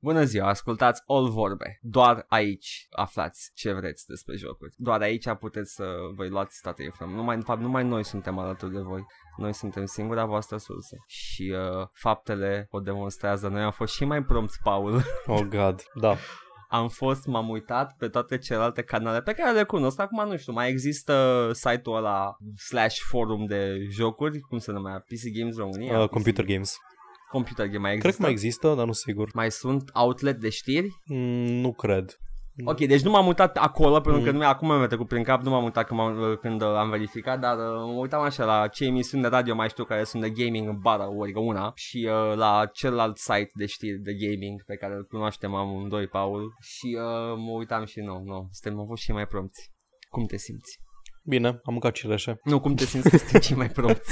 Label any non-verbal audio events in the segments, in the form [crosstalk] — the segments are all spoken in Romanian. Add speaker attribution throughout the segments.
Speaker 1: Bună ziua, ascultați All Vorbe. Doar aici aflați ce vreți despre jocuri. Doar aici puteți să vă luați state from. Numai, în fapt, numai noi suntem alături de voi. Noi suntem singura voastră sursă. Și uh, faptele o demonstrează. Noi am fost și mai prompt, Paul. [laughs]
Speaker 2: Oh, God, da.
Speaker 1: am fost, m-am uitat pe toate celelalte canale pe care le cunosc, acum nu știu, mai există site-ul ăla slash forum de jocuri, cum se numea, PC Games România?
Speaker 2: Uh, computer games.
Speaker 1: Computer Game, mai
Speaker 2: Cred
Speaker 1: există?
Speaker 2: că mai există, dar nu sigur.
Speaker 1: mai sunt outlet de știri?
Speaker 2: Mm, nu cred.
Speaker 1: Ok, deci nu m-am mutat acolo pentru că
Speaker 2: Mm.
Speaker 1: nu, acum mi-a trecut prin cap, nu m-am mutat când, m-am, când uh, am verificat, dar uh, mă uitam așa la ce emisiuni de radio mai știu care sunt de gaming în bara, ori una, și uh, la celălalt site de știri de gaming pe care îl cunoaștem amândoi, Paul, și uh, mă uitam și nu, nu, suntem am fost și mai prompti. Cum te simți?
Speaker 2: Bine, am mâncat cireșe.
Speaker 1: Nu, cum te simți că suntem cei mai prompti?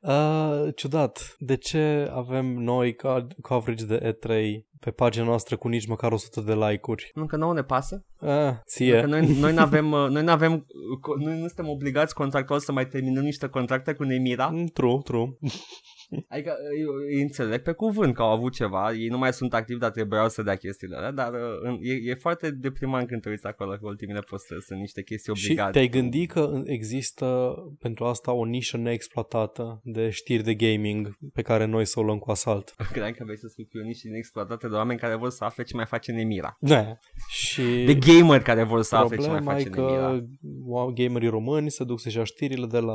Speaker 2: Uh, ciudat, de ce avem noi ca coverage de E3 pe pagina noastră cu nici măcar 100 de like-uri?
Speaker 1: [laughs] Nu că nouă ne pasă?
Speaker 2: Uh,
Speaker 1: Yeah.
Speaker 2: ție.
Speaker 1: Că noi, noi n-avem, uh, noi n-avem, co- noi nu suntem obligați contractual să mai terminăm niște contracte cu Nemira.
Speaker 2: Mm, True, true.
Speaker 1: Adică eu îi înțeleg pe cuvânt că au avut ceva, ei nu mai sunt activi, dar trebuiau să dea chestiile alea, dar uh, în- e, e foarte deprimant când te uiți acolo că ultimele postări sunt niște chestii
Speaker 2: Și
Speaker 1: obligate.
Speaker 2: te-ai gândit că există pentru asta o nișă neexploatată de știri de gaming pe care noi să o luăm cu [laughs] asalt.
Speaker 1: [laughs] Credeam că vei să spui că e niște neexploatate de oameni care vor să afle ce mai face Nemira.
Speaker 2: Da. Și...
Speaker 1: De gamer care vor să afle ce mai
Speaker 2: Problema e
Speaker 1: face
Speaker 2: că
Speaker 1: Nemira.
Speaker 2: oa- gamerii români se duc să-și ia știrile de la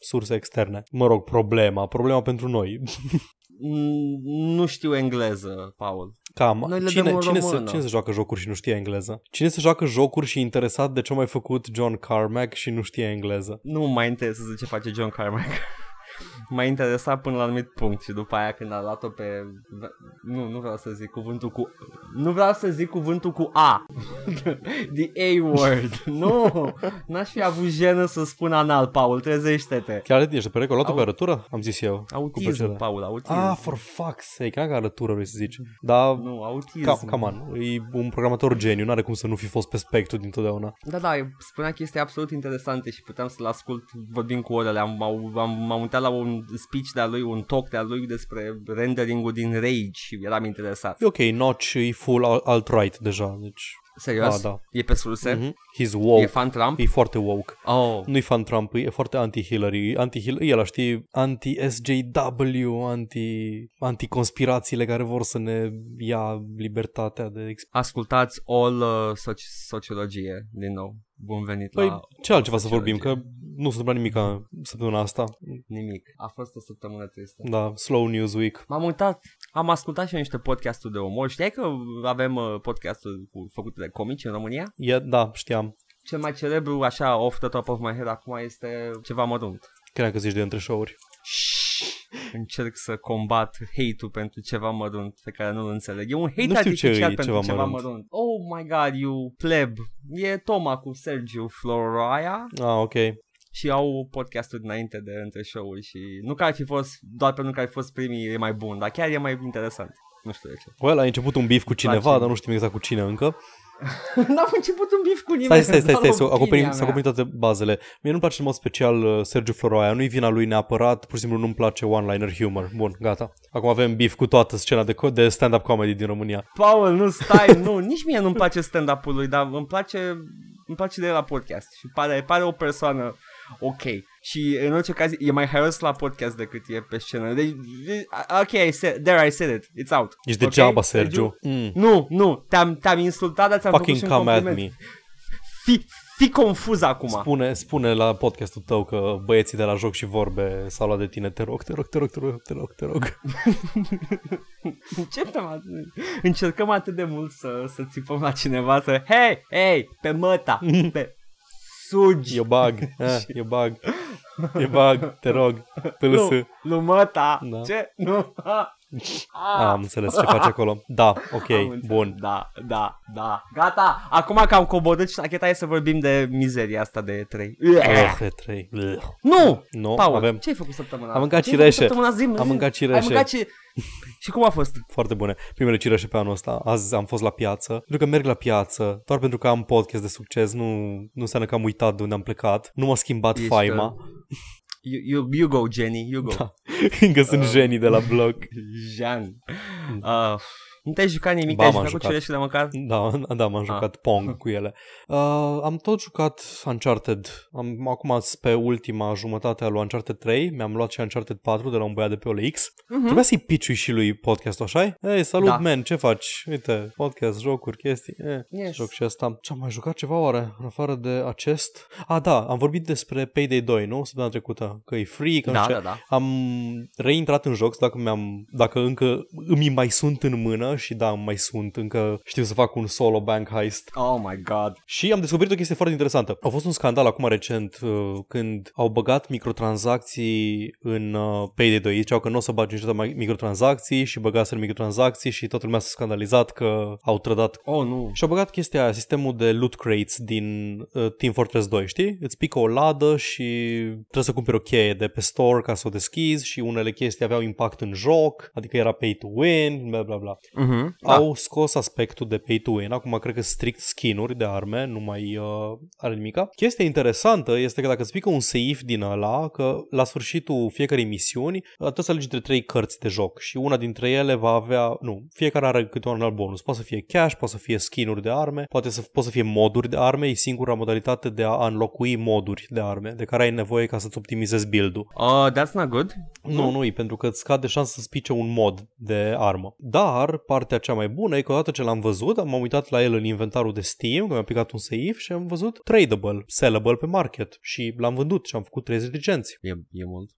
Speaker 2: surse externe. Mă rog, problema. Problema pentru noi. [laughs]
Speaker 1: Mm, Nu știu engleză, Paul.
Speaker 2: Cam.
Speaker 1: Noi le dăm
Speaker 2: cine,
Speaker 1: în
Speaker 2: cine, se,
Speaker 1: română.
Speaker 2: cine se joacă jocuri și nu știe engleză? Cine se joacă jocuri și e interesat de ce a mai făcut John Carmack și nu știe engleză?
Speaker 1: Nu mai interesează ce face John Carmack. [laughs] M-a interesat până la anumit punct și după aia când a luat-o pe... Nu, nu vreau să zic cuvântul cu... Nu vreau să zic cuvântul cu A. [laughs] The A-word. [laughs] Nu! N-aș fi avut jenă să spun anal, Paul. Trezește-te.
Speaker 2: Chiar ești de părere că a luat-o
Speaker 1: Au-
Speaker 2: pe arătură? Am zis eu.
Speaker 1: Autism,
Speaker 2: plăcere.
Speaker 1: Paul, autism.
Speaker 2: Ah, for fuck's sake, cred că arătură lui să zici. Dar,
Speaker 1: nu, autism.
Speaker 2: ca, come on, e un programator geniu, n-are cum să nu fi fost pe spectru dintotdeauna.
Speaker 1: Da, da, spunea chestii absolut interesante și puteam să-l ascult vorbind cu orele. Am, am, am, m-am uitat la un speech de-a lui, un talk de-a lui despre rendering-ul din Rage și eram interesat.
Speaker 2: E ok, Notch e full al- alt-right deja, deci...
Speaker 1: Serios?
Speaker 2: Da, da.
Speaker 1: E pe surse?
Speaker 2: Mhm. He's
Speaker 1: E
Speaker 2: woke.
Speaker 1: fan Trump?
Speaker 2: E foarte woke.
Speaker 1: Oh.
Speaker 2: Nu-i fan Trump, e foarte anti-Hillary, anti-Hillary, el știi, anti-SJW, anti, anti-conspirațiile care vor să ne ia libertatea de exp-
Speaker 1: Ascultați All uh, soci- Sociologie din nou. Bun venit
Speaker 2: Păi,
Speaker 1: la
Speaker 2: ce altceva să
Speaker 1: sociologie.
Speaker 2: vorbim, că nu s-a întâmplat nimic săptămâna asta.
Speaker 1: nimic. A fost o săptămână tristă.
Speaker 2: Da, slow news week.
Speaker 1: M-am uitat, am ascultat și eu niște podcasturi de umor. Știai că avem uh, podcasturi cu, făcute de comici în România?
Speaker 2: E, da, știam.
Speaker 1: Cel mai celebru, așa, off the top of my head acum este ceva mărunt.
Speaker 2: Cred că zici de între show-uri.
Speaker 1: Încerc să combat hate-ul pentru ceva mărunt pe care nu-l înțeleg. E un hate
Speaker 2: Nu știu ce
Speaker 1: artificial
Speaker 2: e
Speaker 1: pentru
Speaker 2: ceva
Speaker 1: ceva mărunt.
Speaker 2: mărunt.
Speaker 1: Oh my god, you pleb. E Toma cu Sergiu Floraia
Speaker 2: Ah, ok.
Speaker 1: și au podcastul dinainte de între show-uri și nu că ar fi fost, doar pentru că ar fi fost primii e mai bun, dar chiar e mai interesant. Nu știu de ce.
Speaker 2: Well, a început un beef cu cineva,
Speaker 1: Place.
Speaker 2: dar nu știm exact cu cine încă.
Speaker 1: [laughs] N-am început un bif cu nimeni.
Speaker 2: Stai, stai, stai,
Speaker 1: doar
Speaker 2: stai, să
Speaker 1: opinia
Speaker 2: acoperim,
Speaker 1: mea.
Speaker 2: să acoperim toate bazele. Mie nu-mi place în mod special uh, Sergiu Floroaia, nu-i vina lui neapărat, pur și simplu nu-mi place one-liner humor. Bun, gata. Acum avem beef cu toată scena de, co- de stand-up comedy din România.
Speaker 1: Paul, nu stai, nu, nici mie nu-mi place stand-up-ul lui, dar îmi place, îmi place de el la podcast și pare, pare o persoană ok. Și în orice caz e mai haios la podcast decât e pe scenă. Deci, de- ok, I said, there I said it, it's out.
Speaker 2: Ești
Speaker 1: Ok, Deci,
Speaker 2: degeaba, Sergiu. Mm.
Speaker 1: Nu, nu, te-am, te-am insultat, dar ți-am
Speaker 2: Fucking
Speaker 1: făcut și un
Speaker 2: come at
Speaker 1: compliment.
Speaker 2: me.
Speaker 1: Fi, fi confuz acum.
Speaker 2: Spune, spune la podcastul tău că băieții de la joc și vorbe s-au luat de tine. Te rog, te rog, te rog, te rog, te rog, te
Speaker 1: [laughs]
Speaker 2: rog.
Speaker 1: Începem atât. Încercăm atât de mult să, să țipăm la cineva să, hei, hei, pe
Speaker 2: [laughs]
Speaker 1: măta, pe sugi.
Speaker 2: Eu bag, eh, eu bag, eu bag, te rog, PLS.
Speaker 1: Nu, nu măta.
Speaker 2: Da.
Speaker 1: Ce? Nu. A,
Speaker 2: Ah, am înțeles ce faci acolo. Da,
Speaker 1: am
Speaker 2: ok,
Speaker 1: înțeles.
Speaker 2: bun.
Speaker 1: Da, da, da. Gata. Acum că am coborât și tacheta e să vorbim de mizeria asta de 3.
Speaker 2: Ah, e trei. Ugh.
Speaker 1: Nu!
Speaker 2: Nu,
Speaker 1: Paul,
Speaker 2: avem.
Speaker 1: ce ai făcut săptămâna
Speaker 2: Am mâncat
Speaker 1: Ce ai făcut
Speaker 2: cireșe.
Speaker 1: Săptămâna zi,
Speaker 2: Am mâncat cireșe.
Speaker 1: Ai mâncat ci... Și cum a fost?
Speaker 2: foarte bune. Primele cireșe pe anul ăsta. Azi am fost la piață. Pentru că merg la piață, doar pentru că am podcast de succes, nu, nu înseamnă că am uitat de unde am plecat. Nu m-a schimbat
Speaker 1: Ești, uh,
Speaker 2: faima. Da.
Speaker 1: You, you, you go,
Speaker 2: [laughs]
Speaker 1: Jenny, you go.
Speaker 2: Încă sunt genii de la blog.
Speaker 1: Jean. Uh, Nu te-ai jucat nimic,
Speaker 2: Ba,
Speaker 1: te-ai
Speaker 2: m-am
Speaker 1: jucat cu
Speaker 2: jucat.
Speaker 1: celeștile măcar?
Speaker 2: Da, da, [laughs] m-am
Speaker 1: Ah.
Speaker 2: jucat Pong cu ele. Uh, am tot jucat Uncharted. Am, acum sunt pe ultima jumătate a lui Uncharted 3. Mi-am luat și Uncharted 4 de la un băiat de pe OLX. Trebuia să-i piciui și lui podcastul, așa Ei, salut,
Speaker 1: Mhm. Da.
Speaker 2: man, ce faci? Uite, podcast, jocuri, chestii. Eh,
Speaker 1: Yes.
Speaker 2: Joc și asta. Ce-am mai jucat ceva oare, în afară de acest? Ah, da, am vorbit despre Payday 2, nu? Săptămâna trecută. Că e free, că nu
Speaker 1: Da,
Speaker 2: știu
Speaker 1: da, da.
Speaker 2: am reintrat în joc, dacă, mi-am, dacă încă îmi mai sunt în mână și da, îmi mai sunt, încă știu să fac un solo bank heist.
Speaker 1: Oh my god.
Speaker 2: Și am descoperit o chestie foarte interesantă. A fost un scandal acum recent uh, când au băgat microtransacții în uh, Payday 2. Ziceau că nu o să bagi niciodată mai microtransacții și băgaseră microtransacții și toată lumea s-a scandalizat că au trădat
Speaker 1: Oh, nu.
Speaker 2: și-au băgat chestia aia, sistemul de loot crates din uh, Team Fortress 2, știi? Îți pică o ladă și trebuie să cumperi o cheie de pe store ca să o deschizi și unele chestii aveau impact în joc, adică era pay to win, bla bla bla.
Speaker 1: Mhm.
Speaker 2: Da.
Speaker 1: Da.
Speaker 2: Au scos aspectul de pay to win, acum cred că strict skin-uri de arme, nu mai uh, are nimica. Chestia interesantă este că dacă îți pică un seif din ăla, că la sfârșitul fiecărei misiuni uh, trebuie să alegi între trei cărți de joc și una dintre ele va avea, nu, fiecare are câte un alt bonus. Poate să fie cash, poate să fie skin-uri de arme, poate să, poate să fie moduri de arme, e singura modalitate de a înlocui moduri de arme de care ai nevoie ca să-ți optimizezi build-ul.
Speaker 1: Uh, that's not good.
Speaker 2: Nu, nu, e pentru că îți scade șansa să-ți pice un mod de armă. Dar partea cea mai bună e că odată ce l-am văzut, am uitat la el în inventarul de Steam, că mi-a picat un safe și am văzut tradable, sellable pe market și l-am vândut și am făcut 30 de genți.
Speaker 1: E, e mult.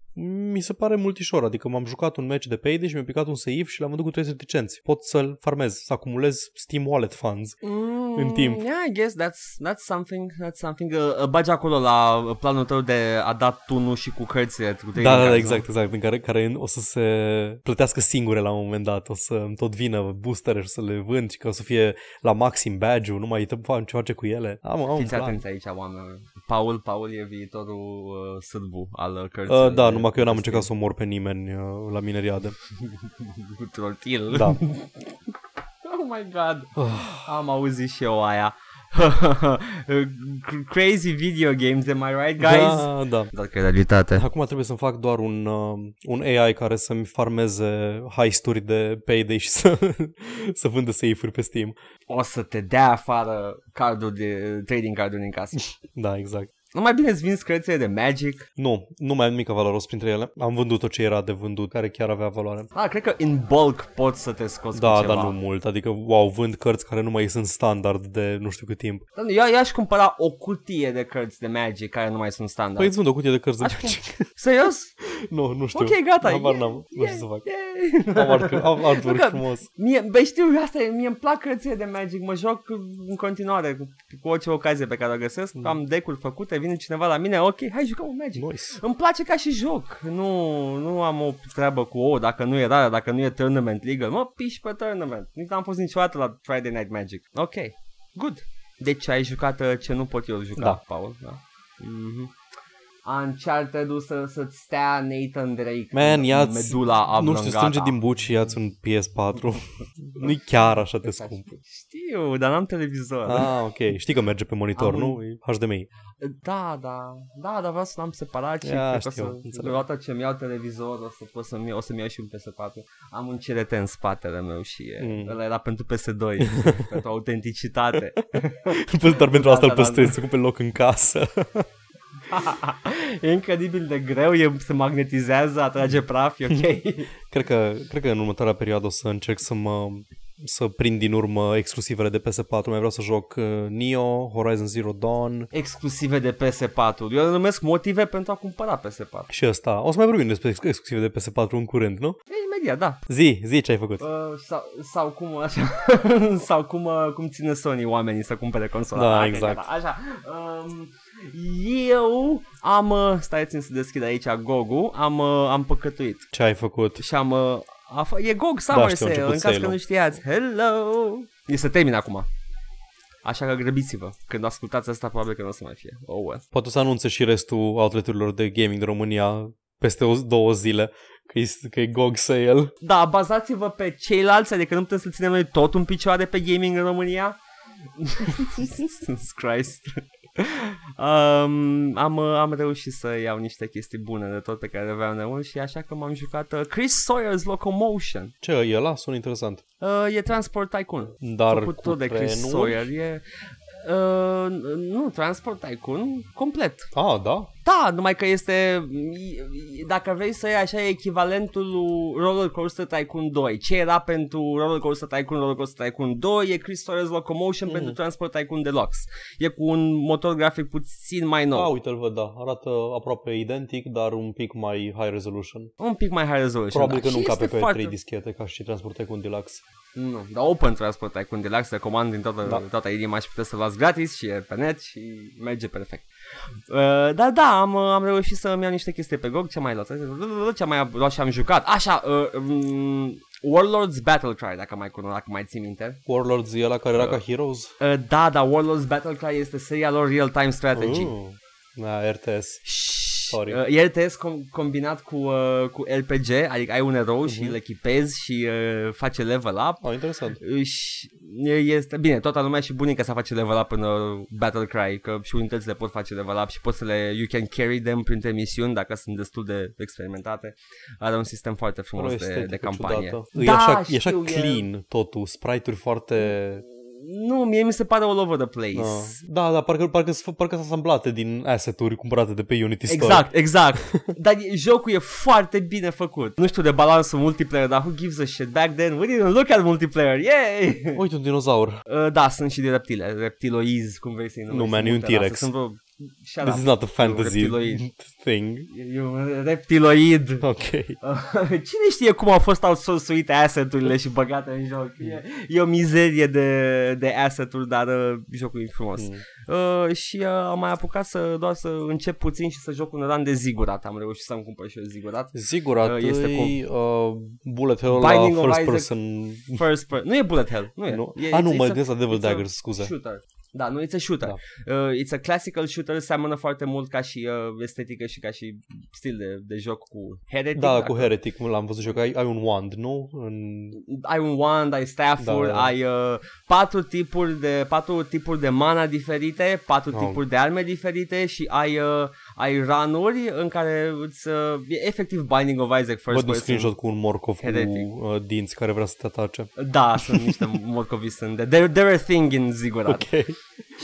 Speaker 2: Mi se pare multișor, adică m-am jucat un match de payday și mi-a picat un safe și l-am vândut cu 30 de genți. Pot să-l farmez, să acumulez Steam Wallet funds.
Speaker 1: Mm,
Speaker 2: În timp.
Speaker 1: Yeah, I guess that's, that's something, that's something. Uh, uh, bagi acolo la uh, planul tău de a da tunul și cu cărțile. Cu trei
Speaker 2: Da, da,
Speaker 1: mâncare,
Speaker 2: da,
Speaker 1: nu?
Speaker 2: exact, exact, în care, care o să se plătească singure la un moment dat, o să îmi tot vină boostere și să le vând și că o să fie la maxim badge-ul, nu mai fac ce face cu ele. Am, am un
Speaker 1: Fiți
Speaker 2: plan.
Speaker 1: atenți aici, oameni. Paul, Paul e viitorul uh, sârbu al uh, cărților.
Speaker 2: Uh, da,
Speaker 1: de-
Speaker 2: numai că eu n-am
Speaker 1: de
Speaker 2: încercat să omor pe nimeni uh, la mineriade.
Speaker 1: stil. Trotil.
Speaker 2: Da.
Speaker 1: [laughs] Oh my
Speaker 2: [sighs]
Speaker 1: god.
Speaker 2: Ah,
Speaker 1: Am auzit și eu aia. [laughs] Crazy video games, am I right, guys? Da.
Speaker 2: Da, da.
Speaker 1: Dar că e realitate.
Speaker 2: Acum trebuie să-mi fac doar un, uh, un AI care să-mi farmeze heisturi de payday și [laughs] să, să vândă safe-uri pe Steam.
Speaker 1: O să te dea afară cardul de trading cardul din
Speaker 2: [laughs]
Speaker 1: casă.
Speaker 2: Da, exact.
Speaker 1: Nu mai bine îți vinzi cărțile de Magic.
Speaker 2: Nu, nu mai am nimic valoros printre ele. Am vândut tot ce era de vândut, care chiar avea valoare.
Speaker 1: Ah, cred că in bulk poți să te scoți cu
Speaker 2: Da,
Speaker 1: ceva.
Speaker 2: dar nu mult. Adică, wow, vând cărți care nu mai sunt standard de nu știu cât timp.
Speaker 1: Dar nu, Eu, eu aș cumpăra o cutie de cărți de Magic care nu mai sunt
Speaker 2: Da.
Speaker 1: standard.
Speaker 2: Păi îți vând o cutie de cărți de
Speaker 1: Aș cum-
Speaker 2: Magic.
Speaker 1: Serios?
Speaker 2: [laughs] Nu, nu știu.
Speaker 1: Ok, gata.
Speaker 2: Habar
Speaker 1: Yay,
Speaker 2: n-am. Nu știu
Speaker 1: yay,
Speaker 2: să fac.
Speaker 1: yay.
Speaker 2: Am artwork, am artwork
Speaker 1: Bă, [laughs] că-
Speaker 2: frumos.
Speaker 1: Mie, bă, știu, asta e, mie îmi plac cărțile de Magic, mă joc în continuare cu, cu orice ocazie pe care o găsesc,
Speaker 2: Mm.
Speaker 1: am decul făcute, vine cineva la mine, ok, hai jucăm un Magic.
Speaker 2: Nice.
Speaker 1: Îmi place ca și joc, nu, nu am o treabă cu o, dacă nu e rară, dacă nu e tournament legal, mă piși pe tournament, nici n-am fost niciodată la Friday Night Magic, ok, good. Deci ai jucat uh, ce nu pot eu juca,
Speaker 2: Da.
Speaker 1: Paul, da? Mhm. Uncharted-ul să, să-ți stea Nathan Drake
Speaker 2: Man,
Speaker 1: în
Speaker 2: ia-ți-
Speaker 1: medula ablongata.
Speaker 2: Nu știu, strânge din buci și ia-ți un PS4. [laughs] Nu-i chiar așa de scump.
Speaker 1: Știu, dar n-am televizor.
Speaker 2: Ah, ok. Știi că merge pe monitor,
Speaker 1: Am
Speaker 2: nu? [laughs] HDMI.
Speaker 1: [laughs] Da, da, da, dar vreau să l-am separat și
Speaker 2: Ia,
Speaker 1: cred că o
Speaker 2: știu,
Speaker 1: să,
Speaker 2: înțeleg.
Speaker 1: odată ce-mi iau televizor o să, o să-mi, o să-mi iau și un PS4. Am un CRT în spatele meu și
Speaker 2: Mm.
Speaker 1: mm. ăla era pentru PS2,
Speaker 2: [laughs]
Speaker 1: pentru autenticitate. [laughs]
Speaker 2: Poți Doar pentru
Speaker 1: Da,
Speaker 2: asta îl
Speaker 1: da, da,
Speaker 2: păstrezi, să cumperi loc în casă.
Speaker 1: e incredibil de greu, e, se magnetizează, atrage praf, e ok.
Speaker 2: [laughs] Cred că, cred că în următoarea perioadă o să încerc să mă să prind din urmă exclusivele de PS4. Mai vreau să joc uh, Neo, Horizon Zero Dawn
Speaker 1: Exclusive de PS4. Eu le numesc motive pentru a cumpăra PS4.
Speaker 2: și ăsta. O să mai vorbim despre ex- exclusive de PS4 în curând, nu?
Speaker 1: E, imediat, da.
Speaker 2: Zi, zi ce ai făcut.
Speaker 1: Uh, sau, sau cum așa, [laughs] sau cum, uh, cum ține Sony oamenii să cumpere consola.
Speaker 2: Da,
Speaker 1: Hai,
Speaker 2: exact.
Speaker 1: gata, Așa. Um, eu am, uh, stai țin să deschid aici GOG-ul, am, uh, am păcătuit
Speaker 2: Ce ai făcut?
Speaker 1: și am, uh, af- e GOG Summer
Speaker 2: Da, știu, a
Speaker 1: Sale,
Speaker 2: început
Speaker 1: în caz că
Speaker 2: sale-ul.
Speaker 1: nu știați, hello! E să termin acum. Așa că grăbiți-vă, când ascultați asta probabil că nu o să mai fie. Oh, well.
Speaker 2: Poate o să anunțe și restul outleturilor de gaming din România peste o, două zile că e, că e GOG sale.
Speaker 1: Da, bazați-vă pe ceilalți, adică nu putem să
Speaker 2: [laughs]
Speaker 1: ținem noi tot un picioare pe gaming în România. Jesus Christ. Um, am, am reușit să iau niște chestii bune de tot pe care le aveam de mult și așa că m-am jucat uh, Chris Sawyer's Locomotion.
Speaker 2: Ce e ăla? Sună interesant.
Speaker 1: Uh, e Transport Tycoon.
Speaker 2: Dar
Speaker 1: Făcut
Speaker 2: cu
Speaker 1: tot de Chris
Speaker 2: trenuri?
Speaker 1: Sawyer. E, uh, nu, Transport Tycoon complet.
Speaker 2: A, da?
Speaker 1: Da, numai că este, mm, dacă vrei să iei așa echivalentul lui Roller Coaster Tycoon 2. Ce era pentru Roller Coaster Tycoon, Roller Coaster Tycoon 2 e Chris Torres Locomotion mm.
Speaker 2: Mhm.
Speaker 1: pentru Transport Tycoon Deluxe. E cu un motor grafic puțin mai nou.
Speaker 2: A,
Speaker 1: Oh.
Speaker 2: uite-l văd, da. Arată aproape identic, dar un pic mai high resolution.
Speaker 1: Un pic mai high resolution.
Speaker 2: Probabil
Speaker 1: da.
Speaker 2: că nu
Speaker 1: Și
Speaker 2: încape
Speaker 1: este
Speaker 2: pe
Speaker 1: foarte...
Speaker 2: 3 dischete ca și transporte cu un deluxe.
Speaker 1: Nu, dar Open Transport Tycoon Deluxe recomand din toată, da.
Speaker 2: Da.
Speaker 1: toată inima și puteți să luați gratis și e pe net și merge perfect. Uh, dar da, am, uh, am reușit să-mi iau niște chestii pe GOG, ce am mai luat, ce am mai luat și am jucat. Așa, uh, um, Warlords Battlecry, dacă mai cunosc, dacă mai țin minte.
Speaker 2: Warlords e ăla care era ca Heroes?
Speaker 1: Uh, da, da, Warlords Battlecry este seria lor real-time strategy. Uh.
Speaker 2: Uh, da, RTS.
Speaker 1: Sorry.
Speaker 2: Sorry.
Speaker 1: Uh, RTS com- combinat cu, uh, cu RPG, adică ai un erou uh-huh. și îl echipezi și uh, face level up
Speaker 2: Ah, interesant.
Speaker 1: își, este, bine, toată lumea și bunica să face level up în uh, Battlecry, că și unitățile pot face level up și poți să le, you can carry them printre misiuni dacă sunt destul de experimentate. Are un sistem foarte
Speaker 2: Are o
Speaker 1: frumos de, de
Speaker 2: estetică
Speaker 1: campanie.
Speaker 2: ciudată.
Speaker 1: Da,
Speaker 2: e așa,
Speaker 1: știu,
Speaker 2: e așa
Speaker 1: e-
Speaker 2: clean totul, sprite-uri foarte...
Speaker 1: Nu, mie mi se pare all over the place.
Speaker 2: Ah. Da, da, parcă, parcă, s- parcă sunt asamblate din asset-uri cumpărate de pe Unity Store.
Speaker 1: Exact,
Speaker 2: [laughs]
Speaker 1: exact. Dar e- jocul e foarte bine făcut. Nu știu de balansul multiplayer, dar who gives a shit? Back then, we didn't look at multiplayer. Yay!
Speaker 2: Uite un dinozaur.
Speaker 1: Uh, da să sunt și de reptile, reptiloizi, cum vrei să-i numești,
Speaker 2: man,
Speaker 1: sunt
Speaker 2: e un
Speaker 1: multe rase,
Speaker 2: T-Rex.
Speaker 1: Sunt vreo... Shut
Speaker 2: This
Speaker 1: up.
Speaker 2: is not a fantasy
Speaker 1: reptiloid.
Speaker 2: thing.
Speaker 1: E un reptiloid. [laughs]
Speaker 2: Ok.
Speaker 1: Cine știe cum au fost outsourcuite asset-urile și băgate în joc? E, e o mizerie de, de asset-uri, dar uh, jocul e frumos.
Speaker 2: Hmm.
Speaker 1: Mm. Uh, și uh, am mai apucat să doar să încep puțin și să joc un run de zigurat. Am reușit să-mi cumpăr și eu zigurat.
Speaker 2: Zigurat
Speaker 1: Uh, este
Speaker 2: este cu... uh, bullet hell la
Speaker 1: Binding of
Speaker 2: first
Speaker 1: Isaac.
Speaker 2: person...
Speaker 1: First person. Nu e bullet hell. Nu e.
Speaker 2: Nu?
Speaker 1: e
Speaker 2: A, nu,
Speaker 1: it's-
Speaker 2: mă
Speaker 1: it's a-
Speaker 2: gândesc la Devil
Speaker 1: it's a
Speaker 2: Daggers, scuze.
Speaker 1: Shooter. Da, nu, it's a shooter.
Speaker 2: Da.
Speaker 1: Uh, it's a classical shooter, seamănă foarte mult ca și uh, estetică și ca și stil de, de joc cu Heretic.
Speaker 2: Da,
Speaker 1: dacă-
Speaker 2: cu Heretic, l-am văzut și eu, că ai, ai un wand, nu? În...
Speaker 1: ai un wand, ai staff-uri, da,
Speaker 2: Da,
Speaker 1: da.
Speaker 2: da.
Speaker 1: ai uh, patru tipuri de patru tipuri de mana diferite, patru
Speaker 2: Wow.
Speaker 1: tipuri de arme diferite și ai uh, ai ranuri în care îți uh, e efectiv Binding of Isaac first
Speaker 2: Văd un
Speaker 1: person.
Speaker 2: screenshot cu un morcov
Speaker 1: Heretic.
Speaker 2: cu uh, dinți care vrea să te atace.
Speaker 1: Da, sunt niște morcovi sunt. de- They're, they're a thing in zigurat.
Speaker 2: Ok. E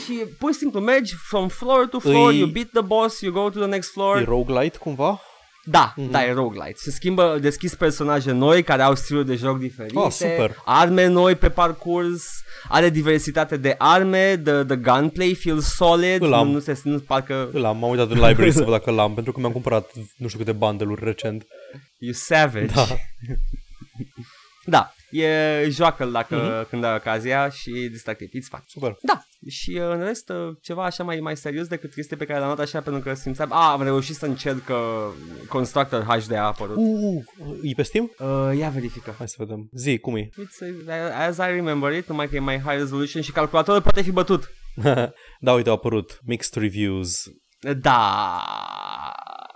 Speaker 1: Și pur și simplu mergi from floor to floor,
Speaker 2: Îi-
Speaker 1: you beat the boss, you go to the next floor.
Speaker 2: roguelite cumva?
Speaker 1: Da,
Speaker 2: Mhm.
Speaker 1: mm-hmm. da, e roguelite. Se schimbă, deschizi personaje noi care au stiluri de joc diferite,
Speaker 2: Oh, super.
Speaker 1: arme noi pe parcurs, are diversitate de arme, the, the gunplay feels solid,
Speaker 2: Îl
Speaker 1: nu,
Speaker 2: am.
Speaker 1: nu se nu parcă
Speaker 2: L-am, m-am uitat în library să văd dacă l-am, pentru că mi-am cumpărat nu știu câte bandeluri recent.
Speaker 1: you savage.
Speaker 2: Da.
Speaker 1: [laughs] da e joacă-l dacă, mm-hmm.
Speaker 2: Mhm.
Speaker 1: când ai ocazia și e distractiv, it's fun.
Speaker 2: Super.
Speaker 1: Da, și uh, în rest uh, ceva așa mai, mai serios decât chestii pe care le-am luat așa pentru că simțeam, a, am reușit să încerc uh, Constructor HD a apărut.
Speaker 2: Uh, uh, e pe Steam?
Speaker 1: Uh, ia verifică.
Speaker 2: Hai să vedem. Zi, cum e? [laughs]
Speaker 1: It's, uh, as I remember it, numai că e mai high resolution și calculatorul poate fi bătut.
Speaker 2: da, uite, au apărut mixed reviews.
Speaker 1: Da.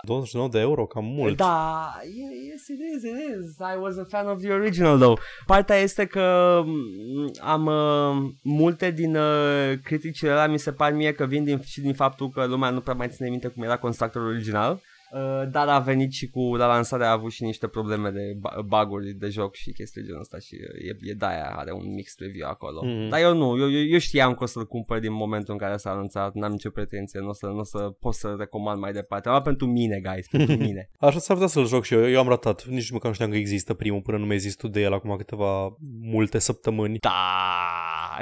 Speaker 2: 29 de euro, cam mult.
Speaker 1: Da, ye- yes it is, it is. I was a fan of the original though. Partea este că mm, am uh, multe din uh, criticile alea mi se par mie că vin din, și din faptul că lumea nu prea mai ține minte cum era constructorul original. Uh, dar a venit și cu la lansare a avut și niște probleme de ba- bug-uri de joc și chestii de genul ăsta și uh, e, e de-aia are un mixed review acolo. Mm.
Speaker 2: Mhm.
Speaker 1: Dar eu nu, eu, eu, eu știam că o să-l cumpăr din momentul în care s-a anunțat, n-am nicio pretenție, nu o să, n-o să pot să recomand mai departe. Am luat pentru mine, guys,
Speaker 2: [laughs]
Speaker 1: pentru mine.
Speaker 2: Așa s-ar putea să-l joc și eu. Eu am ratat. Nici măcar nu știam că există primul până nu mi-ai zis tu de el acum câteva multe săptămâni.
Speaker 1: Da, [laughs]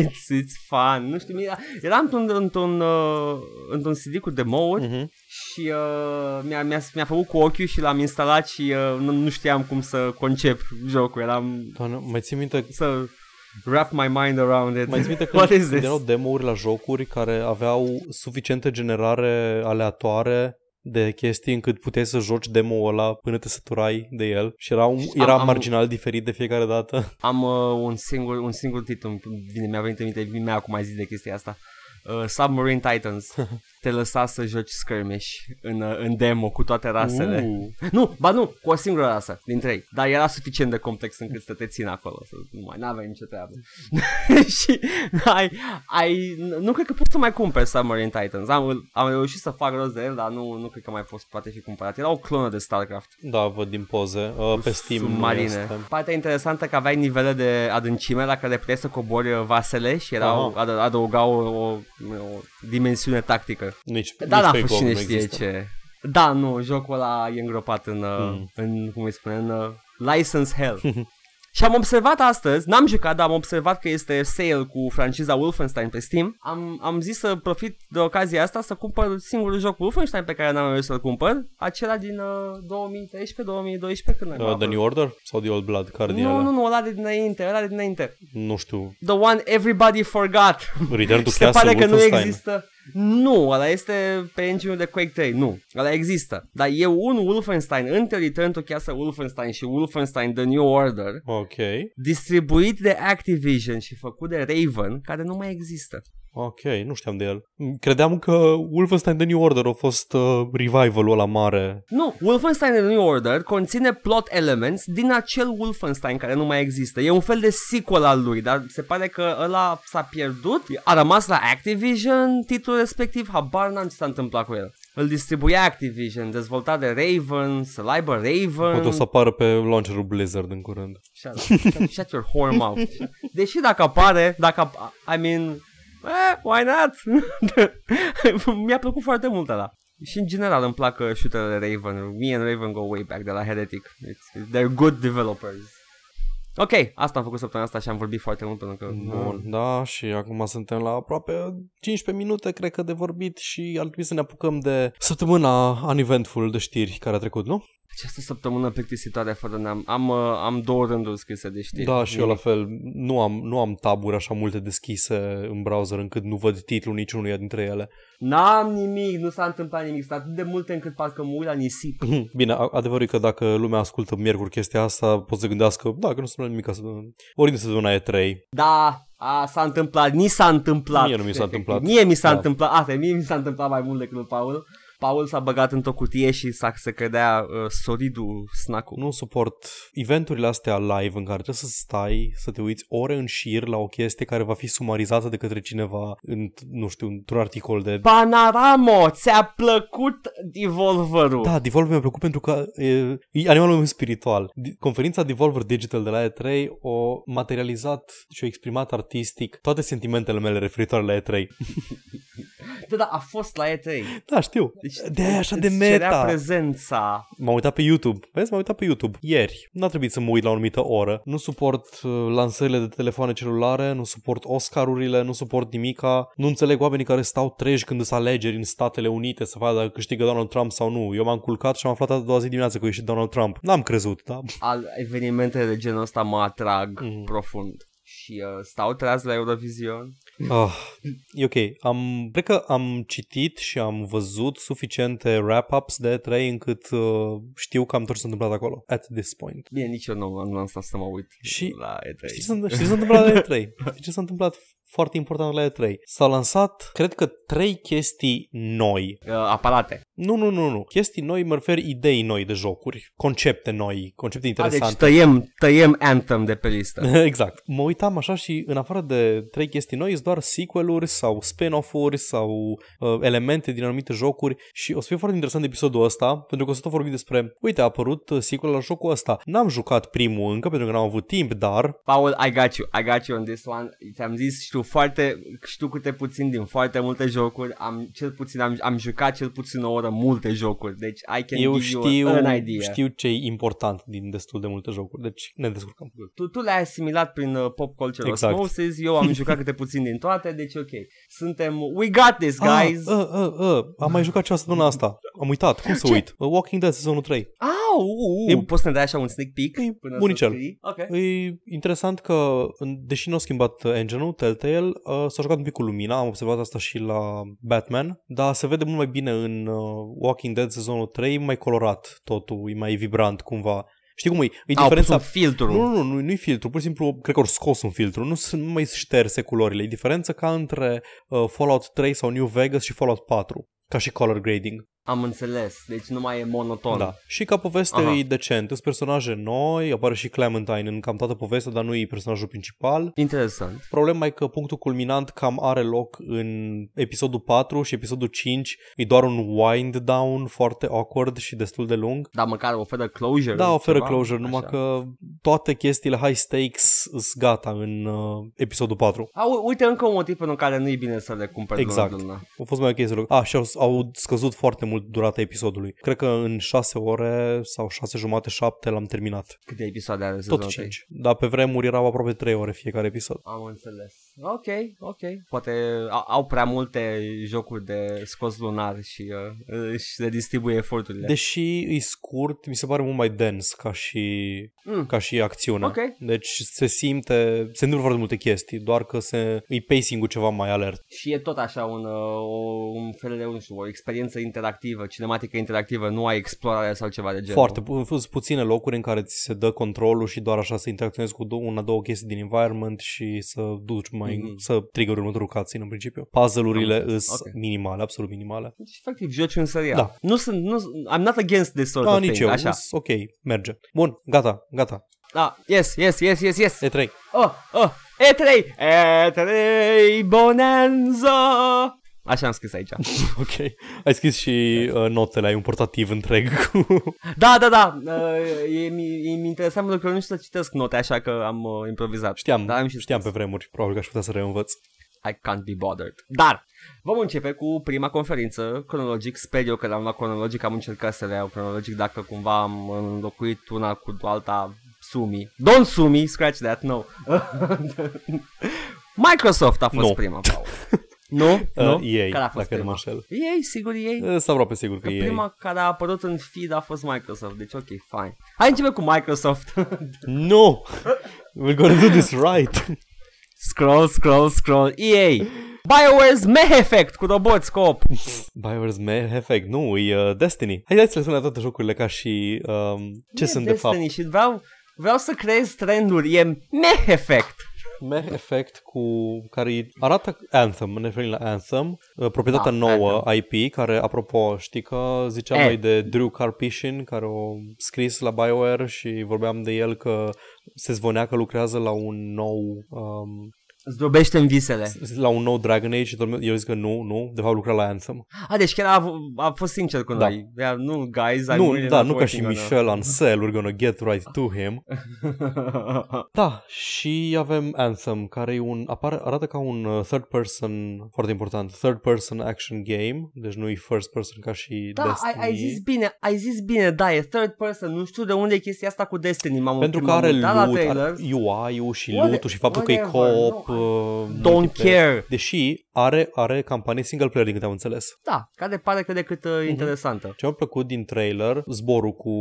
Speaker 1: it's, it's fun. Nu știu, mie- eram într-un, într-un, uh, într-un CD cu demo-uri
Speaker 2: Mhm.
Speaker 1: și uh, mi-a, mi-a, mi-a făcut cu ochiul și l-am instalat și uh, nu, nu știam cum să concep jocul, eram
Speaker 2: Doamne, mai ții minte
Speaker 1: să wrap my mind around it.
Speaker 2: Mai ții
Speaker 1: [laughs]
Speaker 2: minte
Speaker 1: What
Speaker 2: când
Speaker 1: is this?
Speaker 2: erau demo-uri la jocuri care aveau suficientă generare aleatoare de chestii încât puteai să joci demo-ul ăla până te săturai de el și era, un,
Speaker 1: Am-
Speaker 2: era
Speaker 1: am-
Speaker 2: marginal diferit de fiecare dată. [laughs]
Speaker 1: Am uh, un singur un singur titlu, îmi vine, mi-a venit în minte, mi-a acum zis de chestia asta. Uh, Submarine Titans. te lăsa să joci skirmish în, uh, în demo cu toate rasele. Uh.
Speaker 2: Uh,
Speaker 1: Nu, ba nu, cu o singură rasă din trei. Dar era suficient de complex încât să te țin acolo. Să nu mai n-aveai nicio treabă. [laughs] și ai, ai, nu cred că poți să mai cumperi Submarine Titans. Am, am reușit să fac rost de el, dar nu, nu cred că mai poți, poate fi cumpărat. Era o clonă de StarCraft.
Speaker 2: da, văd din poze. Uh, pe Steam nu
Speaker 1: submarine.
Speaker 2: este.
Speaker 1: Partea interesantă că aveai nivele de adâncime la care puteai să cobori uh, vasele și erau,
Speaker 2: Aha.
Speaker 1: ad- adăugau o, o, o dimensiune tactică.
Speaker 2: Nici,
Speaker 1: Da,
Speaker 2: nici
Speaker 1: da,
Speaker 2: pe
Speaker 1: fost
Speaker 2: GOG
Speaker 1: cine
Speaker 2: nu
Speaker 1: știe
Speaker 2: există.
Speaker 1: ce. Da, nu, jocul ăla e îngropat în, mm.
Speaker 2: Mm.
Speaker 1: în cum îi spune, în uh, license
Speaker 2: [laughs]
Speaker 1: hell. Și am observat astăzi, n-am jucat, dar am observat că este sale cu franciza Wolfenstein pe Steam. Am, am zis să profit de ocazia asta să cumpăr singurul joc Wolfenstein pe care n-am reușit să-l cumpăr, acela din uh, 2013-2012 când am
Speaker 2: Uh, the New Order sau The Old Blood? Care din
Speaker 1: nu,
Speaker 2: ele?
Speaker 1: nu, nu, ăla de dinainte, ăla de dinainte.
Speaker 2: Nu știu.
Speaker 1: The one everybody forgot.
Speaker 2: Return to
Speaker 1: Și [laughs] se
Speaker 2: Castle
Speaker 1: pare că nu
Speaker 2: Wolfenstein.
Speaker 1: există. Nu, ăla este pe engine de Quake 3, nu. Ăla există. Dar e un Wolfenstein, între Return to Castle Wolfenstein și Wolfenstein The New Order,
Speaker 2: Ok,
Speaker 1: distribuit de Activision și făcut de Raven, care nu mai există.
Speaker 2: ok, nu știam de el. Credeam că Wolfenstein The New Order a fost uh, revivalul ăla mare.
Speaker 1: Nu, Wolfenstein The New Order conține plot elements din acel Wolfenstein care nu mai există. E un fel de sequel al lui, dar se pare că ăla s-a pierdut, a rămas la Activision titlul respectiv, habar n-am ce s-a întâmplat cu el. Îl distribuia Activision, dezvoltat de Raven, să aibă Raven.
Speaker 2: Poate o să apară pe launcherul Blizzard în curând.
Speaker 1: Shut up. Shut your whore mouth. Deși dacă apare, dacă, ap- I mean, eh, why not? [laughs] Mi-a plăcut foarte mult ăla. Și în general îmi plac uh, shooterele Raven. Me and Raven go way back de la Heretic. It's, they're good developers. Ok, asta am făcut săptămâna asta și am vorbit foarte mult pentru că...
Speaker 2: Bun, da, și acum suntem la aproape 15 minute, cred că, de vorbit și ar trebui să ne apucăm de săptămâna uneventful de știri care a trecut, nu?
Speaker 1: Această săptămână plictisitoare fără neam. Am, uh, am două rânduri scrise de știri.
Speaker 2: Da, și eu la fel. Nu am, nu am taburi așa multe deschise în browser încât nu văd titlul niciunuia dintre ele.
Speaker 1: N-am nimic, nu s-a întâmplat nimic. Sunt atât de multe încât parcă mă uit la nisip.
Speaker 2: Bine, a- adevărul e că dacă lumea ascultă miercuri chestia asta, pot să gândească, da, că nu sunt nimic, ori din sezona e 3,
Speaker 1: Da, a, s-a întâmplat, ni s-a întâmplat.
Speaker 2: Mie nu mi s-a
Speaker 1: Efectiv.
Speaker 2: întâmplat.
Speaker 1: Mie mi s-a
Speaker 2: Da.
Speaker 1: întâmplat, asta, mie mi s-a întâmplat mai mult decât lui Paul. Paul s-a băgat într-o cutie și s-a, se credea uh, solidul snack
Speaker 2: Nu suport eventurile astea live în care trebuie să stai, să te uiți ore în șir la o chestie care va fi sumarizată de către cineva, în, nu știu, într-un articol de...
Speaker 1: Panoramo, ți-a plăcut Devolverul?
Speaker 2: Da, Devolver mi-a plăcut pentru că e, e animalul meu spiritual. Di- Conferința Devolver Digital de la E3 o materializat și o exprimat artistic toate sentimentele mele referitoare la E3.
Speaker 1: Da, da, a fost la E3.
Speaker 2: [laughs] Da, știu.
Speaker 1: Deci
Speaker 2: De aia așa de
Speaker 1: îți cerea
Speaker 2: meta.
Speaker 1: prezența.
Speaker 2: M-am uitat pe YouTube. Vezi, m-am uitat pe YouTube ieri. N-a trebuit să mă uit la o anumită oră. Nu suport uh, lansările de telefoane celulare, nu suport Oscarurile, nu suport nimica. Nu înțeleg oamenii care stau treji când sunt alegeri în Statele Unite să vadă dacă câștigă Donald Trump sau nu. Eu m-am culcat și am aflat a doua zi dimineață că a ieșit Donald Trump. N-am crezut, da?
Speaker 1: Al evenimentele de genul ăsta mă atrag
Speaker 2: Mhm.
Speaker 1: profund. Și uh, stau treaz la Eurovision.
Speaker 2: Ah, e ok. Am, cred că am citit și am văzut suficiente wrap-ups de trei încât uh, știu cam tot ce s-a întâmplat acolo. At this point.
Speaker 1: Bine, nici eu nu am lansat să mă uit
Speaker 2: Și-
Speaker 1: la E3.
Speaker 2: Știi ce, s-a, știi ce s-a întâmplat la
Speaker 1: [laughs]
Speaker 2: E3? Știi ce s-a întâmplat foarte important la E3? S-au lansat, cred că, trei chestii noi.
Speaker 1: Uh, aparate.
Speaker 2: Nu, nu, nu, nu. Chestii noi, mă refer idei noi de jocuri, concepte noi, concepte
Speaker 1: A, deci
Speaker 2: interesante.
Speaker 1: tăiem, tăiem Anthem de pe
Speaker 2: [laughs]
Speaker 1: listă.
Speaker 2: Exact. Mă uitam așa și în afară de trei chestii noi, sunt doar sequel-uri sau spin-off-uri sau uh, elemente din anumite jocuri și o să fie foarte interesant episodul ăsta pentru că o să tot vorbim despre, uite, a apărut uh, sequel la jocul ăsta. N-am jucat primul încă pentru că n-am avut timp, dar
Speaker 1: Paul, I got you, I got you on this one. Ți-am zis, știu foarte, știu câte puțin din foarte multe jocuri. Am, cel puțin, am, am jucat cel puțin o oră multe jocuri. Deci I can
Speaker 2: eu
Speaker 1: give
Speaker 2: știu,
Speaker 1: you an idea.
Speaker 2: știu ce e important din destul de multe jocuri, deci ne descurcăm.
Speaker 1: Tu, tu le-ai asimilat prin uh, pop culture
Speaker 2: Exact.
Speaker 1: osmosis, eu am jucat câte puțin din toate, deci ok. Suntem, we got this, guys.
Speaker 2: Ah, uh, uh, uh, am mai jucat și săptămâna asta. Am uitat, cum să
Speaker 1: Ce?
Speaker 2: uit? Uh, Walking Dead sezonul 3.
Speaker 1: Au, uh, uh,
Speaker 2: E- Păi,
Speaker 1: poți să ne dai așa un sneak peek?
Speaker 2: E
Speaker 1: Până
Speaker 2: bunicel.
Speaker 1: Să scrii? ok.
Speaker 2: E interesant că, în- deși nu au schimbat uh, engine-ul, Telltale, uh, s-a jucat un pic cu lumina, am observat asta și la Batman, dar se vede mult mai bine în uh, Walking Dead sezonul 3, e mai colorat totul, e mai vibrant cumva. Știi cum e? E
Speaker 1: Au pus un
Speaker 2: diferența
Speaker 1: filtru.
Speaker 2: Nu, nu, nu, nu-i filtru, pur și simplu cred că ori scos un filtru, nu sunt nu mai șterse culorile. E diferență ca între uh, Fallout 3 sau New Vegas și Fallout 4. Ca și color grading.
Speaker 1: Am înțeles, deci nu mai e monoton.
Speaker 2: Da. Și ca poveste
Speaker 1: Aha.
Speaker 2: Aha. e decent. Sunt personaje noi, apare și Clementine în cam toată povestea, dar nu e personajul principal.
Speaker 1: Interesant.
Speaker 2: Problema e că punctul culminant cam are loc în episodul 4 și episodul 5 e doar un wind down foarte awkward și destul de lung.
Speaker 1: Dar măcar oferă closure.
Speaker 2: Da, oferă
Speaker 1: ceva?
Speaker 2: closure, numai
Speaker 1: Așa.
Speaker 2: că toate chestiile high stakes sunt gata în uh, episodul 4.
Speaker 1: A, u- uite încă un motiv pentru care nu e bine să le cumperi
Speaker 2: Exact.
Speaker 1: lună de lună.
Speaker 2: A fost mai ok să rog. A, și au, au scăzut foarte mult durata episodului. Cred că în 6 ore sau 6 jumate, 7 l-am terminat.
Speaker 1: Câte episoade are sezonul?
Speaker 2: Tot
Speaker 1: trei?
Speaker 2: 5. Dar pe vremuri erau aproape 3 ore fiecare episod.
Speaker 1: Am înțeles. Ok, ok. Poate a- au prea multe jocuri de scos lunar și uh, își le distribuie eforturile.
Speaker 2: Deși e scurt, mi se pare mult mai dens ca și,
Speaker 1: Mm.
Speaker 2: ca și acțiune.
Speaker 1: Ok.
Speaker 2: Deci se simte, se întâmplă foarte multe chestii, doar că se, e pacing-ul ceva mai alert.
Speaker 1: Și e tot așa un, uh, o- un fel de, nu știu, o experiență interactivă, cinematică interactivă, nu ai explorare sau ceva de genul.
Speaker 2: Foarte, pu- sunt puține locuri în care ți se dă controlul și doar așa să interacționezi cu dou- una, două chestii din environment și să duci mai,
Speaker 1: Mhm.
Speaker 2: să trigger următorul cutscene în principiu. Puzzle-urile
Speaker 1: Am înțeles.
Speaker 2: îs
Speaker 1: Ok.
Speaker 2: minimale, absolut minimale.
Speaker 1: Deci, efectiv, joci în serial.
Speaker 2: Da.
Speaker 1: Nu sunt, nu, I'm not against this sort
Speaker 2: Da,
Speaker 1: of
Speaker 2: nici
Speaker 1: thing,
Speaker 2: eu.
Speaker 1: așa.
Speaker 2: Îs- Ok, merge. Bun, gata, gata.
Speaker 1: Da, yes, yes, yes, yes, yes. [laughs]
Speaker 2: E3.
Speaker 1: Oh, oh, E3, E3, Bonanza. Așa am scris aici.
Speaker 2: Ok. Ai scris și uh, notele, ai un portativ întreg [laughs] cu
Speaker 1: Da, da, da, uh, e, mi, e, mi interesant pentru că eu nu știu să citesc note, așa că am uh, improvizat.
Speaker 2: Știam,
Speaker 1: Dar am și
Speaker 2: știam pe vremuri, probabil că aș putea să reînvăț.
Speaker 1: I can't be bothered. Dar vom începe cu prima conferință cronologic. Sper eu că l-am luat cronologic, am încercat să le iau cronologic dacă cumva am înlocuit una cu alta Sumi. Don't Sumi, scratch that, no. [laughs] Microsoft a fost
Speaker 2: Nu.
Speaker 1: prima, Paul. Nu? Nu?
Speaker 2: [laughs] Uh, ei,
Speaker 1: Care a fost
Speaker 2: dacă nu mă
Speaker 1: prima?
Speaker 2: înșel.
Speaker 1: Ei, sigur ei.
Speaker 2: Eh, Sunt aproape sigur că,
Speaker 1: Că
Speaker 2: e
Speaker 1: prima care a apărut în feed a fost Microsoft, deci ok, fine. Hai începe cu Microsoft. [laughs]
Speaker 2: ei. No! We're gonna do this right!
Speaker 1: scroll, scroll, scroll, EA. BioWare's Meh Effect cu roboți co-op.
Speaker 2: Bioware's Mass Effect, nu, e uh, Destiny. Hai, hai să le spunem toate jocurile ca și um, ce
Speaker 1: E
Speaker 2: sunt
Speaker 1: Destiny și vreau, vreau să creez trenduri, e meh effect.
Speaker 2: de fapt. Mass Effect cu care arată Anthem, ne referim la Anthem, uh, proprietatea
Speaker 1: Da,
Speaker 2: nouă IP, care, apropo, știi că ziceam
Speaker 1: Eh.
Speaker 2: noi de Drew Carpishin, care o scris la BioWare și vorbeam de el că se zvonea că lucrează la un nou um,
Speaker 1: Zdrobește în visele.
Speaker 2: la un nou Dragon Age și tot lumea- eu zic că nu, nu, de fapt lucra la Anthem.
Speaker 1: A, deci chiar a, a fost sincer cu
Speaker 2: Da.
Speaker 1: noi. Ea, nu, guys, I'm
Speaker 2: nu,
Speaker 1: really
Speaker 2: da,
Speaker 1: not
Speaker 2: nu ca și
Speaker 1: working on a-
Speaker 2: Michel Ancel, we're gonna get right to him.
Speaker 1: [laughs]
Speaker 2: Da, și avem Anthem, care e un, apare, arată ca un uh, third person, foarte important, third person action game, deci nu e first person ca și
Speaker 1: Da, ai,
Speaker 2: Destiny.
Speaker 1: ai zis bine, ai zis bine, da, e third person, nu știu de unde e chestia asta cu Destiny, m-am
Speaker 2: pentru că
Speaker 1: m-am
Speaker 2: are
Speaker 1: uitat da, la
Speaker 2: loot,
Speaker 1: trailer.
Speaker 2: are UI-ul și
Speaker 1: Whatever-
Speaker 2: loot-ul și faptul că e
Speaker 1: whatever,
Speaker 2: co-op,
Speaker 1: nu, I
Speaker 2: uh,
Speaker 1: Don't
Speaker 2: multiplayer.
Speaker 1: care.
Speaker 2: Deși are, are campanie single player, din câte am înțeles.
Speaker 1: Da, care pare cât de cât uh,
Speaker 2: Mhm.
Speaker 1: interesantă.
Speaker 2: Ce mi-a plăcut din trailer, zborul cu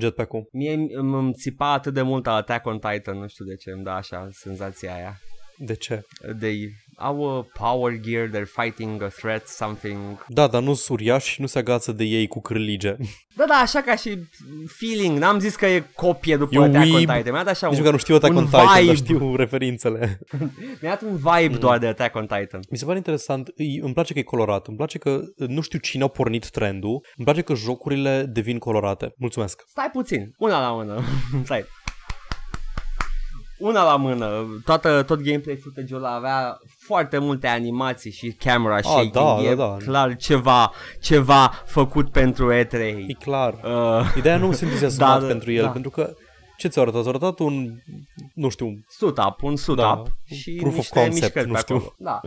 Speaker 2: jetpack-ul.
Speaker 1: Mie îmi- îmi țipa atât de mult Attack on Titan, nu știu de ce îmi da așa senzația aia.
Speaker 2: De ce?
Speaker 1: They au uh, power gear, they're fighting a threat, something.
Speaker 2: Da, dar nu sunt uriași și nu se agață de ei cu cârlige.
Speaker 1: Da, da, așa ca și feeling. N-am zis că e copie după
Speaker 2: E un
Speaker 1: Attack on
Speaker 2: weeb.
Speaker 1: Titan. Mi-a dat așa
Speaker 2: Nici
Speaker 1: un,
Speaker 2: că nu știu Attack
Speaker 1: un
Speaker 2: on Titan,
Speaker 1: vibe.
Speaker 2: dar știu referințele.
Speaker 1: Mi-a dat un vibe mm. doar de Attack on Titan.
Speaker 2: Mi se pare interesant, îi- îmi place că e colorat, îmi place că ă, nu știu cine a pornit trendul, îmi place că jocurile devin colorate. Mulțumesc.
Speaker 1: Stai puțin, una la mână. [laughs] Stai. Una la mână, Toată, tot gameplay footage-ul ăla avea foarte multe animații și camera shaking.
Speaker 2: da,
Speaker 1: e
Speaker 2: da, da.
Speaker 1: clar ceva, ceva făcut pentru E3.
Speaker 2: E clar.
Speaker 1: Uh,
Speaker 2: Ideea
Speaker 1: [laughs]
Speaker 2: nu sunt entuziasmat
Speaker 1: Da,
Speaker 2: da,
Speaker 1: da,
Speaker 2: pentru el,
Speaker 1: da.
Speaker 2: da. pentru că ce ți-a arătat? Ți-a arătat un, nu știu,
Speaker 1: suit up, un suit
Speaker 2: Da,
Speaker 1: up și
Speaker 2: proof of
Speaker 1: niște
Speaker 2: concept,
Speaker 1: mișcări
Speaker 2: nu
Speaker 1: pe
Speaker 2: știu.
Speaker 1: acolo. Da,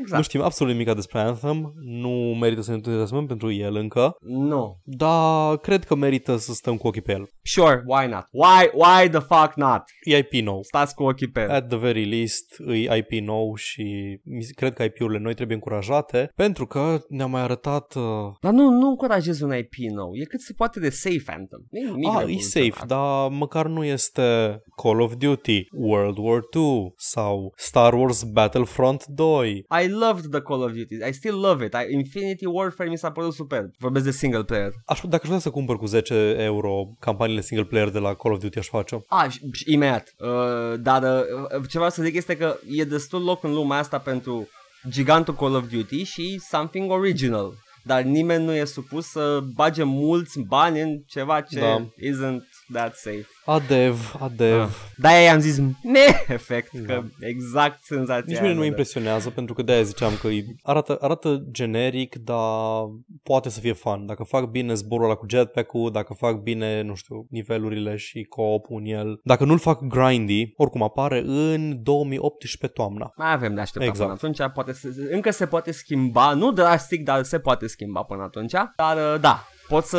Speaker 1: exact.
Speaker 2: nu știm absolut nimic despre Anthem, nu merită să ne entuziasmăm pentru el încă,
Speaker 1: Nu.
Speaker 2: dar cred că merită să stăm cu ochii pe el.
Speaker 1: Sure, why not? Why, why the fuck not?
Speaker 2: E IP nou.
Speaker 1: Stați cu ochii pe el.
Speaker 2: At the very least, e IP nou și mi se- cred că IP-urile noi trebuie încurajate pentru că ne-a mai arătat... Uh...
Speaker 1: Dar nu, nu încurajez un IP nou. E cât se poate de safe, Phantom. Nu e nimic
Speaker 2: A,
Speaker 1: rău
Speaker 2: ah, e
Speaker 1: în
Speaker 2: safe,
Speaker 1: asta.
Speaker 2: dar măcar nu este Call of Duty, World War II sau Star Wars Battlefront 2.
Speaker 1: I loved the Call of Duty. I still love it. I, Infinity Warfare mi s-a părut superb. Vorbesc de single player.
Speaker 2: Aș, dacă aș putea să cumpăr cu 10 euro campaniile single player de la Call of Duty, aș face
Speaker 1: A, și, și imediat. Uh, dar uh, ce vreau să zic este că e destul loc în lumea asta pentru gigantul Call of Duty și something original. dar nimeni nu e supus să bage mulți bani în ceva ce
Speaker 2: Da.
Speaker 1: isn't that safe.
Speaker 2: Adev, adev. Ah.
Speaker 1: Da, i-am zis ne [laughs] efect,
Speaker 2: Da.
Speaker 1: că exact senzația
Speaker 2: Nici mine
Speaker 1: aia mă
Speaker 2: nu mă
Speaker 1: dă.
Speaker 2: impresionează pentru că de-aia ziceam că e- arată, arată generic, dar poate să fie fun. Dacă fac bine zborul ăla cu jetpack-ul, dacă fac bine, nu știu, nivelurile și co-op în el, dacă nu-l fac grindy, oricum apare în 2018 toamna.
Speaker 1: Mai avem de așteptat
Speaker 2: Exact.
Speaker 1: până atunci, poate se, încă se poate schimba, nu drastic, dar se poate schimba până atunci, dar uh, da. Pot să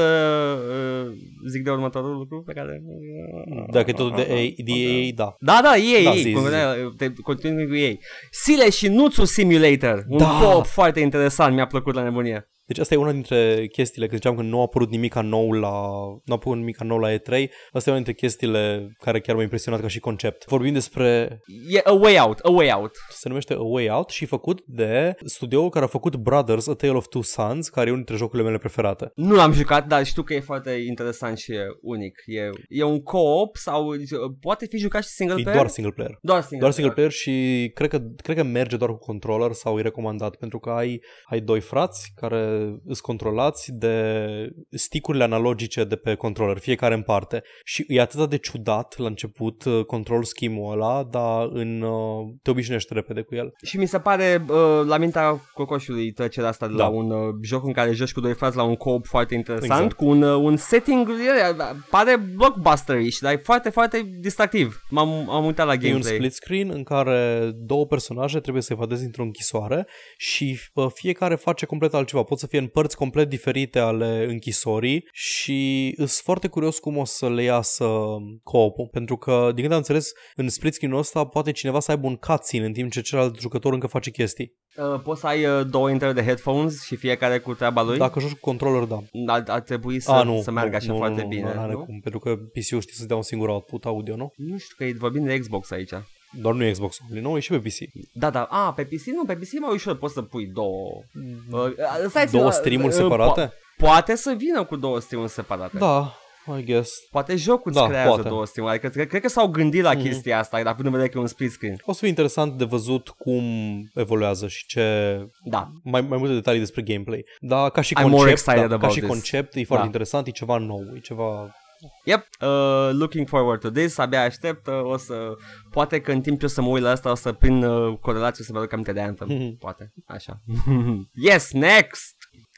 Speaker 1: uh, zic de următorul lucru pe care... uh,
Speaker 2: Dacă e tot de A- de EA, da.
Speaker 1: Da, da, ei,
Speaker 2: Da,
Speaker 1: ei,
Speaker 2: zi,
Speaker 1: cum
Speaker 2: zi.
Speaker 1: vedeai, te continui cu ei. Sile și Nuțu Simulator, un
Speaker 2: Da.
Speaker 1: co-op foarte interesant, mi-a plăcut la nebunie.
Speaker 2: Deci asta e una dintre chestiile, că ziceam că nu a apărut nimic nou la, nu a apărut nimic nou la E3, asta e una dintre chestiile care chiar m-a impresionat ca și concept. Vorbim despre
Speaker 1: E a way out, a way out.
Speaker 2: se numește A Way Out și e făcut de studioul care a făcut Brothers, A Tale of Two Sons, care e unul dintre jocurile mele preferate.
Speaker 1: Nu l-am jucat, dar știu că e foarte interesant și e unic. E, e un co-op sau poate fi jucat și single
Speaker 2: E
Speaker 1: player?
Speaker 2: doar single player.
Speaker 1: doar single
Speaker 2: Doar single player și cred că, cred că merge doar cu controller sau e recomandat pentru că ai, ai doi frați care îs controlați de sticurile analogice de pe controller, fiecare în parte. Și e atât de ciudat la început uh, control scheme-ul ăla, dar în, uh, te obișnuiești repede cu el.
Speaker 1: Și mi se pare uh, la mintea cocoșului trecerea asta de
Speaker 2: Da.
Speaker 1: la un uh, joc în care joci cu doi frați la un co-op foarte interesant,
Speaker 2: Exact.
Speaker 1: cu un, uh, un setting, e, pare blockbuster-ish, dar e foarte, foarte distractiv. M-am am uitat la
Speaker 2: E un
Speaker 1: gameplay.
Speaker 2: split screen în care două personaje trebuie să evadeze într-o închisoare și bă, fiecare face complet altceva. Pot să fie în părți complet diferite ale închisorii și sunt foarte curios cum o să le iasă co Pentru că, din câte am înțeles, în split screen-ul ăsta poate cineva să aibă un cutscene în timp ce celălalt jucător încă face chestii.
Speaker 1: Uh, poți să ai uh, două intrări de headphones și fiecare cu treaba lui?
Speaker 2: Dacă joci cu controller, da.
Speaker 1: Ar, ar trebui Păi? să,
Speaker 2: A, nu,
Speaker 1: să meargă
Speaker 2: nu,
Speaker 1: așa
Speaker 2: nu,
Speaker 1: foarte
Speaker 2: nu,
Speaker 1: bine,
Speaker 2: Nu,
Speaker 1: nu?
Speaker 2: n-are cum, pentru că PC-ul știe să dea un singur output audio, nu?
Speaker 1: Nu știu că e vorbim de Xbox aici.
Speaker 2: Doar nu e Xbox Only, nu, e și pe PC.
Speaker 1: Da, da, a, pe PC nu, pe PC e mai ușor, poți să pui două... Uh, stai,
Speaker 2: Două
Speaker 1: uh,
Speaker 2: streamuri
Speaker 1: uh,
Speaker 2: separate?
Speaker 1: Po- poate să vină cu două streamuri separate.
Speaker 2: Da, I guess.
Speaker 1: Poate jocul da,
Speaker 2: Da,
Speaker 1: creează
Speaker 2: poate. Mhm.
Speaker 1: două stream adică cred, cred că s-au gândit la chestia asta, dar până vedea că e un split screen.
Speaker 2: O să fie interesant de văzut cum evoluează și ce
Speaker 1: Da.
Speaker 2: mai, mai multe detalii despre gameplay. Dar ca și
Speaker 1: I'm more
Speaker 2: concept,
Speaker 1: excited
Speaker 2: da, ca
Speaker 1: about
Speaker 2: și
Speaker 1: this.
Speaker 2: concept e foarte
Speaker 1: Da.
Speaker 2: interesant, e ceva nou, e ceva
Speaker 1: Yep, uh, looking forward to this, abia aștept, uh, o să, poate că în timp ce o să mă uit la asta o să prin uh, corelație o să mă aduc aminte de Anthem,
Speaker 2: Mhm.
Speaker 1: poate, așa. [laughs] yes, next!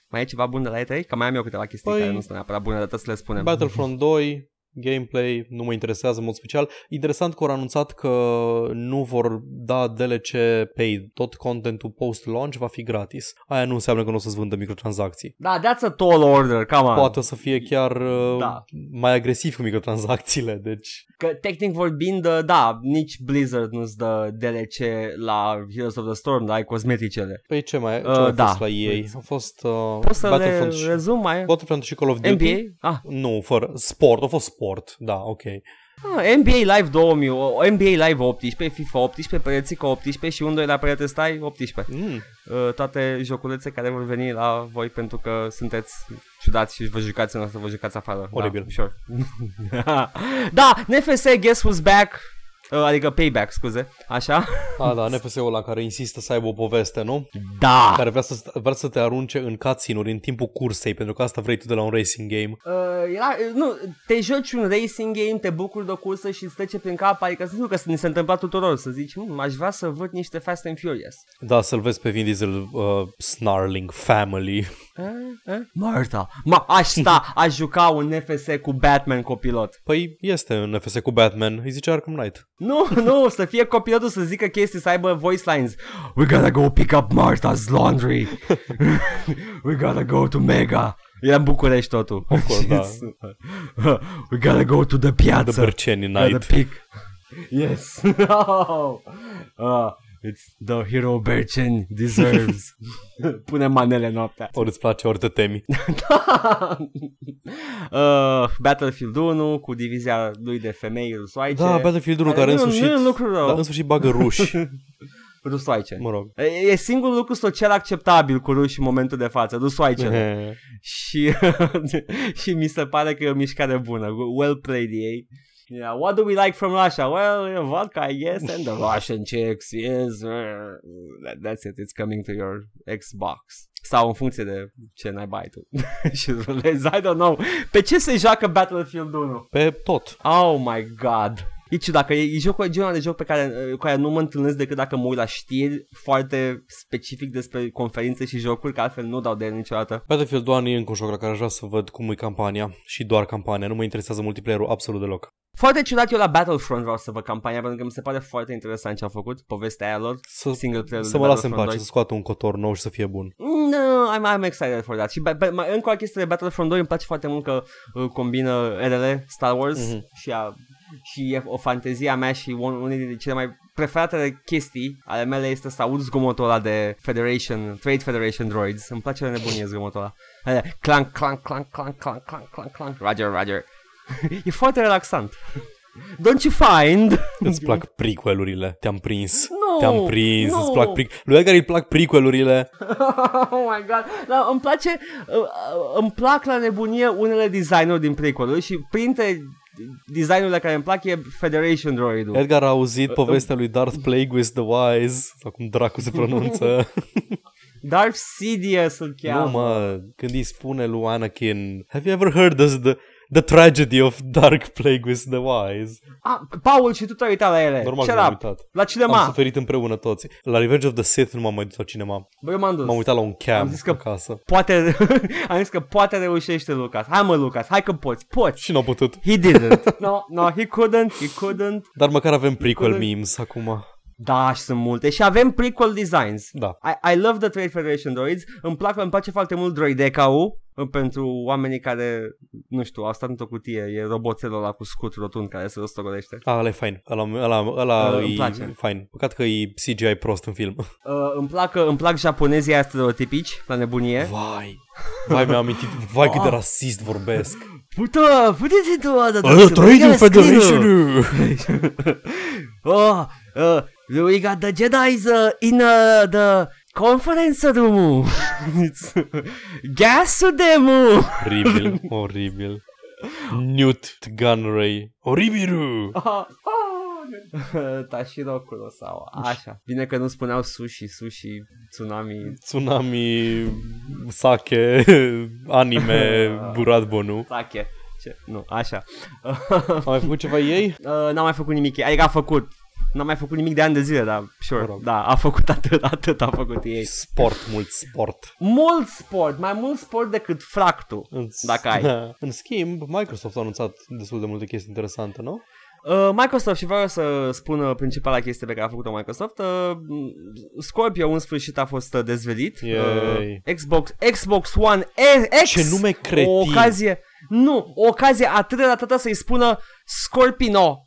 Speaker 1: Mai e ceva bun de la E3? Că mai am eu câteva chestii
Speaker 2: Păi- da.
Speaker 1: care nu sunt neapărat bune, dar trebuie să le spunem.
Speaker 2: Battlefront 2 gameplay, nu mă interesează în mod special. Interesant că au anunțat că nu vor da DLC paid. Tot contentul post-launch va fi gratis. Aia nu înseamnă că nu o să-ți vândă microtransacții.
Speaker 1: Da, that's a tall order, come on.
Speaker 2: Poate o să fie chiar uh,
Speaker 1: Da.
Speaker 2: mai agresiv cu microtransacțiile, deci...
Speaker 1: Că, tehnic vorbind, uh, da, nici Blizzard nu-ți dă DLC la Heroes of the Storm, dar ai cosmeticele.
Speaker 2: Păi ce mai, ce
Speaker 1: Uh,
Speaker 2: mai
Speaker 1: da.
Speaker 2: da. fost la ei? A fost uh,
Speaker 1: Poți să le
Speaker 2: Battlefront și-
Speaker 1: rezum mai?
Speaker 2: Battlefront și Call of Duty?
Speaker 1: NBA? Ah,
Speaker 2: Nu, fără. Sport, a fost sport, da, ok.
Speaker 1: ah, NBA Live 2000, o- NBA Live 18, FIFA 18, Perețica 18 și un doilea perete stai 18.
Speaker 2: Mm.
Speaker 1: Uh, toate joculețe care vor veni la voi pentru că sunteți ciudați și vă jucați în asta, vă jucați afară.
Speaker 2: Oribil.
Speaker 1: Da, sure. [laughs] da, NFS Guess Who's Back, uh, adică Payback, scuze, așa?
Speaker 2: A, da, NFS-ul ăla care insistă să aibă o poveste, nu?
Speaker 1: Da!
Speaker 2: Care vrea să, vrea să te arunce în cutscene-uri în timpul cursei, pentru că asta vrei tu de la un racing game.
Speaker 1: Uh, era, nu, te joci un racing game, te bucuri de o cursă și îți trece prin cap, adică să nu că ni s-a întâmplat tuturor, să zici, "Hmm, aș vrea să văd niște Fast and Furious.
Speaker 2: Da, să-l vezi pe Vin Diesel uh, snarling family.
Speaker 1: Eh? Eh? Marta, ma, aș sta, aș juca un FS cu Batman copilot.
Speaker 2: Păi este un NFS cu Batman, îi zice Arkham Knight.
Speaker 1: Nu, [laughs] nu, să fie copilotul să zică chestii, să aibă voice lines. We gotta go pick up Martha's laundry. [laughs] We gotta go to Mega. Era în București totul.
Speaker 2: Of course,
Speaker 1: [laughs]
Speaker 2: da.
Speaker 1: We gotta go to the piață.
Speaker 2: The Berceni Knight.
Speaker 1: the peak. Yes. [laughs] oh. uh, it's the hero Berchen
Speaker 2: [laughs]
Speaker 1: deserves. Pune manele noaptea.
Speaker 2: Ori îți place, ori te temi.
Speaker 1: [laughs] uh, Battlefield 1 cu divizia lui de femei rusoaice.
Speaker 2: Da, Battlefield 1 care în
Speaker 1: nu,
Speaker 2: sfârșit...
Speaker 1: Nu e lucru rău.
Speaker 2: Dar în sfârșit bagă
Speaker 1: [laughs]
Speaker 2: ruși,
Speaker 1: Rusoaice.
Speaker 2: mă rog.
Speaker 1: E- E singurul lucru social acceptabil cu ruși în momentul de față, rusoaicele.
Speaker 2: Eh.
Speaker 1: și, [laughs] și mi se pare că e o mișcare bună. Well played ei. Yeah, what do we like from Russia? Well, vodka, I guess, and the Russian chicks, yes. uh, that- That's it, it's coming to your Xbox. sau în funcție de ce naiba ai tu [laughs] și rulezi, I don't know. Pe ce se joacă Battlefield 1?
Speaker 2: Pe tot.
Speaker 1: Oh my god. E ciudat, că e, e jocul, genul de joc pe care, uh, cu care nu mă întâlnesc decât dacă mă uit la știri foarte specific despre conferințe și jocuri, că altfel nu dau de el niciodată.
Speaker 2: Battlefield 1 e încă un joc la care aș vrea să văd cum e campania și doar campania. Nu mă interesează multiplayer-ul absolut deloc.
Speaker 1: Foarte ciudat eu la Battlefront vreau să văd campania, pentru că mi se pare foarte interesant ce a făcut, povestea aia lor,
Speaker 2: Să,
Speaker 1: single player
Speaker 2: să mă las în pace, să scoată un cotor nou și să fie bun.
Speaker 1: No, I'm, I'm excited for that. Și ba- ba- mai- încă o chestie de Battlefront 2 îmi place foarte mult că uh, combină RL, Star Wars
Speaker 2: Mhm.
Speaker 1: și, a, și e o fantezie a mea și un- unul dintre cele mai preferate chestii ale mele este să aud zgomotul ăla de Federation, Trade Federation droids. Îmi place la nebunie zgomotul ăla. Alea, Clank, clank, clank, clank, clank, clank, clank, clank, Roger, Roger. [laughs] e foarte relaxant. Don't you find?
Speaker 2: Îți plac prequelurile. Te-am prins.
Speaker 1: Nu,
Speaker 2: Te-am prins.
Speaker 1: nu.
Speaker 2: Îți plac pre... Lui Edgar îi plac prequelurile.
Speaker 1: [laughs] oh my god. Da, îmi place, uh, uh, îmi plac la nebunie unele designuri din prequel și printre designurile care îmi plac e Federation Droid-ul.
Speaker 2: Edgar a
Speaker 1: Uh,
Speaker 2: auzit povestea lui Darth Plague with the Wise, sau cum dracu se
Speaker 1: [laughs]
Speaker 2: pronunță. [laughs]
Speaker 1: Darth Sidious îl cheamă.
Speaker 2: nu mă, când îi spune lui Anakin, have you ever heard of the, the tragedy of Dark Plague with the Wise?
Speaker 1: A, Paul, și tu te-ai uitat la ele.
Speaker 2: Normal
Speaker 1: Ce
Speaker 2: că m-am
Speaker 1: rap?
Speaker 2: uitat.
Speaker 1: La
Speaker 2: Am
Speaker 1: cinema.
Speaker 2: suferit împreună toți. La Revenge of the Sith nu m-am mai dus la cinema.
Speaker 1: Bă, eu m-am dus.
Speaker 2: M-am uitat la un cam
Speaker 1: Am zis că-
Speaker 2: acasă.
Speaker 1: Poate, [laughs] am zis că poate reușește Lucas. Hai mă, Lucas, hai că poți, poți.
Speaker 2: Și n-am putut.
Speaker 1: He didn't. no, no, he couldn't, he couldn't.
Speaker 2: Dar măcar avem prequel
Speaker 1: Păi Corect.
Speaker 2: memes acum.
Speaker 1: Da, și sunt multe. Și avem prequel designs.
Speaker 2: Da.
Speaker 1: I, I love the Trade Federation droids. Îmi plac, îmi place foarte mult droideca-ul uh, pentru oamenii care, nu știu, au stat într-o cutie, e roboțelul ăla cu scut rotund care se rostogolește.
Speaker 2: Ah, ăla e fain. Ăla, ăla, ăla
Speaker 1: Ă,
Speaker 2: e
Speaker 1: îmi place.
Speaker 2: fain. Păcat că e CGI prost în
Speaker 1: [laughs]
Speaker 2: film.
Speaker 1: Uh, îmi, plac, îmi plac japonezii aia stereotipici, la nebunie.
Speaker 2: Vai. Vai, mi-am amintit. Vai cât de rasist vorbesc.
Speaker 1: Pută, puteți tu, da, da,
Speaker 2: Uh,
Speaker 1: să vă ia
Speaker 2: Training
Speaker 1: screen-ul.
Speaker 2: Federation!
Speaker 1: [laughs] oh, uh, we got the Jedi's uh, in uh, the conference room. [laughs] It's gasul de mu. [laughs]
Speaker 2: Oribil, oribil. Newt Gunray. Oribiru!
Speaker 1: [laughs] Tashiro Kurosawa Așa Bine că nu spuneau sushi Sushi Tsunami
Speaker 2: Tsunami, sake, anime, burat bonu.
Speaker 1: Sake Ce? Nu, așa [laughs]
Speaker 2: Am mai făcut ceva ei?
Speaker 1: Uh, N-am mai făcut nimic Adică a făcut N-am mai făcut nimic de ani de zile Dar
Speaker 2: Mă
Speaker 1: sure
Speaker 2: rog.
Speaker 1: Da, a făcut atât Atât a făcut ei
Speaker 2: Sport, mult sport.
Speaker 1: Mult sport Mai mult sport decât fractul
Speaker 2: În-
Speaker 1: Dacă
Speaker 2: [laughs]
Speaker 1: ai.
Speaker 2: Da. În schimb, Microsoft a anunțat destul de multe chestii interesante, nu?
Speaker 1: Uh, Microsoft și vreau să spun uh, principala chestie pe care a făcut-o Microsoft. Uh, Scorpio în sfârșit a fost uh, dezvelit.
Speaker 2: Yay.
Speaker 1: Uh, Xbox, Xbox One X.
Speaker 2: Ce nume cretin.
Speaker 1: O ocazie, nu, o ocazie atât de ratată să-i spună Scorpinox.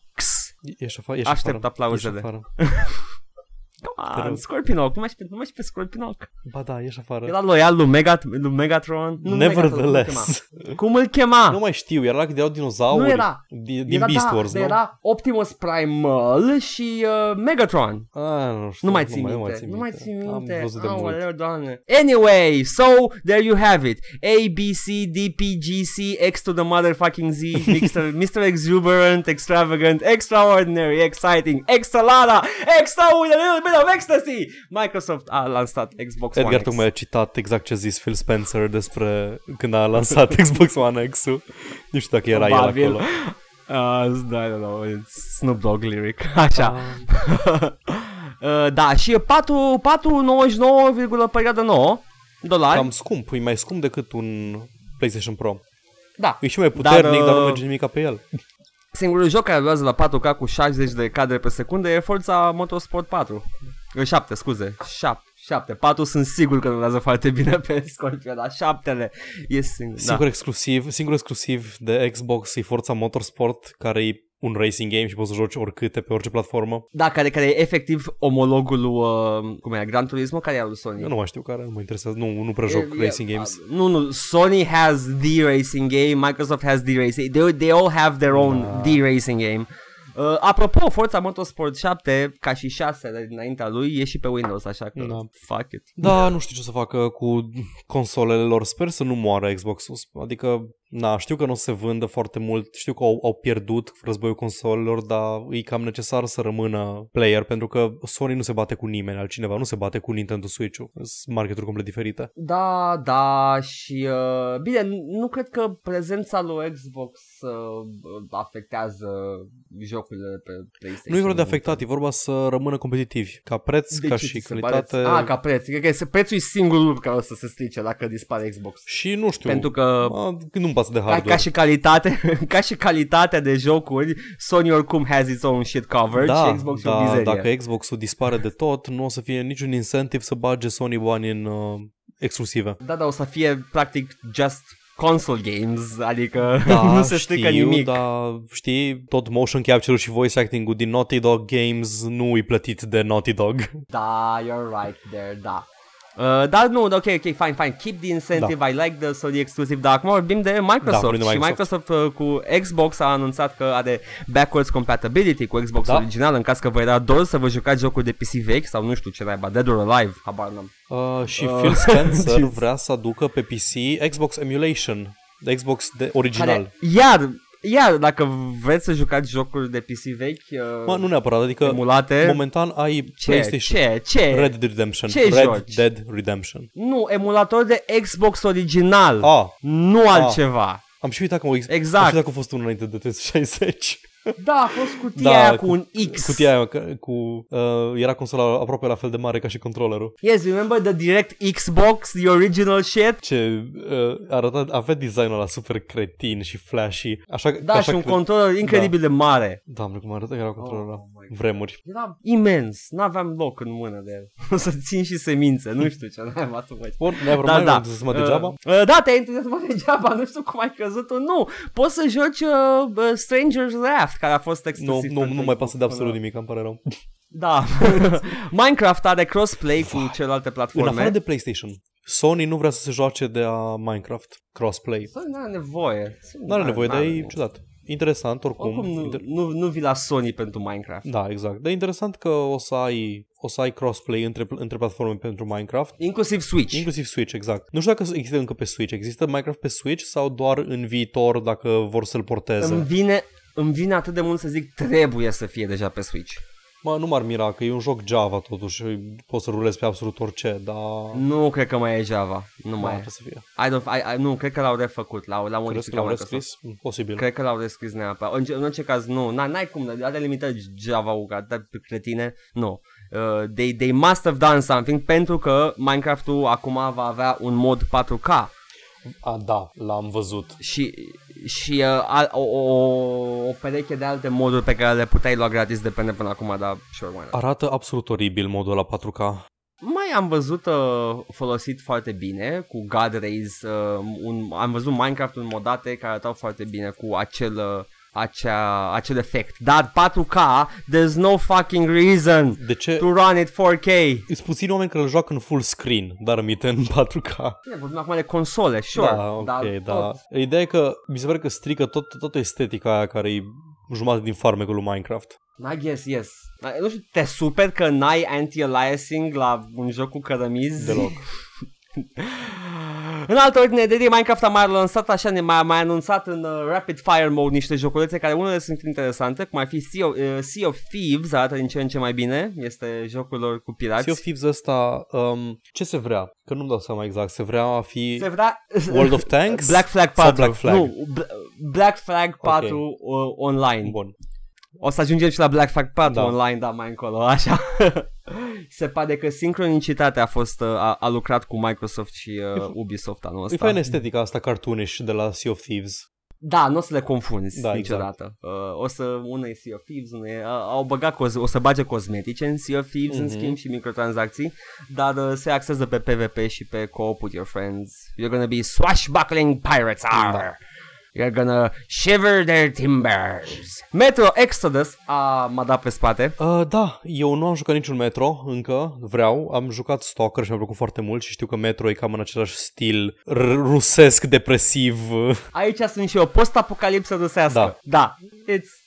Speaker 2: Ești afară, ești
Speaker 1: Aștept
Speaker 2: afară,
Speaker 1: aplauzele.
Speaker 2: Ești afară. Te
Speaker 1: Come on,
Speaker 2: rog.
Speaker 1: Scorpinoc, Ah, nu mai știu, nu mai știu pe Scorpinoc.
Speaker 2: Ba da, ești afară.
Speaker 1: Era loial lui, Megat, lui Megatron. Nu,
Speaker 2: Nevertheless.
Speaker 1: Megatron, Cum îl chema? Cum
Speaker 2: Nu
Speaker 1: îl chema?
Speaker 2: mai știu, era când erau dinozauri
Speaker 1: Nu era.
Speaker 2: din, din
Speaker 1: era,
Speaker 2: Beast
Speaker 1: da,
Speaker 2: Wars, nu?
Speaker 1: era Optimus Primal și uh, Megatron.
Speaker 2: Ah, nu, știu,
Speaker 1: Nu mai țin
Speaker 2: nu mai
Speaker 1: minte.
Speaker 2: țin
Speaker 1: Nu mai țin minte.
Speaker 2: Am văzut de mult.
Speaker 1: Aoleu, doamne. Ah, Anyway, so there you have it. A, B, C, D, P, G, C, X to the motherfucking Z, Mr. Mr. Exuberant, Extravagant, Extraordinary, Exciting, Exalada, Extra with a little bit of ecstasy. Microsoft a lansat Xbox One
Speaker 2: Edgar
Speaker 1: X.
Speaker 2: tocmai a citat exact ce a zis Phil Spencer despre când a
Speaker 1: [laughs]
Speaker 2: lansat Xbox One X-ul. Nu știu dacă era el
Speaker 1: Probabil.
Speaker 2: acolo.
Speaker 1: [laughs] Uh, I don't know, it's Snoop Dogg lyric. [laughs] Așa. [laughs] Uh, da, și e 4, 4,99,9 dolari.
Speaker 2: Cam scump, e mai scump decât un PlayStation Pro.
Speaker 1: da.
Speaker 2: E și mai puternic, dar,
Speaker 1: uh,
Speaker 2: nu merge nimic ca pe el.
Speaker 1: Singurul joc care durează la 4K cu 60 de cadre pe secundă e Forza Motorsport 4. 7, scuze. 7. 7. 4 sunt sigur că durează foarte bine pe Scorpio, dar 7 e singur. Da.
Speaker 2: Singur exclusiv, singur exclusiv de Xbox e Forza Motorsport, care e un racing game și poți să joci oricâte pe orice platformă.
Speaker 1: Da. da, care, care e efectiv omologul lui, uh, cum era, Gran Turismo, care era lui Sony.
Speaker 2: Eu nu mai știu care, nu mă interesează, nu, nu prea joc
Speaker 1: E- e-
Speaker 2: racing games.
Speaker 1: Nu, nu, uh, Sony has
Speaker 2: Da.
Speaker 1: the racing game, Microsoft has the racing, they, they all have their own the racing game. Uh, apropo, Forza Motorsport 7, ca și 6 dinaintea lui, e și pe Windows, așa că
Speaker 2: Da.
Speaker 1: fuck it.
Speaker 2: Da, nu știu ce să facă cu consolele lor. Sper să nu moară Xbox-ul. Adică, na, știu că nu se vândă foarte mult. Știu că au, au pierdut războiul consolelor, dar e cam necesar să rămână player, pentru că Sony nu se bate cu nimeni altcineva. Nu se bate cu Nintendo Switch-ul. Sunt marketuri complet diferite.
Speaker 1: Da, da, și uh, bine, nu cred că prezența lui Xbox uh, afectează jocurile pe PlayStation.
Speaker 2: Nu e vorba de afectat, e vorba să rămână competitivi. Ca preț,
Speaker 1: De
Speaker 2: ca
Speaker 1: ce
Speaker 2: și
Speaker 1: ți Deci se
Speaker 2: calitate.
Speaker 1: Pare... Ah, ca preț. Cred că se- prețul e singurul lucru care o să se strice dacă dispare Xbox.
Speaker 2: Și nu știu.
Speaker 1: Pentru că
Speaker 2: A, nu-mi pasă de
Speaker 1: ca,
Speaker 2: hardware.
Speaker 1: ca, și calitate, [laughs] ca și calitatea de jocuri, Sony oricum has its own shit covered
Speaker 2: da,
Speaker 1: și Xbox e o
Speaker 2: da,
Speaker 1: mizerie.
Speaker 2: dacă Xbox-ul dispare de tot, nu o să fie niciun incentiv să bage Sony bani în uh, exclusive.
Speaker 1: Da, da, o să fie practic just console games, adică
Speaker 2: Da,
Speaker 1: [laughs] [laughs] nu se
Speaker 2: știu, da.
Speaker 1: strică nimic.
Speaker 2: dar știi, tot motion capture-ul și voice acting-ul din Naughty Dog Games nu îi plătit de Naughty Dog.
Speaker 1: Da, you're right there, da. Uh, dar nu, ok, ok, fine, fine, keep the incentive, I like the Sony exclusive, dar acum vorbim de Microsoft
Speaker 2: Da. vorbim de
Speaker 1: și
Speaker 2: Microsoft.
Speaker 1: Microsoft uh, cu Xbox a anunțat că are backwards compatibility cu Xbox
Speaker 2: Da.
Speaker 1: original în caz că vă era dor să vă jucați jocuri de PC vechi sau nu știu ce naiba, Dead or Alive, habar n-am.
Speaker 2: Uh, și
Speaker 1: Uh, [laughs]
Speaker 2: Phil Spencer
Speaker 1: Jesus.
Speaker 2: vrea să aducă pe PC Xbox Emulation, de Xbox de original.
Speaker 1: Care, iar, iar, dacă vreți să jucați jocuri de PC vechi, uh,
Speaker 2: Mă, nu neapărat, adică
Speaker 1: emulate,
Speaker 2: momentan ai
Speaker 1: ce,
Speaker 2: PlayStation,
Speaker 1: ce, ce,
Speaker 2: Red Dead Redemption,
Speaker 1: ce
Speaker 2: Red
Speaker 1: joci?
Speaker 2: Dead Redemption.
Speaker 1: nu, emulator de Xbox original,
Speaker 2: Ah,
Speaker 1: nu altceva.
Speaker 2: am și uitat că am
Speaker 1: Exact.
Speaker 2: Am și uitat că a fost unul înainte de 360.
Speaker 1: Da, a fost cutia
Speaker 2: Da,
Speaker 1: aia
Speaker 2: cu-
Speaker 1: cu un X.
Speaker 2: Cutia aia că- cu, uh, era consola aproape la fel de mare ca și controllerul.
Speaker 1: Yes, remember the direct Xbox, the original shit?
Speaker 2: Ce uh, arăta, avea designul la super cretin și flashy. Așa,
Speaker 1: Da,
Speaker 2: așa
Speaker 1: și un
Speaker 2: cre-
Speaker 1: controller incredibil de mare.
Speaker 2: Doamne, cum arăta că era controllerul
Speaker 1: Oh
Speaker 2: la vremuri.
Speaker 1: Era imens, n-aveam loc în mână de el. O să țin și semințe, nu știu ce n-am să faci.
Speaker 2: Bun, never
Speaker 1: Da,
Speaker 2: mind,
Speaker 1: da.
Speaker 2: da. să mă degeaba.
Speaker 1: Uh, uh, da, te-ai entuziasmat degeaba, nu știu cum ai crezut tu. Nu, poți să joci uh, uh, Stranger's Raft, care a fost
Speaker 2: Nu,
Speaker 1: exclusiv
Speaker 2: nu,
Speaker 1: pentru
Speaker 2: nu mai pasă de
Speaker 1: Xbox
Speaker 2: absolut
Speaker 1: până-
Speaker 2: nimic, îmi pare rău.
Speaker 1: Da. [laughs] Minecraft are crossplay cu
Speaker 2: Vai.
Speaker 1: celelalte
Speaker 2: În
Speaker 1: platforme.
Speaker 2: afară de PlayStation, Sony nu vrea să se joace de a Minecraft crossplay.
Speaker 1: Sony n-are Păi, nevoie. Sony
Speaker 2: Nu are nevoie, dar
Speaker 1: n-are
Speaker 2: e ciudat. Interesant, oricum.
Speaker 1: Oricum nu,
Speaker 2: Inter-
Speaker 1: nu, nu vii la Sony pentru Minecraft.
Speaker 2: Da, exact. Dar e interesant că o să ai, o să ai crossplay între, între platforme pentru Minecraft.
Speaker 1: Inclusiv Switch.
Speaker 2: Inclusiv Switch, exact. Nu știu dacă există încă pe Switch. Există Minecraft pe Switch sau doar în viitor dacă vor să-l porteze?
Speaker 1: îmi, vine, îmi vine atât de mult să zic trebuie să fie deja pe Switch.
Speaker 2: Mă, nu m-ar mira că e un joc Java totuși. Poți să rulezi pe absolut orice, dar...
Speaker 1: Nu cred că mai e Java. Nu
Speaker 2: Mă,
Speaker 1: mai e.
Speaker 2: ce să fie.
Speaker 1: I don't, I, I, nu, cred că l-au refăcut. L-au, l-au
Speaker 2: Crezi că
Speaker 1: modificat
Speaker 2: l-au
Speaker 1: Microsoft.
Speaker 2: rescris? Posibil.
Speaker 1: Cred că l-au rescris neapărat. În, în orice caz, nu. Na, n-ai cum. Are limitări Java-ul ca atât pe cretine. Nu. Uh, they, they must have done something pentru că Minecraft-ul acum va avea un mod 4K
Speaker 2: A, da, l-am văzut.
Speaker 1: și, și uh, al, o, o, o pereche de alte moduri pe care le puteai lua gratis de până până acum, dar sure, why not.
Speaker 2: Arată absolut oribil modul la 4K.
Speaker 1: Mai am văzut uh, folosit foarte bine cu God Rays, uh, un, am văzut Minecraft-ul în modate care arătau foarte bine cu acel, uh, acea, acel efect. Dar 4K, there's no fucking reason
Speaker 2: De ce?
Speaker 1: to run it 4K.
Speaker 2: Sunt puțini oameni care îl joacă în full screen, dar aminte în 4K.
Speaker 1: Bine, vorbim acum de console, sure.
Speaker 2: da, ok,
Speaker 1: dar
Speaker 2: da.
Speaker 1: tot-
Speaker 2: Ideea e că mi se pare că strică tot, toată estetica aia care e jumătate din farmecul lui Minecraft.
Speaker 1: I guess, yes. Nu știu, te super că n-ai anti-aliasing la un joc cu cărămizi?
Speaker 2: Deloc.
Speaker 1: [laughs] În altă ordine de zi, Minecraft a mai lansat așa, ne mai, mai anunțat în uh, rapid fire mode niște joculețe care unele sunt interesante, cum ar fi Sea of, uh, sea of Thieves, arată din ce în ce mai bine, este jocul lor cu
Speaker 2: Sea of
Speaker 1: pirați.
Speaker 2: Thieves ăsta, um, ce se vrea? Că nu-mi dau seama exact. Se vrea a fi
Speaker 1: Se vrea
Speaker 2: World of Tanks?
Speaker 1: [laughs] Black Flag
Speaker 2: sau
Speaker 1: 4.
Speaker 2: Black Flag?
Speaker 1: Nu, Bl- Black Flag 4 uh, online.
Speaker 2: Bun.
Speaker 1: O să ajungem și la Black Flag 4
Speaker 2: Da.
Speaker 1: da. online, dar mai încolo, așa. [laughs] Se pare că sincronicitatea a fost uh, a, a lucrat cu Microsoft și uh, Ubisoft anul
Speaker 2: E
Speaker 1: ăsta.
Speaker 2: faină estetica asta cartoonish de la Sea of Thieves.
Speaker 1: Da, nu o să le confunzi
Speaker 2: Da,
Speaker 1: da,
Speaker 2: exact.
Speaker 1: niciodată. Uh, o să una e Sea of Thieves, una e, uh, au băgat cos- o să bage cosmetice în Sea of Thieves mm-hmm. în
Speaker 2: Mhm.
Speaker 1: schimb și microtransacții, dar uh, se axează pe PvP și pe co-op with your friends. You're gonna be swashbuckling pirates
Speaker 2: Da.
Speaker 1: are. You're gonna shiver their timbers. Metro Exodus a m-a dat pe spate.
Speaker 2: Uh, da, eu nu am jucat niciun Metro încă, vreau. Am jucat Stalker și mi-a plăcut foarte mult și știu că Metro e cam în același stil r- rusesc, depresiv. [laughs]
Speaker 1: Aici sunt și eu post-apocalipsă rusească.
Speaker 2: Da.
Speaker 1: Da. It's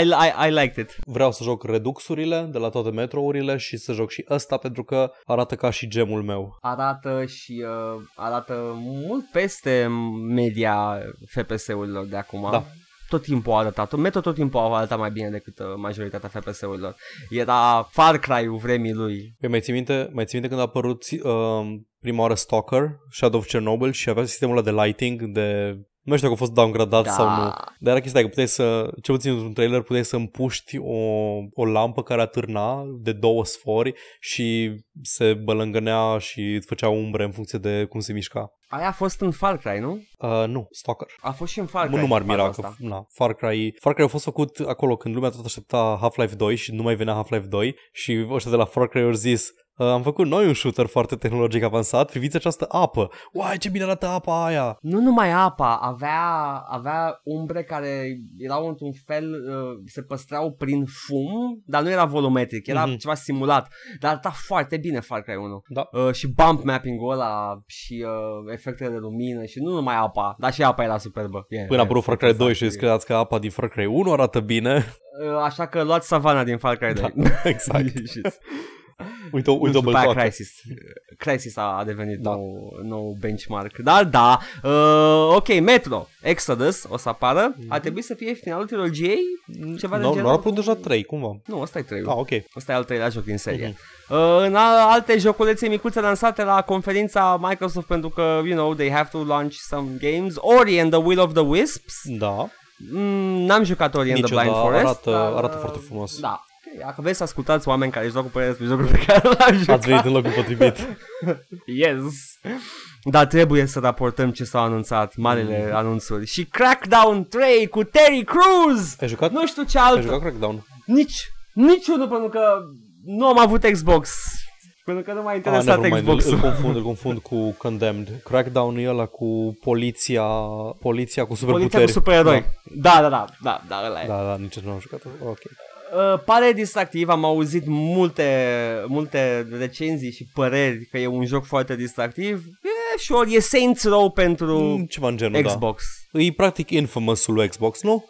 Speaker 1: I, I, I liked it.
Speaker 2: Vreau să joc reduxurile de la toate metrourile și să joc și ăsta pentru că arată ca și gemul meu.
Speaker 1: Arată și uh, arată mult peste media FPS-urilor de acum.
Speaker 2: Da.
Speaker 1: Tot timpul a arătat, meta tot timpul a arătat mai bine decât uh, majoritatea FPS-urilor. Era Far Cry-ul vremii lui.
Speaker 2: Eu Păi mai țin minte, mai țin minte când a apărut uh, prima oară Stalker, Shadow of Chernobyl și avea sistemul ăla de lighting, de... Nu știu dacă a fost downgradat da. sau nu. Dar era chestia că puteai să, cel puțin într-un trailer, puteai să împuști o, o lampă care atârna de două sfori și se bălângânea și îți făcea umbre în funcție de cum se mișca.
Speaker 1: Aia a fost în Far Cry, nu?
Speaker 2: Uh, nu, Stalker.
Speaker 1: A fost și în Far Cry.
Speaker 2: Mă, nu m-ar mira
Speaker 1: faza
Speaker 2: că
Speaker 1: asta.
Speaker 2: na, Far Cry Far Cry a fost făcut acolo când lumea tot aștepta Half-Life 2 și nu mai venea Half-Life 2 și ăștia de la Far Cry au zis "Uh, am făcut noi un shooter foarte tehnologic avansat, priviți această apă. Uai, ce bine arată apa aia!
Speaker 1: Nu numai apa, avea, avea umbre care erau într-un fel, uh, se păstrau prin fum, dar nu era volumetric, era
Speaker 2: Mhm.
Speaker 1: mm-hmm. ceva simulat, dar arăta foarte bine Far Cry 1.
Speaker 2: Da.
Speaker 1: Uh, și bump mapping-ul ăla și uh, efectele de lumină și nu numai apa, dar și apa era superbă. Yeah,
Speaker 2: Până
Speaker 1: yeah.
Speaker 2: a apărut Far Cry 2 și
Speaker 1: Exact.
Speaker 2: credeți că apa din Far Cry 1 arată bine. [laughs]
Speaker 1: Uh, Așa că luați savana din Far Cry 2.
Speaker 2: exact.
Speaker 1: [laughs] Ieșiți.
Speaker 2: Uite, uite o
Speaker 1: după aia
Speaker 2: bălcoacă.
Speaker 1: Crisis. Crisis a, a devenit
Speaker 2: Da.
Speaker 1: da. nou, nou benchmark. Dar da, uh, ok, Metro, Exodus o să apară. Mm-hmm. A trebuit să fie finalul trilogiei? Ceva de
Speaker 2: Nu,
Speaker 1: genul?
Speaker 2: nu a apărut deja 3, cumva.
Speaker 1: Nu, ăsta e trei. [laughs]
Speaker 2: Ah, ok.
Speaker 1: Ăsta e al treilea joc din serie.
Speaker 2: Mhm.
Speaker 1: Uh, în al- alte joculețe micuțe lansate la conferința Microsoft pentru că, you know, they have to launch some games. Ori and the Will of the Wisps.
Speaker 2: Da.
Speaker 1: Mm, n-am jucat Ori and the
Speaker 2: Niciodată.
Speaker 1: Blind Forest.
Speaker 2: Arată-
Speaker 1: dar,
Speaker 2: arată
Speaker 1: uh,
Speaker 2: foarte frumos.
Speaker 1: Da. Dacă vreți să ascultați oameni care își dau cu părerea despre jocul pe care l-am jucat.
Speaker 2: Ați venit în locul potrivit.
Speaker 1: Yes. Dar trebuie să raportăm ce s-au anunțat, marele mm. anunțuri. Și Crackdown 3 cu Terry Crews!
Speaker 2: Ai jucat?
Speaker 1: Nu știu ce
Speaker 2: Ai
Speaker 1: altă.
Speaker 2: jucat Crackdown?
Speaker 1: Nici, niciunul pentru că nu am avut Xbox. Pentru că nu m-a
Speaker 2: Ah,
Speaker 1: interesat
Speaker 2: never mind, îl, îl
Speaker 1: Xbox-ul.
Speaker 2: confund, îl confund cu Condemned. Crackdown e ăla cu poliția, poliția cu superputeri.
Speaker 1: Poliția cu supereroi. Da, da, da, da, da, ăla e.
Speaker 2: Da, da, da nici nu am jucat. Ok.
Speaker 1: Uh, pare distractiv, am auzit multe, multe recenzii și păreri că e un joc foarte distractiv. E, sure, e Saints Row pentru
Speaker 2: Mm, Ceva în genul,
Speaker 1: Xbox.
Speaker 2: da. E practic infamous-ul Xbox, nu?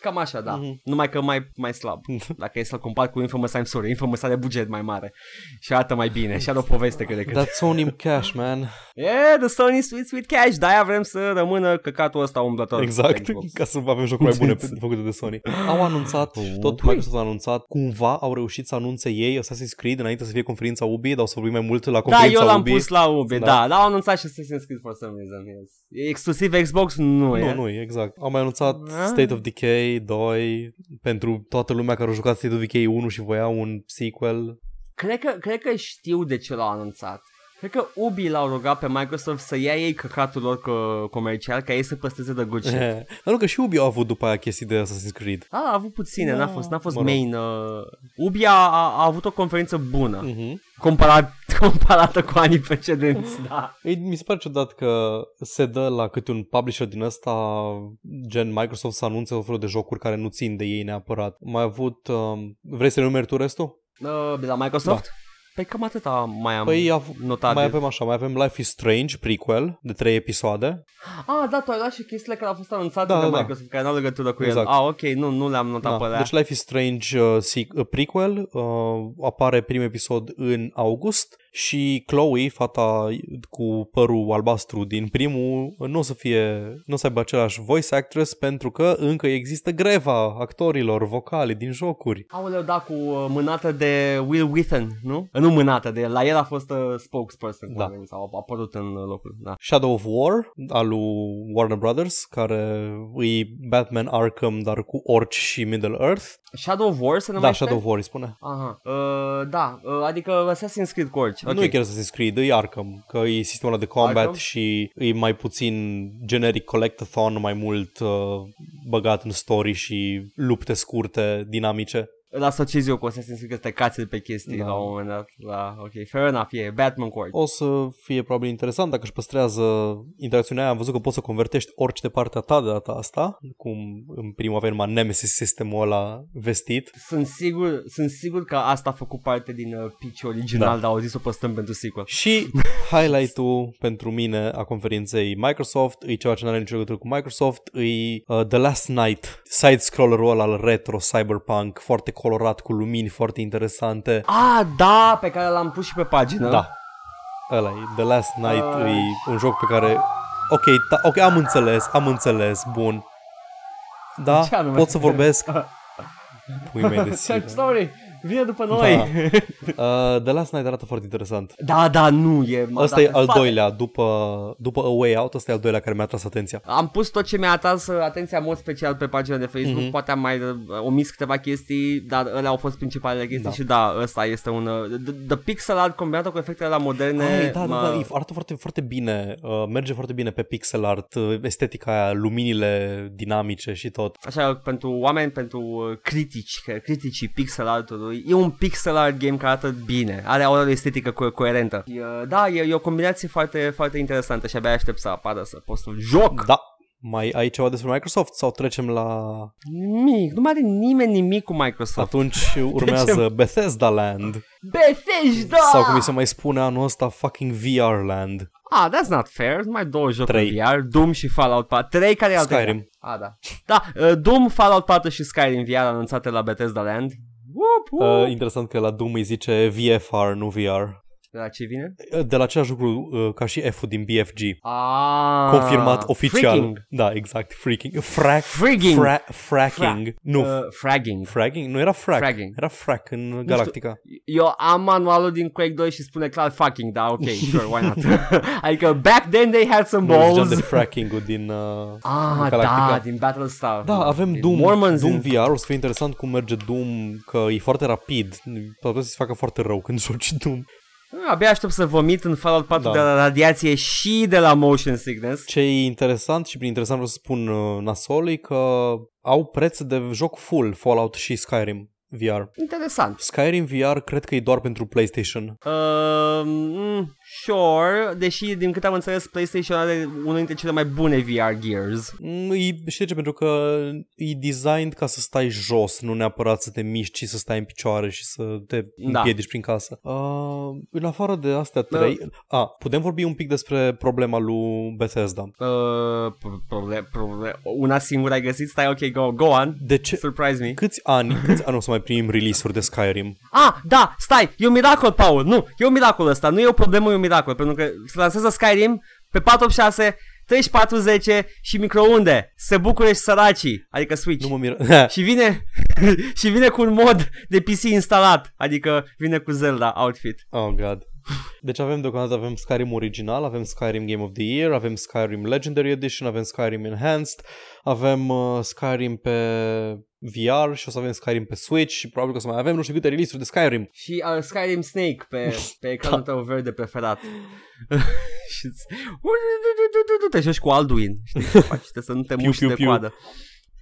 Speaker 1: Cam așa, da.
Speaker 2: Mhm.
Speaker 1: Mm-hmm. Numai că mai, mai
Speaker 2: [laughs]
Speaker 1: slab. Dacă e să-l compar cu Infamous, I'm sorry. Infamous are buget mai mare și arată mai bine și are o poveste cât de cât.
Speaker 2: That's Sony Cash, man.
Speaker 1: Yeah, the Sony Sweet Sweet Cash. De-aia vrem să rămână căcatul ăsta umblător.
Speaker 2: [laughs] Exact,
Speaker 1: Xbox.
Speaker 2: ca să avem jocuri mai bune făcute de Sony. Au
Speaker 1: [laughs]
Speaker 2: anunțat,
Speaker 1: Păi.
Speaker 2: tot Microsoft a anunțat, cumva au reușit să anunțe ei Assassin's Creed înainte să fie conferința UBI, dar o să vorbim mai mult la
Speaker 1: Da,
Speaker 2: conferința
Speaker 1: eu l-am
Speaker 2: UBI.
Speaker 1: pus la UB,
Speaker 2: Da.
Speaker 1: da. da. L-au anunțat și Assassin's Creed for some reason. Yes. E exclusiv Xbox? Nu, e.
Speaker 2: Nu, nu, e exact. Am mai anunțat
Speaker 1: Ah.
Speaker 2: State of Decay 2 pentru toată lumea care a jucat State of Decay 1 și voia un sequel.
Speaker 1: Cred că, cred că știu de ce l-au anunțat. Cred că Ubi l-au rugat pe Microsoft să ia ei căcatul lor co- comercial ca ei să păstreze de
Speaker 2: [laughs]
Speaker 1: good shit.
Speaker 2: Dar nu că și Ubi au avut după aia chestii de Assassin's Creed.
Speaker 1: A, a avut puține, n-a
Speaker 2: Da.
Speaker 1: fost, n-a fost
Speaker 2: Mă
Speaker 1: mă
Speaker 2: rog.
Speaker 1: main. Uh, Ubi a, a, a avut o conferință bună,
Speaker 2: Mm-hmm.
Speaker 1: comparat, [laughs] comparată cu anii precedenți, da.
Speaker 2: Ei, mi se pare ciudat că se dă la câte un publisher din ăsta, gen Microsoft, să anunțe o fel de jocuri care nu țin de ei neapărat. Mai avut... Um, vrei să numeri tu restul?
Speaker 1: Uh, de la Microsoft? Da. Păi cam atâta mai am
Speaker 2: Păi
Speaker 1: păi,
Speaker 2: av-
Speaker 1: notat.
Speaker 2: mai
Speaker 1: Mai
Speaker 2: avem așa, mai avem Life is Strange, prequel, de trei episoade.
Speaker 1: Ah, da, tu ai luat și chestiile care au fost anunțate
Speaker 2: Da,
Speaker 1: da, de
Speaker 2: da, da.
Speaker 1: Microsoft, care n-au legătură cu
Speaker 2: Exact.
Speaker 1: el. Ah, ok, nu, nu le-am notat pe
Speaker 2: Da.
Speaker 1: alea.
Speaker 2: Deci Life is Strange uh, sequ- uh, prequel uh, apare primul episod în august și Chloe, fata cu părul albastru din primul, nu o să fie, nu o să aibă același voice actress pentru că încă există greva actorilor vocale din jocuri.
Speaker 1: Aoleu, da, cu uh, mânată de Will Wheaton, nu? Nu mânată de el, la el a fost uh, spokesperson,
Speaker 2: Da.
Speaker 1: da. sau a apărut în uh, locul, da.
Speaker 2: Shadow of War al lui Warner Brothers, care e Batman Arkham, dar cu orci și Middle Earth.
Speaker 1: Shadow of War se
Speaker 2: Da,
Speaker 1: numește?
Speaker 2: Shadow of War îi spune.
Speaker 1: Aha, uh, da, uh, adică Assassin's Creed cu orice.
Speaker 2: Okay. Nu
Speaker 1: Ok.
Speaker 2: e chiar Assassin's Creed, e Arkham, că e sistemul ăla de combat Arkham?
Speaker 1: Arkham?
Speaker 2: și e mai puțin generic collectathon, mai mult uh, băgat în story și lupte scurte, dinamice.
Speaker 1: îl asociez eu cu Assassin's Creed că te cați pe chestii da. la un moment dat. Da, ok, fair enough, e Batman Court.
Speaker 2: O să fie probabil interesant dacă își păstrează interacțiunea aia. Am văzut că poți să convertești orice de partea ta de data asta, cum în prima avem numai Nemesis sistemul ăla vestit.
Speaker 1: Sunt sigur, sunt sigur că asta a făcut parte din uh, pitch original, da. dar au zis să o păstrăm pentru sequel.
Speaker 2: Și highlight-ul pentru mine a conferinței Microsoft, e ceva ce nu are nicio legătură cu Microsoft, e uh, The Last Night, side-scroller-ul ăla al retro cyberpunk, foarte colorat, cu lumini foarte interesante.
Speaker 1: Ah, da, pe care l-am pus și pe pagină.
Speaker 2: Da, ăla e The Last Night, uh... e un joc pe care... Ok, ta, ok, am înțeles, am înțeles, bun. Da,
Speaker 1: Ce anume?
Speaker 2: pot să vorbesc.
Speaker 1: [laughs]
Speaker 2: Pui mei de
Speaker 1: Sad
Speaker 2: sigur.
Speaker 1: story, vine după noi.
Speaker 2: Da.
Speaker 1: Da,
Speaker 2: Uh, The Last Night arată foarte interesant.
Speaker 1: da, da nu, e... m-a
Speaker 2: Ăsta
Speaker 1: dat
Speaker 2: e
Speaker 1: în
Speaker 2: al
Speaker 1: spate.
Speaker 2: doilea, după, după A Way Out, ăsta e al doilea care mi-a tras atenția.
Speaker 1: Am pus tot ce mi-a atras uh, atenția în mod special pe pagina de
Speaker 2: Mhm.
Speaker 1: Facebook, mm-hmm. poate am mai uh, omis câteva chestii, dar ele au fost principalele chestii
Speaker 2: Da.
Speaker 1: da. și da, ăsta este un... uh, The, the pixel art combinat cu efectele la moderne...
Speaker 2: Ai, da, da,
Speaker 1: mă-
Speaker 2: da, e- arată foarte, foarte bine, uh, merge foarte bine pe pixel art, uh, estetica aia, luminile dinamice și tot.
Speaker 1: Așa, pentru oameni, pentru uh, critici, că criticii pixel artului, e un pixel art game care arată bine, are o estetică co- coerentă. E, uh, da, e, e o combinație foarte, foarte interesantă și abia aștept să apară să poți să-l joc.
Speaker 2: Da, mai ai ceva despre Microsoft sau trecem la...
Speaker 1: Nimic, nu mai are nimeni nimic cu
Speaker 2: Da.
Speaker 1: Microsoft.
Speaker 2: [laughs] Atunci urmează Bethesda Land
Speaker 1: Bethesda!
Speaker 2: sau cum mi se mai spune anul ăsta fucking VR Land.
Speaker 1: Ah, that's not fair, mai două jocuri
Speaker 2: Trei.
Speaker 1: VR, Doom și Fallout 4, 3 care e al
Speaker 2: Skyrim.
Speaker 1: treilea? Ah, da. Da, uh, Doom, Fallout 4 și Skyrim VR anunțate la Bethesda Land. Whoop, whoop.
Speaker 2: Uh, interesant că la Doom îi zice VFR, nu VR.
Speaker 1: De la Da, ce vine?
Speaker 2: Uh, De la același lucru uh, ca și F-ul din BFG.
Speaker 1: Ah,
Speaker 2: Confirmat oficial.
Speaker 1: Freaking.
Speaker 2: Da, exact. Freaking. Frack.
Speaker 1: Frigging.
Speaker 2: Fra- fracking.
Speaker 1: Fra-
Speaker 2: nu,
Speaker 1: Uh, fragging.
Speaker 2: Fragging? Nu era frack.
Speaker 1: Fragging.
Speaker 2: Era frack în Galactica.
Speaker 1: Eu am manualul din Quake 2 și spune clar fucking, dar
Speaker 2: [laughs]
Speaker 1: ok, sure, why not? [laughs] adică back then they had some
Speaker 2: Nu ziceam de
Speaker 1: balls.
Speaker 2: fracking-ul din, uh,
Speaker 1: Ah,
Speaker 2: din Galactica.
Speaker 1: da, din Battlestar.
Speaker 2: Da, avem
Speaker 1: Din
Speaker 2: Doom,
Speaker 1: Mormons
Speaker 2: Doom
Speaker 1: in-
Speaker 2: VR, o să fie interesant cum merge Doom, că e foarte rapid, poate să-ți facă foarte rău când [laughs] joci Doom.
Speaker 1: Ah, Abia aștept să vomit în Fallout 4
Speaker 2: Da.
Speaker 1: de la radiație și de la motion sickness.
Speaker 2: Ce e interesant și prin interesant vreau să spun uh, nasol e că au preț de joc full Fallout și Skyrim VR.
Speaker 1: Interesant.
Speaker 2: Skyrim VR cred că e doar pentru PlayStation.
Speaker 1: Uh, mm, sure, deși din câte am înțeles PlayStation are unul dintre cele mai bune VR gears.
Speaker 2: Mm, E, știi de ce? Pentru că e designed ca să stai jos, nu neapărat să te miști, ci să stai în picioare și să te
Speaker 1: Da.
Speaker 2: împiedici prin casă. Uh, în afară de astea trei, a, putem vorbi un pic despre problema lui Bethesda.
Speaker 1: Uh, problem, problem. Una singură ai găsit? Stai, ok, go, go on.
Speaker 2: De ce?
Speaker 1: Surprise me.
Speaker 2: Câți ani, câți ani o să mai primim release-uri de Skyrim?
Speaker 1: Ah, da, stai, e un miracol, Paul, nu, e un miracol ăsta, nu e o problemă, e un miracol, pentru că se lansează Skyrim pe 486, 3410 și microunde, se bucure și săracii, adică Switch.
Speaker 2: Nu mă mir... [laughs]
Speaker 1: Și vine, [laughs] și vine cu un mod de PC instalat, adică vine cu Zelda outfit.
Speaker 2: oh, God. Deci avem deocamdată avem Skyrim original, avem Skyrim Game of the Year, avem Skyrim Legendary Edition, avem Skyrim Enhanced, avem uh, Skyrim pe VR și o să avem Skyrim pe Switch și probabil că o să mai avem nu știu câte release-uri de Skyrim.
Speaker 1: Și uh, Skyrim Snake pe,
Speaker 2: [laughs]
Speaker 1: pe
Speaker 2: Da.
Speaker 1: ecranul tău verde preferat. [laughs] și îți- te joci cu Alduin, știi
Speaker 2: [laughs]
Speaker 1: ce faci, trebuie să nu te
Speaker 2: Piu,
Speaker 1: muști
Speaker 2: piu,
Speaker 1: de
Speaker 2: piu.
Speaker 1: coadă.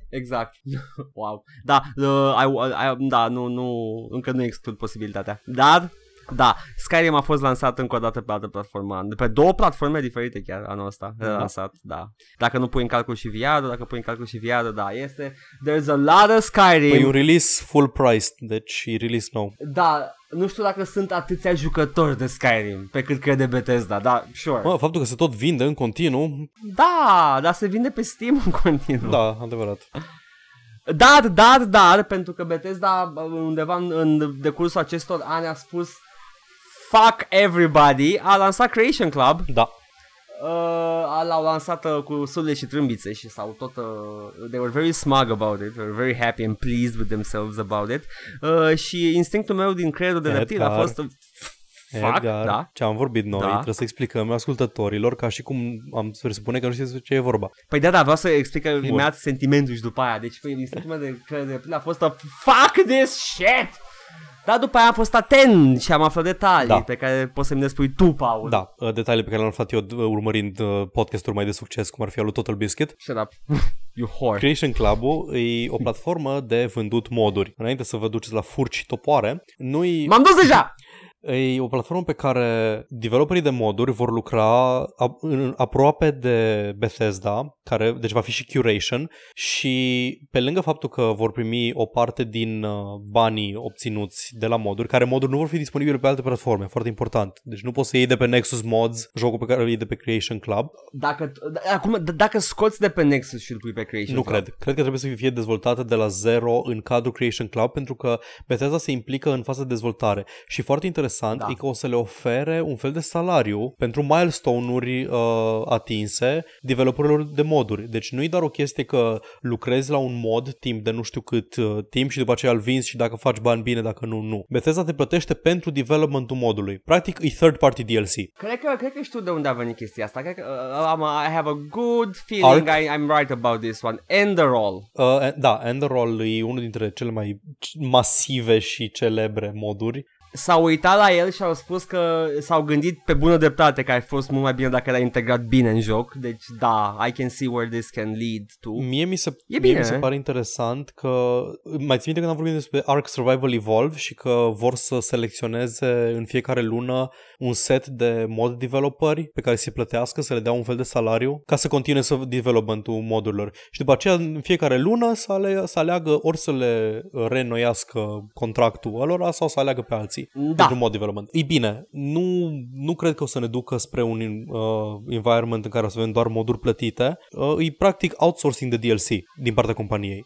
Speaker 1: Exact. [laughs] wow. Da, uh, I, I, da, nu, nu, încă nu exclud posibilitatea. Dar, da, Skyrim a fost lansat încă o dată pe altă platformă, pe două platforme diferite chiar anul ăsta,
Speaker 2: Da.
Speaker 1: da. lansat, da. Dacă nu pui în calcul și VR, dacă pui în calcul și VR, da, este There's a lot of Skyrim.
Speaker 2: Păi e un release full price, deci e release nou.
Speaker 1: Da, nu știu dacă sunt atâția jucători de Skyrim pe cât crede Bethesda, da, sure.
Speaker 2: Mă, faptul că se tot vinde în continuu,
Speaker 1: Da, dar se vinde pe Steam în continuu.
Speaker 2: da, adevărat.
Speaker 1: Dar, dar, dar, pentru că Bethesda bă, undeva în, în decursul acestor ani a spus Fuck everybody, a lansat Creation Club,
Speaker 2: Da.
Speaker 1: uh, l-au lansat uh, cu sule și trâmbițe și s-au tot, uh, they were very smug about it, they were very happy and pleased with themselves about it uh, și instinctul meu din creierul de reptil a
Speaker 2: Edgar.
Speaker 1: fost uh, Fuck,
Speaker 2: Edgar,
Speaker 1: da.
Speaker 2: ce am vorbit noi,
Speaker 1: Da.
Speaker 2: trebuie să explicăm ascultătorilor ca și cum am presupune că nu știu despre ce e vorba.
Speaker 1: Păi da, da, vreau să explic că păi, mi-a dat sentimentul și după aia. Deci, păi, instinctul meu de, că de plin a fost a fuck this shit! Dar după aia am fost atent și am aflat detalii
Speaker 2: Da.
Speaker 1: da. pe care poți să-mi le spui tu, Paul.
Speaker 2: Da, uh, detalii pe care le-am aflat eu uh, urmărind uh, podcasturi mai de succes, cum ar fi al lui Total Biscuit.
Speaker 1: Shut up. [laughs] you whore.
Speaker 2: Creation Club-ul e o platformă de vândut moduri. Înainte să vă duceți la furci și topoare, noi
Speaker 1: M-am dus deja!
Speaker 2: E o platformă pe care developerii de moduri vor lucra a- în- aproape de Bethesda, care, deci va fi și curation și pe lângă faptul că vor primi o parte din uh, banii obținuți de la moduri, care moduri nu vor fi disponibile pe alte platforme, foarte important. Deci nu poți să iei de pe Nexus Mods jocul pe care îl iei de pe Creation Club.
Speaker 1: Dacă, d- acum, d- dacă scoți de pe Nexus și îl pui pe Creation
Speaker 2: nu
Speaker 1: Club,
Speaker 2: cred. Cred că trebuie să fie dezvoltată de la zero în cadrul Creation Club pentru că Bethesda se implică în faza de dezvoltare și foarte interesant da.
Speaker 1: Da.
Speaker 2: e că o să le ofere un fel de salariu pentru milestone-uri uh, atinse developerilor de moduri. Deci nu e doar o chestie că lucrezi la un mod timp de nu știu cât uh, timp și după aceea îl vinzi și dacă faci bani bine, dacă nu, nu. Bethesda te plătește pentru developmentul modului. Practic e third party DLC.
Speaker 1: Cred că, cred că știu de unde a venit chestia asta. Cred că uh, am, I have a good feeling I, I'm right about this one. Enderall.
Speaker 2: Uh, da, Enderall e unul dintre cele mai masive și celebre moduri
Speaker 1: S-au uitat la el și au spus că s-au gândit pe bună dreptate că ar fi fost mult mai bine dacă l-ai integrat bine în joc. Deci da, I can see where this can lead to.
Speaker 2: Mie mi se,
Speaker 1: E
Speaker 2: mie
Speaker 1: bine.
Speaker 2: mi se pare interesant că mai țin minte când am vorbit despre Ark Survival Evolve și că vor să selecționeze în fiecare lună un set de mod developeri pe care să-i plătească, să le dea un fel de salariu ca să continue să developmentul modurilor. Și după aceea în fiecare lună să, ale, să aleagă ori să le reînnoiască contractul alora sau să aleagă pe alții
Speaker 1: Da.
Speaker 2: pentru mod development. Ei bine, nu, nu cred că o să ne ducă spre un uh, environment în care o să avem doar moduri plătite. Uh, e practic outsourcing de DLC din partea companiei.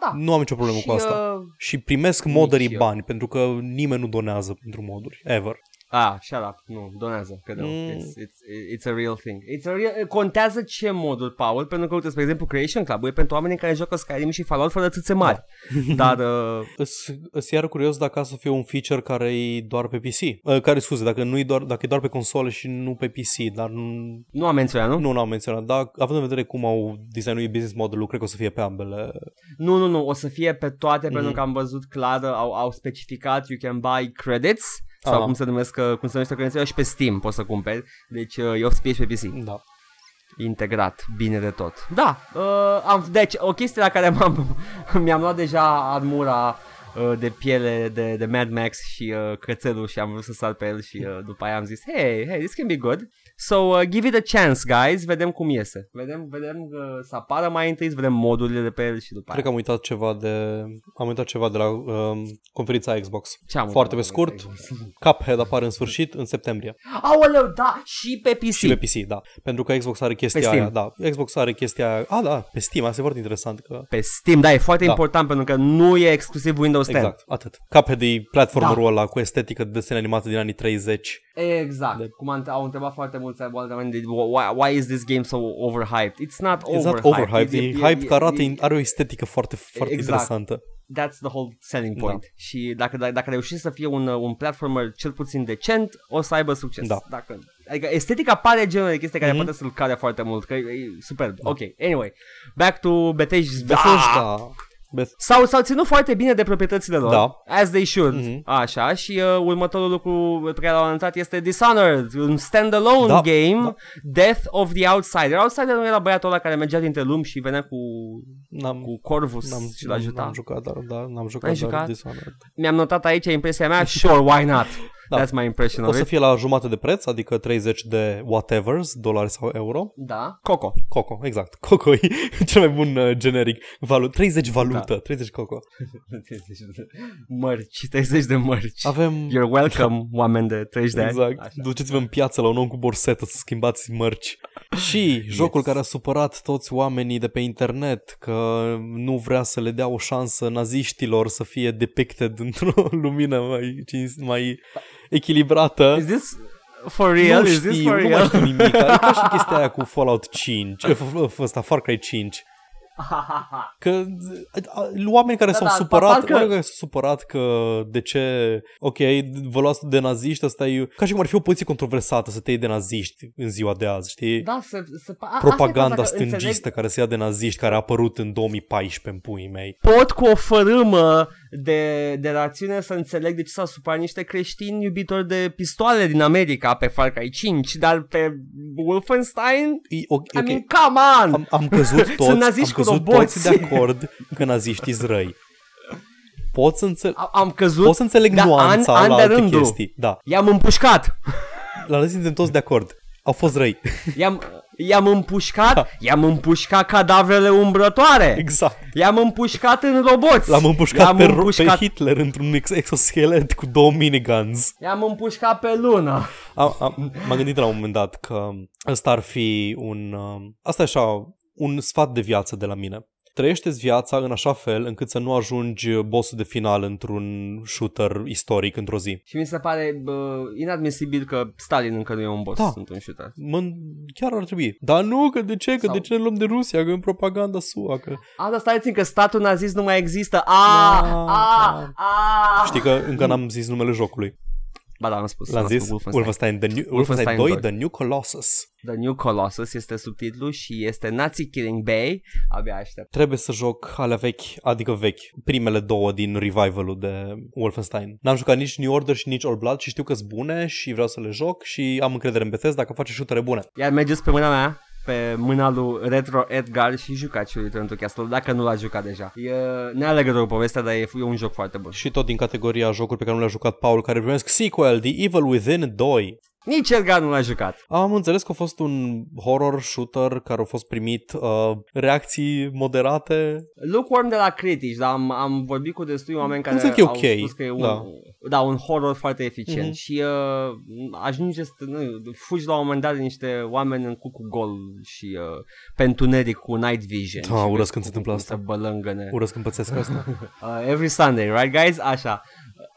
Speaker 1: Da.
Speaker 2: Nu am nicio problemă
Speaker 1: Și,
Speaker 2: cu asta.
Speaker 1: Uh,
Speaker 2: Și primesc modării
Speaker 1: eu.
Speaker 2: bani, pentru că nimeni nu donează pentru moduri, ever.
Speaker 1: ah, shut up. Nu, donează. Că mm.
Speaker 2: Mm.
Speaker 1: it's, it's, it's, a real thing. It's a real... Contează ce modul, Paul, pentru că, uite, spre exemplu, Creation Club e pentru oamenii care joacă Skyrim și Fallout fără țâțe mari.
Speaker 2: Da.
Speaker 1: Dar... Uh,
Speaker 2: Îs, îs iar curios dacă asta o să fie un feature care e doar pe PC. Uh, care, scuze, dacă, nu e doar, dacă e doar pe console și nu pe PC, dar nu,
Speaker 1: nu am menționat, nu?
Speaker 2: nu n-am menționat. Dar având în vedere cum au designuit business modelul, cred că o să fie pe ambele.
Speaker 1: Nu, nu, nu, o să fie pe toate mm-hmm.
Speaker 2: Mhm.
Speaker 1: pentru că am văzut clar, au, au specificat you can buy credits sau
Speaker 2: Ah.
Speaker 1: cum se numesc, uh, cum se numește credințele și pe Steam poți să cumperi. Deci uh, eu o să fie și pe PC.
Speaker 2: Da.
Speaker 1: Integrat, bine de tot. Da, uh, am, deci o chestie la care m-am, [laughs] mi-am luat deja armura uh, de piele de, de Mad Max și uh, cățelul și am vrut să sar pe el și uh, după aia am zis hey, hey, this can be good. So uh, give it a chance, guys, vedem cum iese. Vedem, vedem uh, să apară mai întâi, să vedem modurile de pe el și după
Speaker 2: Cred
Speaker 1: aia.
Speaker 2: că am uitat ceva de, am uitat ceva de la um, conferința Xbox.
Speaker 1: Ce am
Speaker 2: Foarte pe
Speaker 1: uitat?
Speaker 2: scurt, [laughs] Cuphead apare în sfârșit în septembrie.
Speaker 1: Aoleu, da, și pe PC.
Speaker 2: Și pe PC, da. Pentru că Xbox are chestia
Speaker 1: Pe Steam.
Speaker 2: aia, da. Xbox are chestia aia. A, da, pe Steam, asta e foarte interesant. Că...
Speaker 1: pe Steam, da, e foarte
Speaker 2: Da.
Speaker 1: da. important pentru că nu e exclusiv Windows 10.
Speaker 2: Exact, atât. Cuphead e platformerul
Speaker 1: Da.
Speaker 2: ăla cu estetică de desene animate din anii 30.
Speaker 1: Exact. De... Cum am- au întrebat foarte mulți oameni, de- why, why is this game so overhyped? It's not overhyped.
Speaker 2: Exact overhyped, e, hype care arată,
Speaker 1: e-
Speaker 2: are o estetică foarte, foarte
Speaker 1: Exact.
Speaker 2: interesantă.
Speaker 1: That's the whole selling
Speaker 2: Da.
Speaker 1: point. Da. Și dacă, dacă, dacă reușești să fie un, un platformer cel puțin decent, o să aibă succes.
Speaker 2: Da.
Speaker 1: Dacă, adică estetica pare genul de chestie care
Speaker 2: Mhm.
Speaker 1: mm-hmm. poate să-l care foarte mult, că e, e superb. Ok, anyway. Back to Bethesda.
Speaker 2: Bethesda. Beth-
Speaker 1: S-au, s-au ținut foarte bine de proprietățile lor,
Speaker 2: Da.
Speaker 1: as they should,
Speaker 2: Mhm.
Speaker 1: mm-hmm. așa, și uh, următorul lucru pe care l-au anunțat este Dishonored, un standalone
Speaker 2: Da,
Speaker 1: game,
Speaker 2: da.
Speaker 1: Death of the Outsider. Outsider nu era băiatul ăla care mergea dintre lumi și venea cu,
Speaker 2: N-am,
Speaker 1: cu Corvus
Speaker 2: n-am,
Speaker 1: și l-ajuta.
Speaker 2: n-am, n-am jucat, dar da, n-am jucat,
Speaker 1: N-ai
Speaker 2: dar
Speaker 1: jucat?
Speaker 2: Dishonored.
Speaker 1: Mi-am notat aici impresia
Speaker 2: [laughs]
Speaker 1: mea, sure, why not?
Speaker 2: Da.
Speaker 1: That's my impression
Speaker 2: O
Speaker 1: of
Speaker 2: să
Speaker 1: it.
Speaker 2: fie la jumate de preț, adică 30 de whatevers, dolari sau euro.
Speaker 1: Da. Coco.
Speaker 2: Coco, exact. [laughs] Coco e cel mai bun uh, generic. Valu- 30 valută, 30 coco.
Speaker 1: 30 de [laughs] mărci, 30 de mărci.
Speaker 2: Avem...
Speaker 1: You're welcome, oameni de 30 de ani.
Speaker 2: Exact.
Speaker 1: Așa.
Speaker 2: Duceți-vă în piață la un om cu borsetă să schimbați mărci. Și jocul care a supărat toți oamenii de pe internet că nu vrea să le dea o șansă naziștilor să fie depicted într-o [laughs] lumină mai, cinst- mai echilibrată.
Speaker 1: Is this for real?
Speaker 2: nu
Speaker 1: Is
Speaker 2: știu,
Speaker 1: this for
Speaker 2: nu
Speaker 1: real?
Speaker 2: [laughs] mai știu nimic. E ca și chestia aia cu
Speaker 1: [laughs]
Speaker 2: Fallout 5, eh, f- f- ăsta, Far Cry 5. Că a, oameni care
Speaker 1: Da,
Speaker 2: s-au
Speaker 1: da,
Speaker 2: supărat,
Speaker 1: parcă-
Speaker 2: oameni care s-au supărat că de ce, ok, vă luați de naziști, asta e ca și cum ar fi o poziție controversată să te iei de naziști în ziua de azi, știi?
Speaker 1: Da, să, să, a, asta e
Speaker 2: Propaganda
Speaker 1: faza, că înțeleg-
Speaker 2: stângistă care se ia de naziști, care a apărut în 2014 în puii mei.
Speaker 1: pot cu o fărâmă de, de rațiune să înțeleg de ce s-au supărat niște creștini iubitori de pistoale din America pe Far Cry 5, dar pe Wolfenstein?
Speaker 2: E, ok,
Speaker 1: I mean,
Speaker 2: ok.
Speaker 1: come on!
Speaker 2: Am, am
Speaker 1: [laughs]
Speaker 2: căzut toți, am
Speaker 1: naziști
Speaker 2: căzut
Speaker 1: cu
Speaker 2: toți
Speaker 1: roboți.
Speaker 2: de acord că naziștii răi. Pot să, înțe-
Speaker 1: Am, am
Speaker 2: pot
Speaker 1: căzut,
Speaker 2: să înțeleg
Speaker 1: Da,
Speaker 2: nuanța
Speaker 1: an- an
Speaker 2: la
Speaker 1: de
Speaker 2: alte
Speaker 1: rândul.
Speaker 2: chestii. Da,
Speaker 1: i-am împușcat,
Speaker 2: la rând suntem toți de acord. Au fost răi. [laughs]
Speaker 1: i-am, i-am împușcat,
Speaker 2: Da.
Speaker 1: i-am împușcat cadavrele umbrătoare,
Speaker 2: Exact.
Speaker 1: i-am împușcat în roboți,
Speaker 2: L-am împușcat,
Speaker 1: i-am
Speaker 2: pe, ro-
Speaker 1: împușcat,
Speaker 2: pe Hitler într-un ex- exoschelet cu două miniguns.
Speaker 1: i-am împușcat pe luna.
Speaker 2: Am, am, m-am gândit la un moment dat că ăsta ar fi un... um, Asta e așa, un sfat de viață de la mine. Trăiește-ți viața în așa fel încât să nu ajungi bossul de final într-un shooter istoric într-o zi.
Speaker 1: Și mi se pare bă, inadmisibil că Stalin încă nu e un boss
Speaker 2: Da.
Speaker 1: într-un shooter.
Speaker 2: Mă, chiar ar trebui. Dar nu, că de ce? Că
Speaker 1: Sau-
Speaker 2: de ce ne luăm de Rusia? Că în propaganda SUA, că...
Speaker 1: A, dar stai țin că statul nazist nu mai există. A,
Speaker 2: Da,
Speaker 1: a, a.
Speaker 2: Știi că încă n-am zis numele jocului.
Speaker 1: Ba da, am spus.
Speaker 2: L-am
Speaker 1: am
Speaker 2: zis?
Speaker 1: spus Wolfenstein.
Speaker 2: Wolfenstein, the new,
Speaker 1: Wolfenstein
Speaker 2: Wolfenstein 2,
Speaker 1: doi.
Speaker 2: The New Colossus.
Speaker 1: The New Colossus este subtitlu și este Nazi Killing Bay. Abia aștept.
Speaker 2: Trebuie să joc alea vechi, adică vechi, primele două din revivalul de Wolfenstein. N-am jucat nici New Order și nici All Blood și știu că sunt bune și vreau să le joc și am încredere în Bethesda dacă face șutere bune.
Speaker 1: Iar mergeți pe mâna mea pe mâna lui Retro Edgar și jucați Return to Castle dacă nu l-a jucat deja. E, ne are legătură cu povestea, dar e, e un joc foarte bun.
Speaker 2: Și tot din categoria jocuri pe care nu le-a jucat Paul, care primesc sequel, The Evil Within 2.
Speaker 1: Nici Edgar nu l-a jucat.
Speaker 2: Am înțeles că a fost un horror shooter care a fost primit uh, reacții moderate.
Speaker 1: Lukewarm de la critici, dar am, am vorbit cu destui oameni care
Speaker 2: Înțeleg că e ok,
Speaker 1: au spus că e un,
Speaker 2: da.
Speaker 1: da, un horror foarte eficient
Speaker 2: Mhm.
Speaker 1: și uh, ajunge să nu, fugi la un moment dat de niște oameni în cucu gol și uh, pe întuneric cu night vision.
Speaker 2: Da,
Speaker 1: și
Speaker 2: urăsc
Speaker 1: vezi
Speaker 2: când se
Speaker 1: cum-
Speaker 2: întâmplă
Speaker 1: cum
Speaker 2: asta.
Speaker 1: Se bălângăne.
Speaker 2: Urăsc când
Speaker 1: [laughs]
Speaker 2: pățesc asta.
Speaker 1: Uh, every Sunday, right guys? Așa.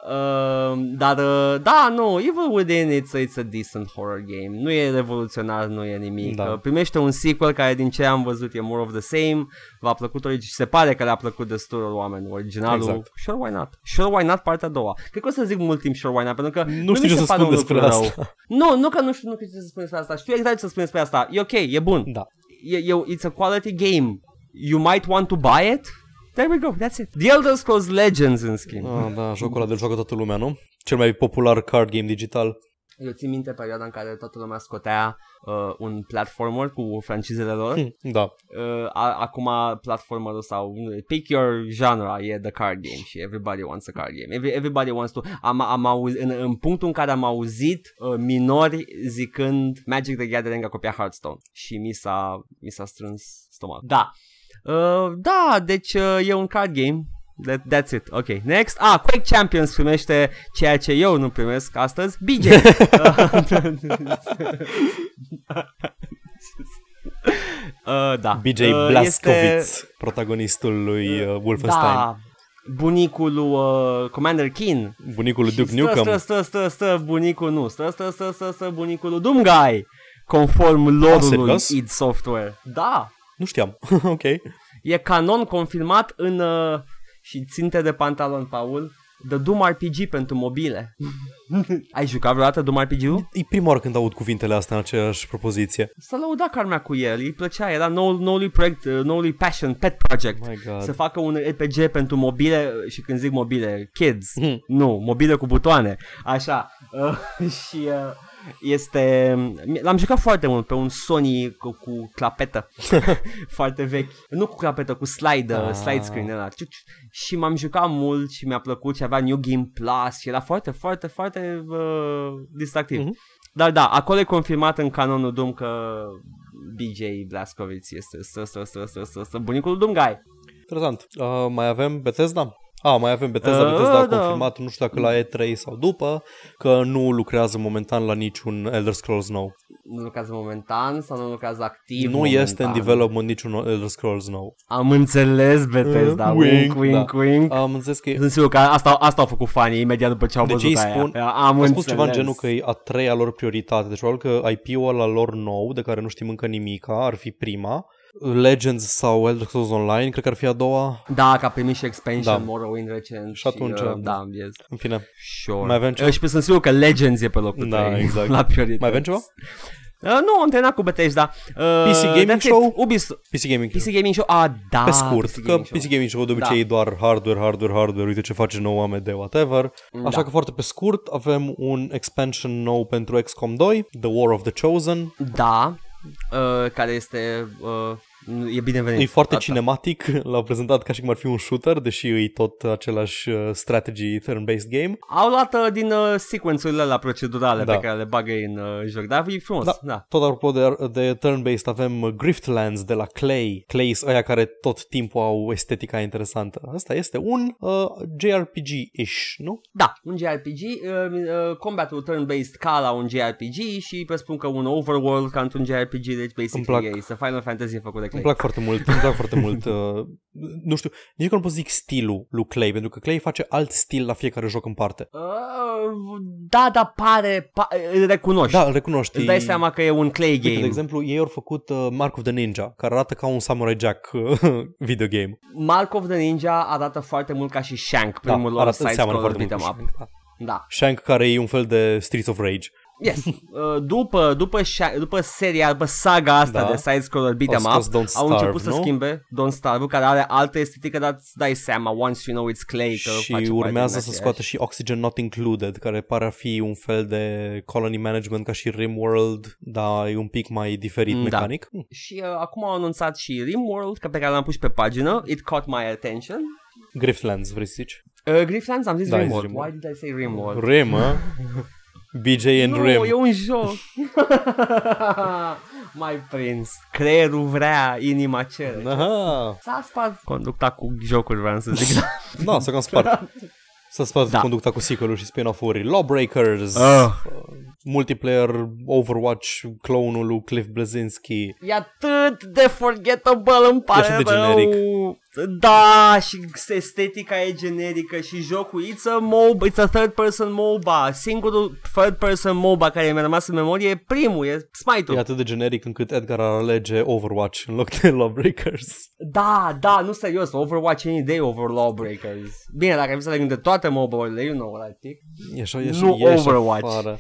Speaker 1: Uh, dar, uh, da, nu, Evil Within it's, it's a decent horror game. Nu e revoluționar, nu e nimic.
Speaker 2: Da.
Speaker 1: Da. Uh, primește un sequel care din ce am văzut e more of the same. V-a plăcut origi- și se pare că le-a plăcut destul oameni originalul.
Speaker 2: Exact.
Speaker 1: Exact. Sure, why not? Sure, why not partea a doua. Cred că o să zic mult timp sure, why not, pentru că
Speaker 2: Nu
Speaker 1: nu
Speaker 2: știu
Speaker 1: mi se
Speaker 2: ce să
Speaker 1: pare
Speaker 2: spun
Speaker 1: un
Speaker 2: despre
Speaker 1: lucru rău.
Speaker 2: asta.
Speaker 1: Nu, nu că nu știu, nu știu ce să spun despre asta. Știu exact ce să spun despre asta. E ok, e bun.
Speaker 2: Da.
Speaker 1: E, e, it's a quality game. You might want to buy it. There we go, that's it. The Elder Scrolls Legends, în schimb.
Speaker 2: Ah, da, jocul ăla de joacă toată lumea, nu? Cel mai popular card game digital. [laughs]
Speaker 1: Eu țin minte perioada în care toată lumea scotea uh, un platformer cu francizele lor.
Speaker 2: Hm, Da.
Speaker 1: Uh, a- acum platformerul sau uh, pick your genre e the card game și everybody wants a card game. Every, everybody wants to... Am, am auzit, în, în punctul în care am auzit uh, minori zicând Magic the Gathering a copiat Hearthstone și mi s-a, mi s-a strâns stomacul. Da. Uh, da, deci uh, e un card game. That, that's it. Ok, next. Ah, Quake Champions primește ceea ce eu nu primesc astăzi. BJ. Uh, da.
Speaker 2: BJ
Speaker 1: Uh,
Speaker 2: Blazkowicz,
Speaker 1: este-
Speaker 2: protagonistul lui uh, Wolfenstein, da.
Speaker 1: Da, bunicul lui uh, Commander Keen.
Speaker 2: bunicul lui
Speaker 1: Și
Speaker 2: Duke Nukem.
Speaker 1: Stă, stă, stă, stă, bunicul nu. Stă, stă, stă, stă, stă, bunicul lui Doomguy. Conform lore-ului
Speaker 2: serios?
Speaker 1: id Software. Da.
Speaker 2: Nu știam. [laughs] ok.
Speaker 1: E canon confirmat în... Uh, și ținte de pantalon, Paul. The Doom RPG pentru [laughs] mobile. Ai jucat vreodată Doom RPG-ul?
Speaker 2: E prima oară când aud cuvintele astea în aceeași propoziție.
Speaker 1: S-a lăudat carmea cu el, îi plăcea, era noul, noului proiect, uh, noului passion, pet project.
Speaker 2: Oh My God.
Speaker 1: Să facă un RPG pentru mobile și când zic mobile, kids,
Speaker 2: Mhm.
Speaker 1: nu, mobile cu butoane, așa. Uh, [laughs] și uh, este, l-am jucat foarte mult pe un Sony cu, cu
Speaker 2: [laughs]
Speaker 1: clapetă, foarte vechi, nu cu clapetă, cu slide,
Speaker 2: Ah.
Speaker 1: uh, slide screen ăla. Ciuc, ciuc. Și m-am jucat mult și mi-a plăcut și avea New Game Plus și era foarte, foarte, foarte uh, distractiv.
Speaker 2: Mhm.
Speaker 1: Dar da, acolo e confirmat în canonul Doom că BJ Blazkowicz este stă, stă, stă, stă, stă, stă, bunicul lui Doom Guy.
Speaker 2: Interesant. Uh, mai avem Bethesda? A, mai avem Bethesda.
Speaker 1: Uh,
Speaker 2: Bethesda a
Speaker 1: da.
Speaker 2: confirmat, nu știu dacă la E3 sau după, că nu lucrează momentan la niciun Elder Scrolls nou.
Speaker 1: nu lucrează momentan sau nu lucrează activ
Speaker 2: nu
Speaker 1: momentan.
Speaker 2: este în development niciun Elder Scrolls nou.
Speaker 1: Am înțeles Bethesda,
Speaker 2: Eh,
Speaker 1: wink,
Speaker 2: wink,
Speaker 1: wink,
Speaker 2: da.
Speaker 1: wink.
Speaker 2: Am înțeles că e
Speaker 1: Sunt sigur că asta, asta au făcut fanii imediat după ce au
Speaker 2: Deci
Speaker 1: văzut
Speaker 2: ei
Speaker 1: aia.
Speaker 2: spun-
Speaker 1: Am
Speaker 2: Am spus
Speaker 1: înțeles.
Speaker 2: ceva în genul că e a treia lor prioritate. Deci probabil că IP-ul la lor nou, de care nu știm încă nimica, ar fi prima. Legends sau Elder Scrolls Online, cred că ar fi a doua.
Speaker 1: Da, că a primit și expansion
Speaker 2: Da.
Speaker 1: da. Morrowind recent.
Speaker 2: Și atunci,
Speaker 1: uh, da, yes.
Speaker 2: În fine,
Speaker 1: Sure.
Speaker 2: Mai avem ceva?
Speaker 1: Eh, Și sunt sigur că Legends e pe locul
Speaker 2: Da,
Speaker 1: trei
Speaker 2: exact.
Speaker 1: la priorități.
Speaker 2: mai avem ceva?
Speaker 1: Uh, nu, am terminat cu Bethesda. Uh,
Speaker 2: PC Gaming
Speaker 1: that's it.
Speaker 2: Show?
Speaker 1: Ubisoft.
Speaker 2: PC Gaming Show.
Speaker 1: PC Gaming Show? Ah, da.
Speaker 2: Pe scurt,
Speaker 1: PC
Speaker 2: că
Speaker 1: Gaming Show.
Speaker 2: PC Gaming Show de obicei
Speaker 1: Da.
Speaker 2: e doar hardware, hardware, hardware, uite ce face nou AMD, whatever.
Speaker 1: Da.
Speaker 2: Așa că foarte pe scurt avem un expansion nou pentru XCOM 2, The War of the Chosen.
Speaker 1: Da, uh, care este... Uh, e binevenit.
Speaker 2: E foarte
Speaker 1: Da, da.
Speaker 2: cinematic, [laughs] l-au prezentat ca și cum ar fi un shooter, deși e tot același uh, strategy turn-based game.
Speaker 1: Au luat uh, din uh, sequențurile la procedurale
Speaker 2: Da.
Speaker 1: pe care le bagă ei în uh, joc, dar e frumos, da. da.
Speaker 2: Tot apropo de, de turn-based avem uh, Griftlands de la Clay. Clays ăia care tot timpul au estetica interesantă. Asta este un uh, JRPG-ish, nu?
Speaker 1: Da, un JRPG, uh, uh, combatul turn-based ca la un JRPG și presupun că un overworld ca într-un JRPG, deci
Speaker 2: Îmi
Speaker 1: basic
Speaker 2: plac.
Speaker 1: e, este Final Fantasy făcut de Clay.
Speaker 2: Îmi plac foarte mult, îmi plac foarte
Speaker 1: [laughs]
Speaker 2: mult. Uh, nu știu, nici că nu pot să zic stilul lui Clay, pentru că Clay face alt stil la fiecare joc în parte.
Speaker 1: Uh, da, dar pare, pa- îl recunoști.
Speaker 2: Da, îl recunoști.
Speaker 1: Îți dai seama că e un clay game.
Speaker 2: Uite, de exemplu, ei au făcut uh, Mark of the Ninja, care arată ca un Samurai Jack uh, [laughs] video game.
Speaker 1: Mark of the Ninja arată foarte mult ca și Shank, primul
Speaker 2: da,
Speaker 1: lor
Speaker 2: arată seamănă
Speaker 1: side-scroller
Speaker 2: foarte mult.
Speaker 1: beat'em
Speaker 2: cu
Speaker 1: up.
Speaker 2: Shank, da.
Speaker 1: Da.
Speaker 2: Shank, care e un fel de Streets of Rage.
Speaker 1: Yes. Uh, după, după, Sha- după seria, după saga asta
Speaker 2: Da.
Speaker 1: de side-scroller
Speaker 2: Au
Speaker 1: beat'em
Speaker 2: scos
Speaker 1: up,
Speaker 2: Don't
Speaker 1: au început
Speaker 2: Starve,
Speaker 1: să
Speaker 2: nu?
Speaker 1: schimbe Don Starve, care are altă estetică, dar îți dai seama, once you know it's clay, că face
Speaker 2: și
Speaker 1: parte
Speaker 2: urmează
Speaker 1: din
Speaker 2: să
Speaker 1: aceeași.
Speaker 2: scoată și Oxygen Not Included, care pare a fi un fel de colony management ca și Rimworld, dar e un pic mai diferit
Speaker 1: Mm, da.
Speaker 2: mecanic. Mm.
Speaker 1: Și uh, acum au anunțat și Rimworld, că pe care l-am pus pe pagină, it caught my attention.
Speaker 2: Griftlands, vrei să zici?
Speaker 1: Uh, Grifflands, am zis
Speaker 2: Da, ai zis
Speaker 1: Rimworld.
Speaker 2: Rimworld.
Speaker 1: Why did I say Rimworld?
Speaker 2: Rim, mă? BJ and
Speaker 1: nu,
Speaker 2: Rim.
Speaker 1: e un joc. [laughs] Mai prins. Creierul vrea, inima cere. Da.
Speaker 2: Aha.
Speaker 1: S-a spart conducta cu jocul, vreau să zic.
Speaker 2: Da, s-a cam spart. S-a spart
Speaker 1: Da.
Speaker 2: da. conducta cu sequel și spin-off-uri. Lawbreakers,
Speaker 1: Ah.
Speaker 2: multiplayer Overwatch, clonul lui Cliff Blazinski.
Speaker 1: e atât de forgettable, îmi pare
Speaker 2: așa de
Speaker 1: rău.
Speaker 2: generic.
Speaker 1: Da, și estetica e generică și jocul. It's a, mob, it's a third person MOBA. Singurul third person MOBA care mi-a rămas în memorie e primul, e Smite-ul.
Speaker 2: E atât de generic încât Edgar ar alege Overwatch în loc de [laughs] Lawbreakers.
Speaker 1: Da, da, nu serios, Overwatch any day over Lawbreakers. Bine, dacă ai să le gândești toate MOBA-urile, you know what I think.
Speaker 2: E așa, e așa,
Speaker 1: Nu
Speaker 2: ieși
Speaker 1: Overwatch.
Speaker 2: Afară.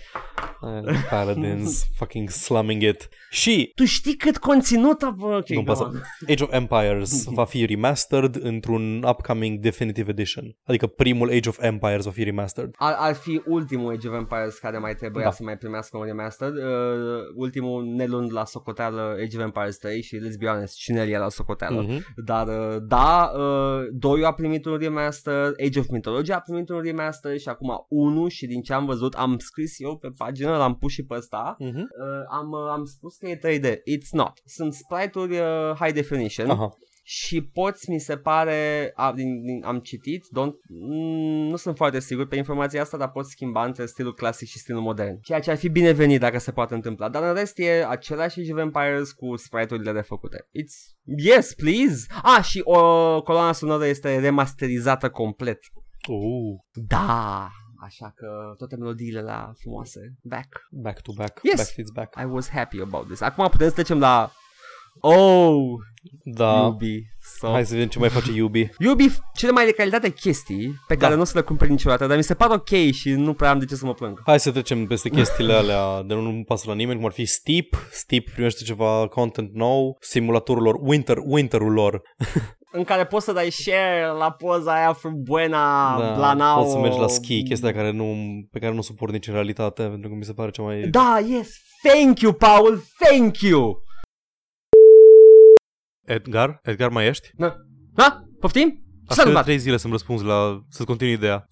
Speaker 2: Aia, Paladins, fucking slumming it. Și
Speaker 1: Tu știi cât conținut a... Ok,
Speaker 2: nu-mi
Speaker 1: nu
Speaker 2: pasă. Age of Empires va fi remastered într-un upcoming Definitive Edition. Adică primul Age of Empires va fi remastered.
Speaker 1: ar, ar fi ultimul Age of Empires care mai trebuia da.
Speaker 2: Da.
Speaker 1: să mai primească un remaster, uh, ultimul nelund la socoteală Age of Empires 3 și let's be honest, cine el e la socoteală.
Speaker 2: Mhm.
Speaker 1: Dar uh, da, uh, 2 a primit un remaster, Age of Mythology a primit un remaster și acum 1 și din ce am văzut am scris eu pe pagină, l-am pus și pe ăsta.
Speaker 2: Mhm.
Speaker 1: Uh, am, uh, am spus că e 3D. It's not. Sunt sprite-uri uh, high definition
Speaker 2: Aha.
Speaker 1: și poți, mi se pare, a, din, din, am citit, don't, mm, nu sunt foarte sigur pe informația asta, dar poți schimba între stilul clasic și stilul modern. Ceea ce ar fi binevenit dacă se poate întâmpla. Dar în rest e același Age of Empires cu sprite-urile refăcute. It's... Yes, please! Ah, și o coloana sonoră este remasterizată complet.
Speaker 2: Uh,
Speaker 1: Da! Așa că toate melodiile la frumoase. Back.
Speaker 2: back to back.
Speaker 1: Yes.
Speaker 2: Back feeds back.
Speaker 1: I was happy about this. Acum putem să trecem la Oh,
Speaker 2: Da.
Speaker 1: da. Yubi. So.
Speaker 2: Hai să vedem ce mai face Yubi.
Speaker 1: Yubi, f- cele mai de calitate chestii pe care nu o să le cumpăr niciodată, dar mi se par ok și nu prea am de ce să mă plâng.
Speaker 2: Hai să trecem peste chestiile alea de nu nu pasă la nimeni, cum ar fi Steep. Steep primește ceva content nou, simulatorul lor, winter, winterul lor.
Speaker 1: În care poți să dai share la poza aia from Buena, da, Blanao.
Speaker 2: Poți să mergi la ski, chestia care nu, pe care nu o suport nici în realitate, pentru că mi se pare cea mai...
Speaker 1: Da, yes. Thank you, Paul. Thank you.
Speaker 2: Edgar? Edgar, mai ești?
Speaker 1: Na, na Da? poftim? Ce s-a
Speaker 2: Aștept
Speaker 1: întâmplat?
Speaker 2: trei zile să-mi răspunzi la... să continui ideea.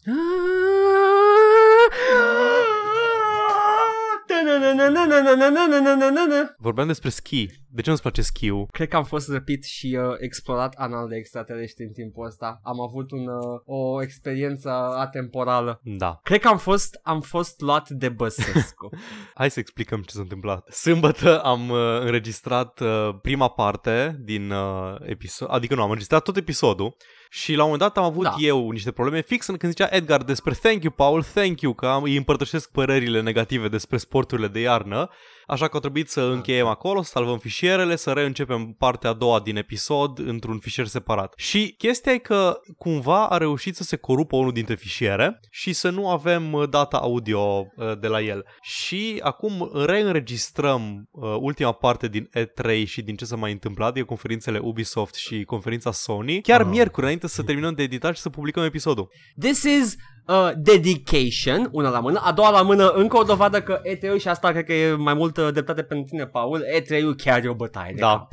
Speaker 2: Vorbeam despre ski. De ce nu-ți place skiul?
Speaker 1: Cred că am fost răpit și uh, explorat anal de extraterestri în timpul ăsta. Am avut un, uh, o experiență atemporală.
Speaker 2: Da.
Speaker 1: Cred că am fost, am fost luat de
Speaker 2: [laughs]
Speaker 1: Băsescu.
Speaker 2: Hai să explicăm ce s-a întâmplat. Sâmbătă am uh, înregistrat uh, prima parte din uh, episod, adică nu, am înregistrat tot episodul și la un moment dat am avut
Speaker 1: Da.
Speaker 2: da. eu niște probleme fix în când zicea Edgar despre thank you, Paul, thank you, că am, îi împărtășesc părerile negative despre sporturile de iarnă Așa că a trebuit să încheiem acolo, să salvăm fișierele, să reîncepem partea a doua din episod într-un fișier separat. Și chestia e că cumva a reușit să se corupă unul dintre fișiere și să nu avem uh, data audio uh, de la el. Și acum reînregistrăm uh, ultima parte din E3 și din ce s-a mai întâmplat, e conferințele Ubisoft și conferința Sony, chiar
Speaker 1: Ah.
Speaker 2: miercuri înainte să terminăm de editat și să publicăm episodul.
Speaker 1: This is uh, dedication, una la mână, a doua la mână, încă o dovadă că E3 și asta cred că e mai mult uh, dreptate pentru tine, Paul, E3-ul chiar e o bătaie. de
Speaker 2: Da. [laughs]
Speaker 1: cap.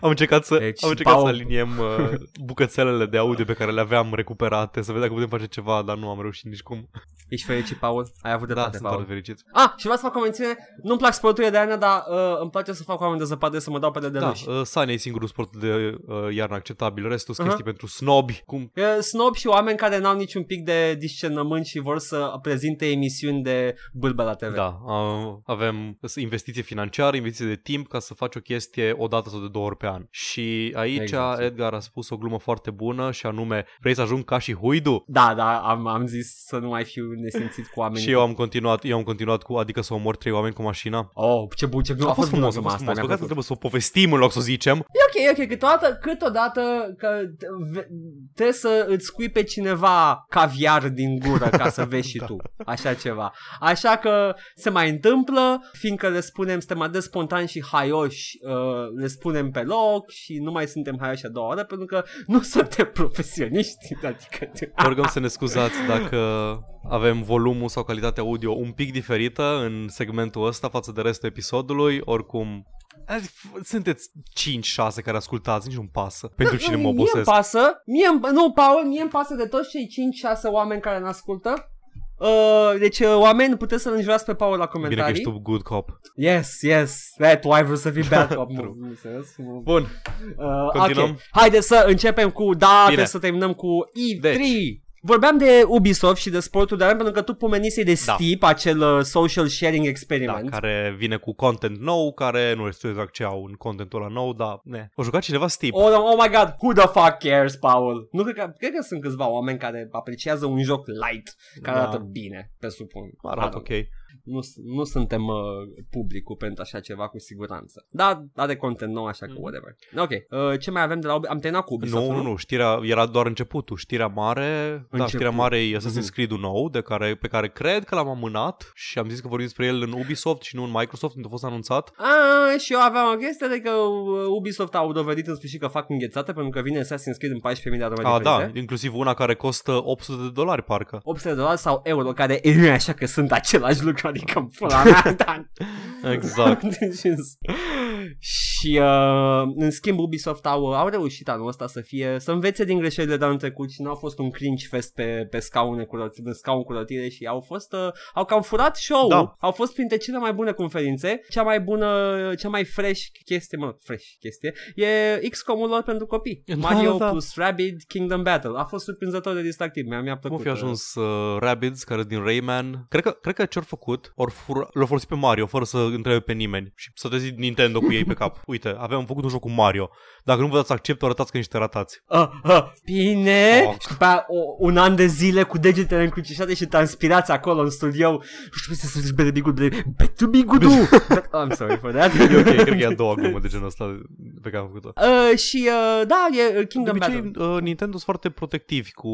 Speaker 2: am încercat să,
Speaker 1: Deci,
Speaker 2: deci, am încercat
Speaker 1: Paul-
Speaker 2: să aliniem uh, bucățelele de audio pe care le aveam recuperate, să vedem dacă putem face ceva, dar nu am reușit nici cum.
Speaker 1: Ești fericit, Paul? Ai avut
Speaker 2: Da,
Speaker 1: dreptate,
Speaker 2: sunt
Speaker 1: Paul.
Speaker 2: foarte fericit.
Speaker 1: Ah, și vreau să fac o mențiune, nu-mi plac sporturile de ană, dar uh, îmi place să fac oameni de zăpadă să mă dau pe de
Speaker 2: Da,
Speaker 1: da.
Speaker 2: uh, Sane e singurul sport de uh, iarnă acceptabil, restul sunt
Speaker 1: Aha.
Speaker 2: chestii pentru snobi, cum
Speaker 1: E, Snob și oameni care n-au niciun pic de discernământ și vor să prezinte emisiuni de bâlbă la TV.
Speaker 2: Da, a- avem investiție financiară, investiție de timp ca să faci o chestie o dată sau de două ori pe an. Și aici
Speaker 1: Exact.
Speaker 2: exact. Edgar a spus o glumă foarte bună și anume, vrei să ajung ca și Huidu?
Speaker 1: Da, da, am, am zis să nu mai fiu nesimțit cu oamenii.
Speaker 2: Și eu am continuat, eu am continuat cu, adică să omor trei oameni cu mașina.
Speaker 1: Oh, ce bun, ce bun.
Speaker 2: A fost frumos, a fost frumos. Păcat că trebuie să o povestim în loc să o zicem.
Speaker 1: E ok, e ok, câteodată, câteodată că ve- trebuie să îți scui pe cineva caviar din gură ca să vezi
Speaker 2: [laughs] Da.
Speaker 1: și tu, așa ceva. Așa că se mai întâmplă, fiindcă le spunem, suntem atât de spontani și haioși, uh, le spunem pe loc și nu mai suntem haioși a doua oară pentru că nu [laughs] suntem profesioniști, adică...
Speaker 2: Vă rugăm să ne scuzați dacă avem volumul sau calitatea audio un pic diferită în segmentul ăsta față de restul episodului. Oricum, azi f- sunteți 5-6 care ascultați, nici nu-mi pasă pentru cine mă
Speaker 1: Mie îmi
Speaker 2: obosesc.
Speaker 1: pasă, mie, îmi- nu, Paul, mie îmi pasă de toți cei 5-6 oameni care ne ascultă. Uh, deci, uh, oameni, puteți să-l înjurați pe Paul la
Speaker 2: Bine că
Speaker 1: comentarii.
Speaker 2: ești tu good cop.
Speaker 1: Yes, yes. Da, tu ai vrut să fii
Speaker 2: [laughs]
Speaker 1: bad cop.
Speaker 2: True.
Speaker 1: Nu, nu înțeles, nu.
Speaker 2: Bun,
Speaker 1: Uh,
Speaker 2: Continuăm?
Speaker 1: ok. Haideți să începem cu... Da, trebuie
Speaker 2: Bine.
Speaker 1: să terminăm cu E3.
Speaker 2: Deci.
Speaker 1: Vorbeam de Ubisoft și de sportul de arme pentru că tu pomenisei de
Speaker 2: Da.
Speaker 1: Steep, acel uh, social sharing
Speaker 2: da,
Speaker 1: experiment.
Speaker 2: care vine cu content nou, care nu știu exact ce au în contentul ăla nou, dar ne. O jucat cineva Steep.
Speaker 1: Oh, oh my god, who the fuck cares, Paul? Nu cred că, cred că sunt câțiva oameni care apreciază un joc light, care
Speaker 2: Da.
Speaker 1: arată bine, presupun.
Speaker 2: Arată ok.
Speaker 1: nu, s- nu suntem uh, publicul pentru așa ceva cu siguranță. Da, are content nou, așa că
Speaker 2: Mhm.
Speaker 1: whatever. Ok, uh, ce mai avem de la Ubi- Am terminat cu Ubisoft,
Speaker 2: Nu, nu, nu, știrea era doar începutul. Știrea mare, Început. da,
Speaker 1: Început.
Speaker 2: știrea mare e
Speaker 1: Mhm.
Speaker 2: Assassin's Creed-ul nou, de care, pe care cred că l-am amânat și am zis că vorbim despre el în Ubisoft și nu în Microsoft, unde a fost anunțat.
Speaker 1: A, Ah, și eu aveam o chestie de că uh, Ubisoft au dovedit în sfârșit că fac înghețate pentru că vine Assassin's Creed în 14.000 de arme
Speaker 2: A, da,
Speaker 1: diferite.
Speaker 2: inclusiv una care costă 800 de dolari, parcă.
Speaker 1: 800 de dolari sau euro, care e așa că sunt același lucru, adică în pula mea, [laughs] da.
Speaker 2: Exact.
Speaker 1: Deci, și uh, în schimb Ubisoft au, au reușit anul ăsta să fie să învețe din greșelile de anul trecut și n-au fost un cringe fest pe, pe scaune cu rot- pe scaun cu rotire și au fost uh, au cam furat show-ul.
Speaker 2: Da.
Speaker 1: Au fost printre cele mai bune conferințe, cea mai bună, cea mai fresh chestie, mă, fresh chestie. E XCOM-ul lor pentru copii.
Speaker 2: Da,
Speaker 1: Mario
Speaker 2: da, da.
Speaker 1: plus Rabid Kingdom Battle. A fost surprinzător de distractiv, mi-a, mi-a
Speaker 2: Cum
Speaker 1: plăcut.
Speaker 2: fi ajuns uh, Rabbids, care sunt din Rayman? Cred că, cred că ce-au făcut, or fur, l-au folosit pe Mario, fără să întrebe pe nimeni și să te zic Nintendo cu ei pe cap. Uite, avem făcut un joc cu Mario. Dacă nu vă dați accept, arătați că niște ratați.
Speaker 1: Ah, ah, bine!
Speaker 2: Oh.
Speaker 1: Și după aia, o, un an de zile cu degetele încrucișate și transpirați acolo în studio. Nu știu să zici berebigul, berebigul, betubigudu! I'm sorry for that.
Speaker 2: [laughs] E ok, cred că e a doua glumă de genul ăsta pe care am făcut-o.
Speaker 1: [laughs] Uh, și uh, da, e uh,
Speaker 2: De
Speaker 1: Kingdom
Speaker 2: obicei,
Speaker 1: Battle.
Speaker 2: uh, Nintendo sunt foarte protectivi cu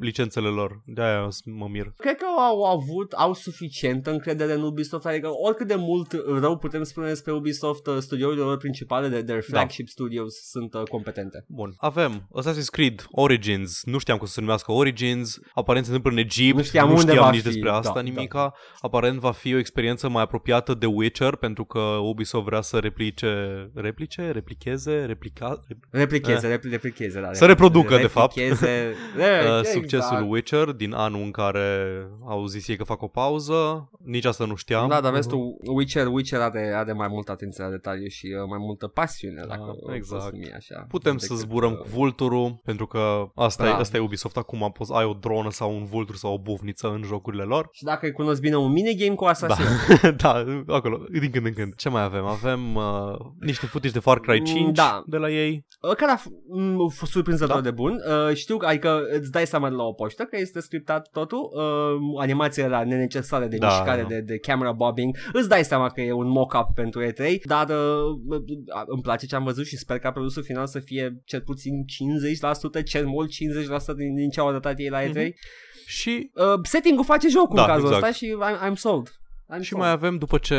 Speaker 2: licențele lor. De-aia eu s- mă mir.
Speaker 1: Cred că au avut, au suficientă încredere în Ubisoft, adică oricât de mult rău putem spune despre Ubisoft, uh, studiourile lor principale de
Speaker 2: Da.
Speaker 1: their flagship studios sunt uh, competente.
Speaker 2: Bun. Avem Assassin's Creed Origins. Nu știam că o să se numească Origins. Aparent se întâmplă în Egipt.
Speaker 1: Nu știam unde
Speaker 2: știam
Speaker 1: va
Speaker 2: nici
Speaker 1: fi.
Speaker 2: despre asta
Speaker 1: Da,
Speaker 2: nimica. Aparent va fi o experiență mai apropiată de Witcher pentru că Ubisoft vrea să replice... Replice? Replicheze? Replica... rep-
Speaker 1: Replicheze, repli- replicheze, da,
Speaker 2: Eh. Să reproducă, de fapt. [laughs]
Speaker 1: Replicheze,
Speaker 2: Uh,
Speaker 1: exact.
Speaker 2: succesul Witcher din anul în care au zis ei că fac o pauză. Nici asta nu știam.
Speaker 1: Da, dar vezi tu, Witcher, Witcher are, are mai multă atenție la detaliu și uh, mai multă pasiune,
Speaker 2: Da,
Speaker 1: dacă o
Speaker 2: exact.
Speaker 1: poți numi așa.
Speaker 2: Putem să
Speaker 1: decât,
Speaker 2: zburăm
Speaker 1: uh,
Speaker 2: cu vulturul, pentru că asta,
Speaker 1: Da.
Speaker 2: e, asta e Ubisoft acum, poți, ai o dronă sau un vultur sau o bufniță în jocurile lor.
Speaker 1: Și dacă îi cunosc bine un minigame cu Assassin.
Speaker 2: [laughs] da, acolo, din când în când. Ce mai avem? Avem uh, niște footage de Far Cry 5 5
Speaker 1: Da.
Speaker 2: de la ei.
Speaker 1: Uh, Care a f- m- f- surprinzător
Speaker 2: Da.
Speaker 1: de bun. Uh, știu că adică îți dai seama de la o poștă că este scriptat totul, uh, animațiile la nenecesare de
Speaker 2: Da,
Speaker 1: mișcare,
Speaker 2: da.
Speaker 1: De, de camera bobbing, îți dai seama că e un mock-up pentru E3, dar uh, îmi place ce am văzut și sper ca produsul final să fie cel puțin 50%, cel mult 50% din, din ce au arătat ei la E3.
Speaker 2: Mhm. Și
Speaker 1: Uh, setting-ul face jocul
Speaker 2: Da,
Speaker 1: în cazul
Speaker 2: exact.
Speaker 1: ăsta și I'm, I'm sold. I'm
Speaker 2: Și
Speaker 1: sold.
Speaker 2: mai avem după ce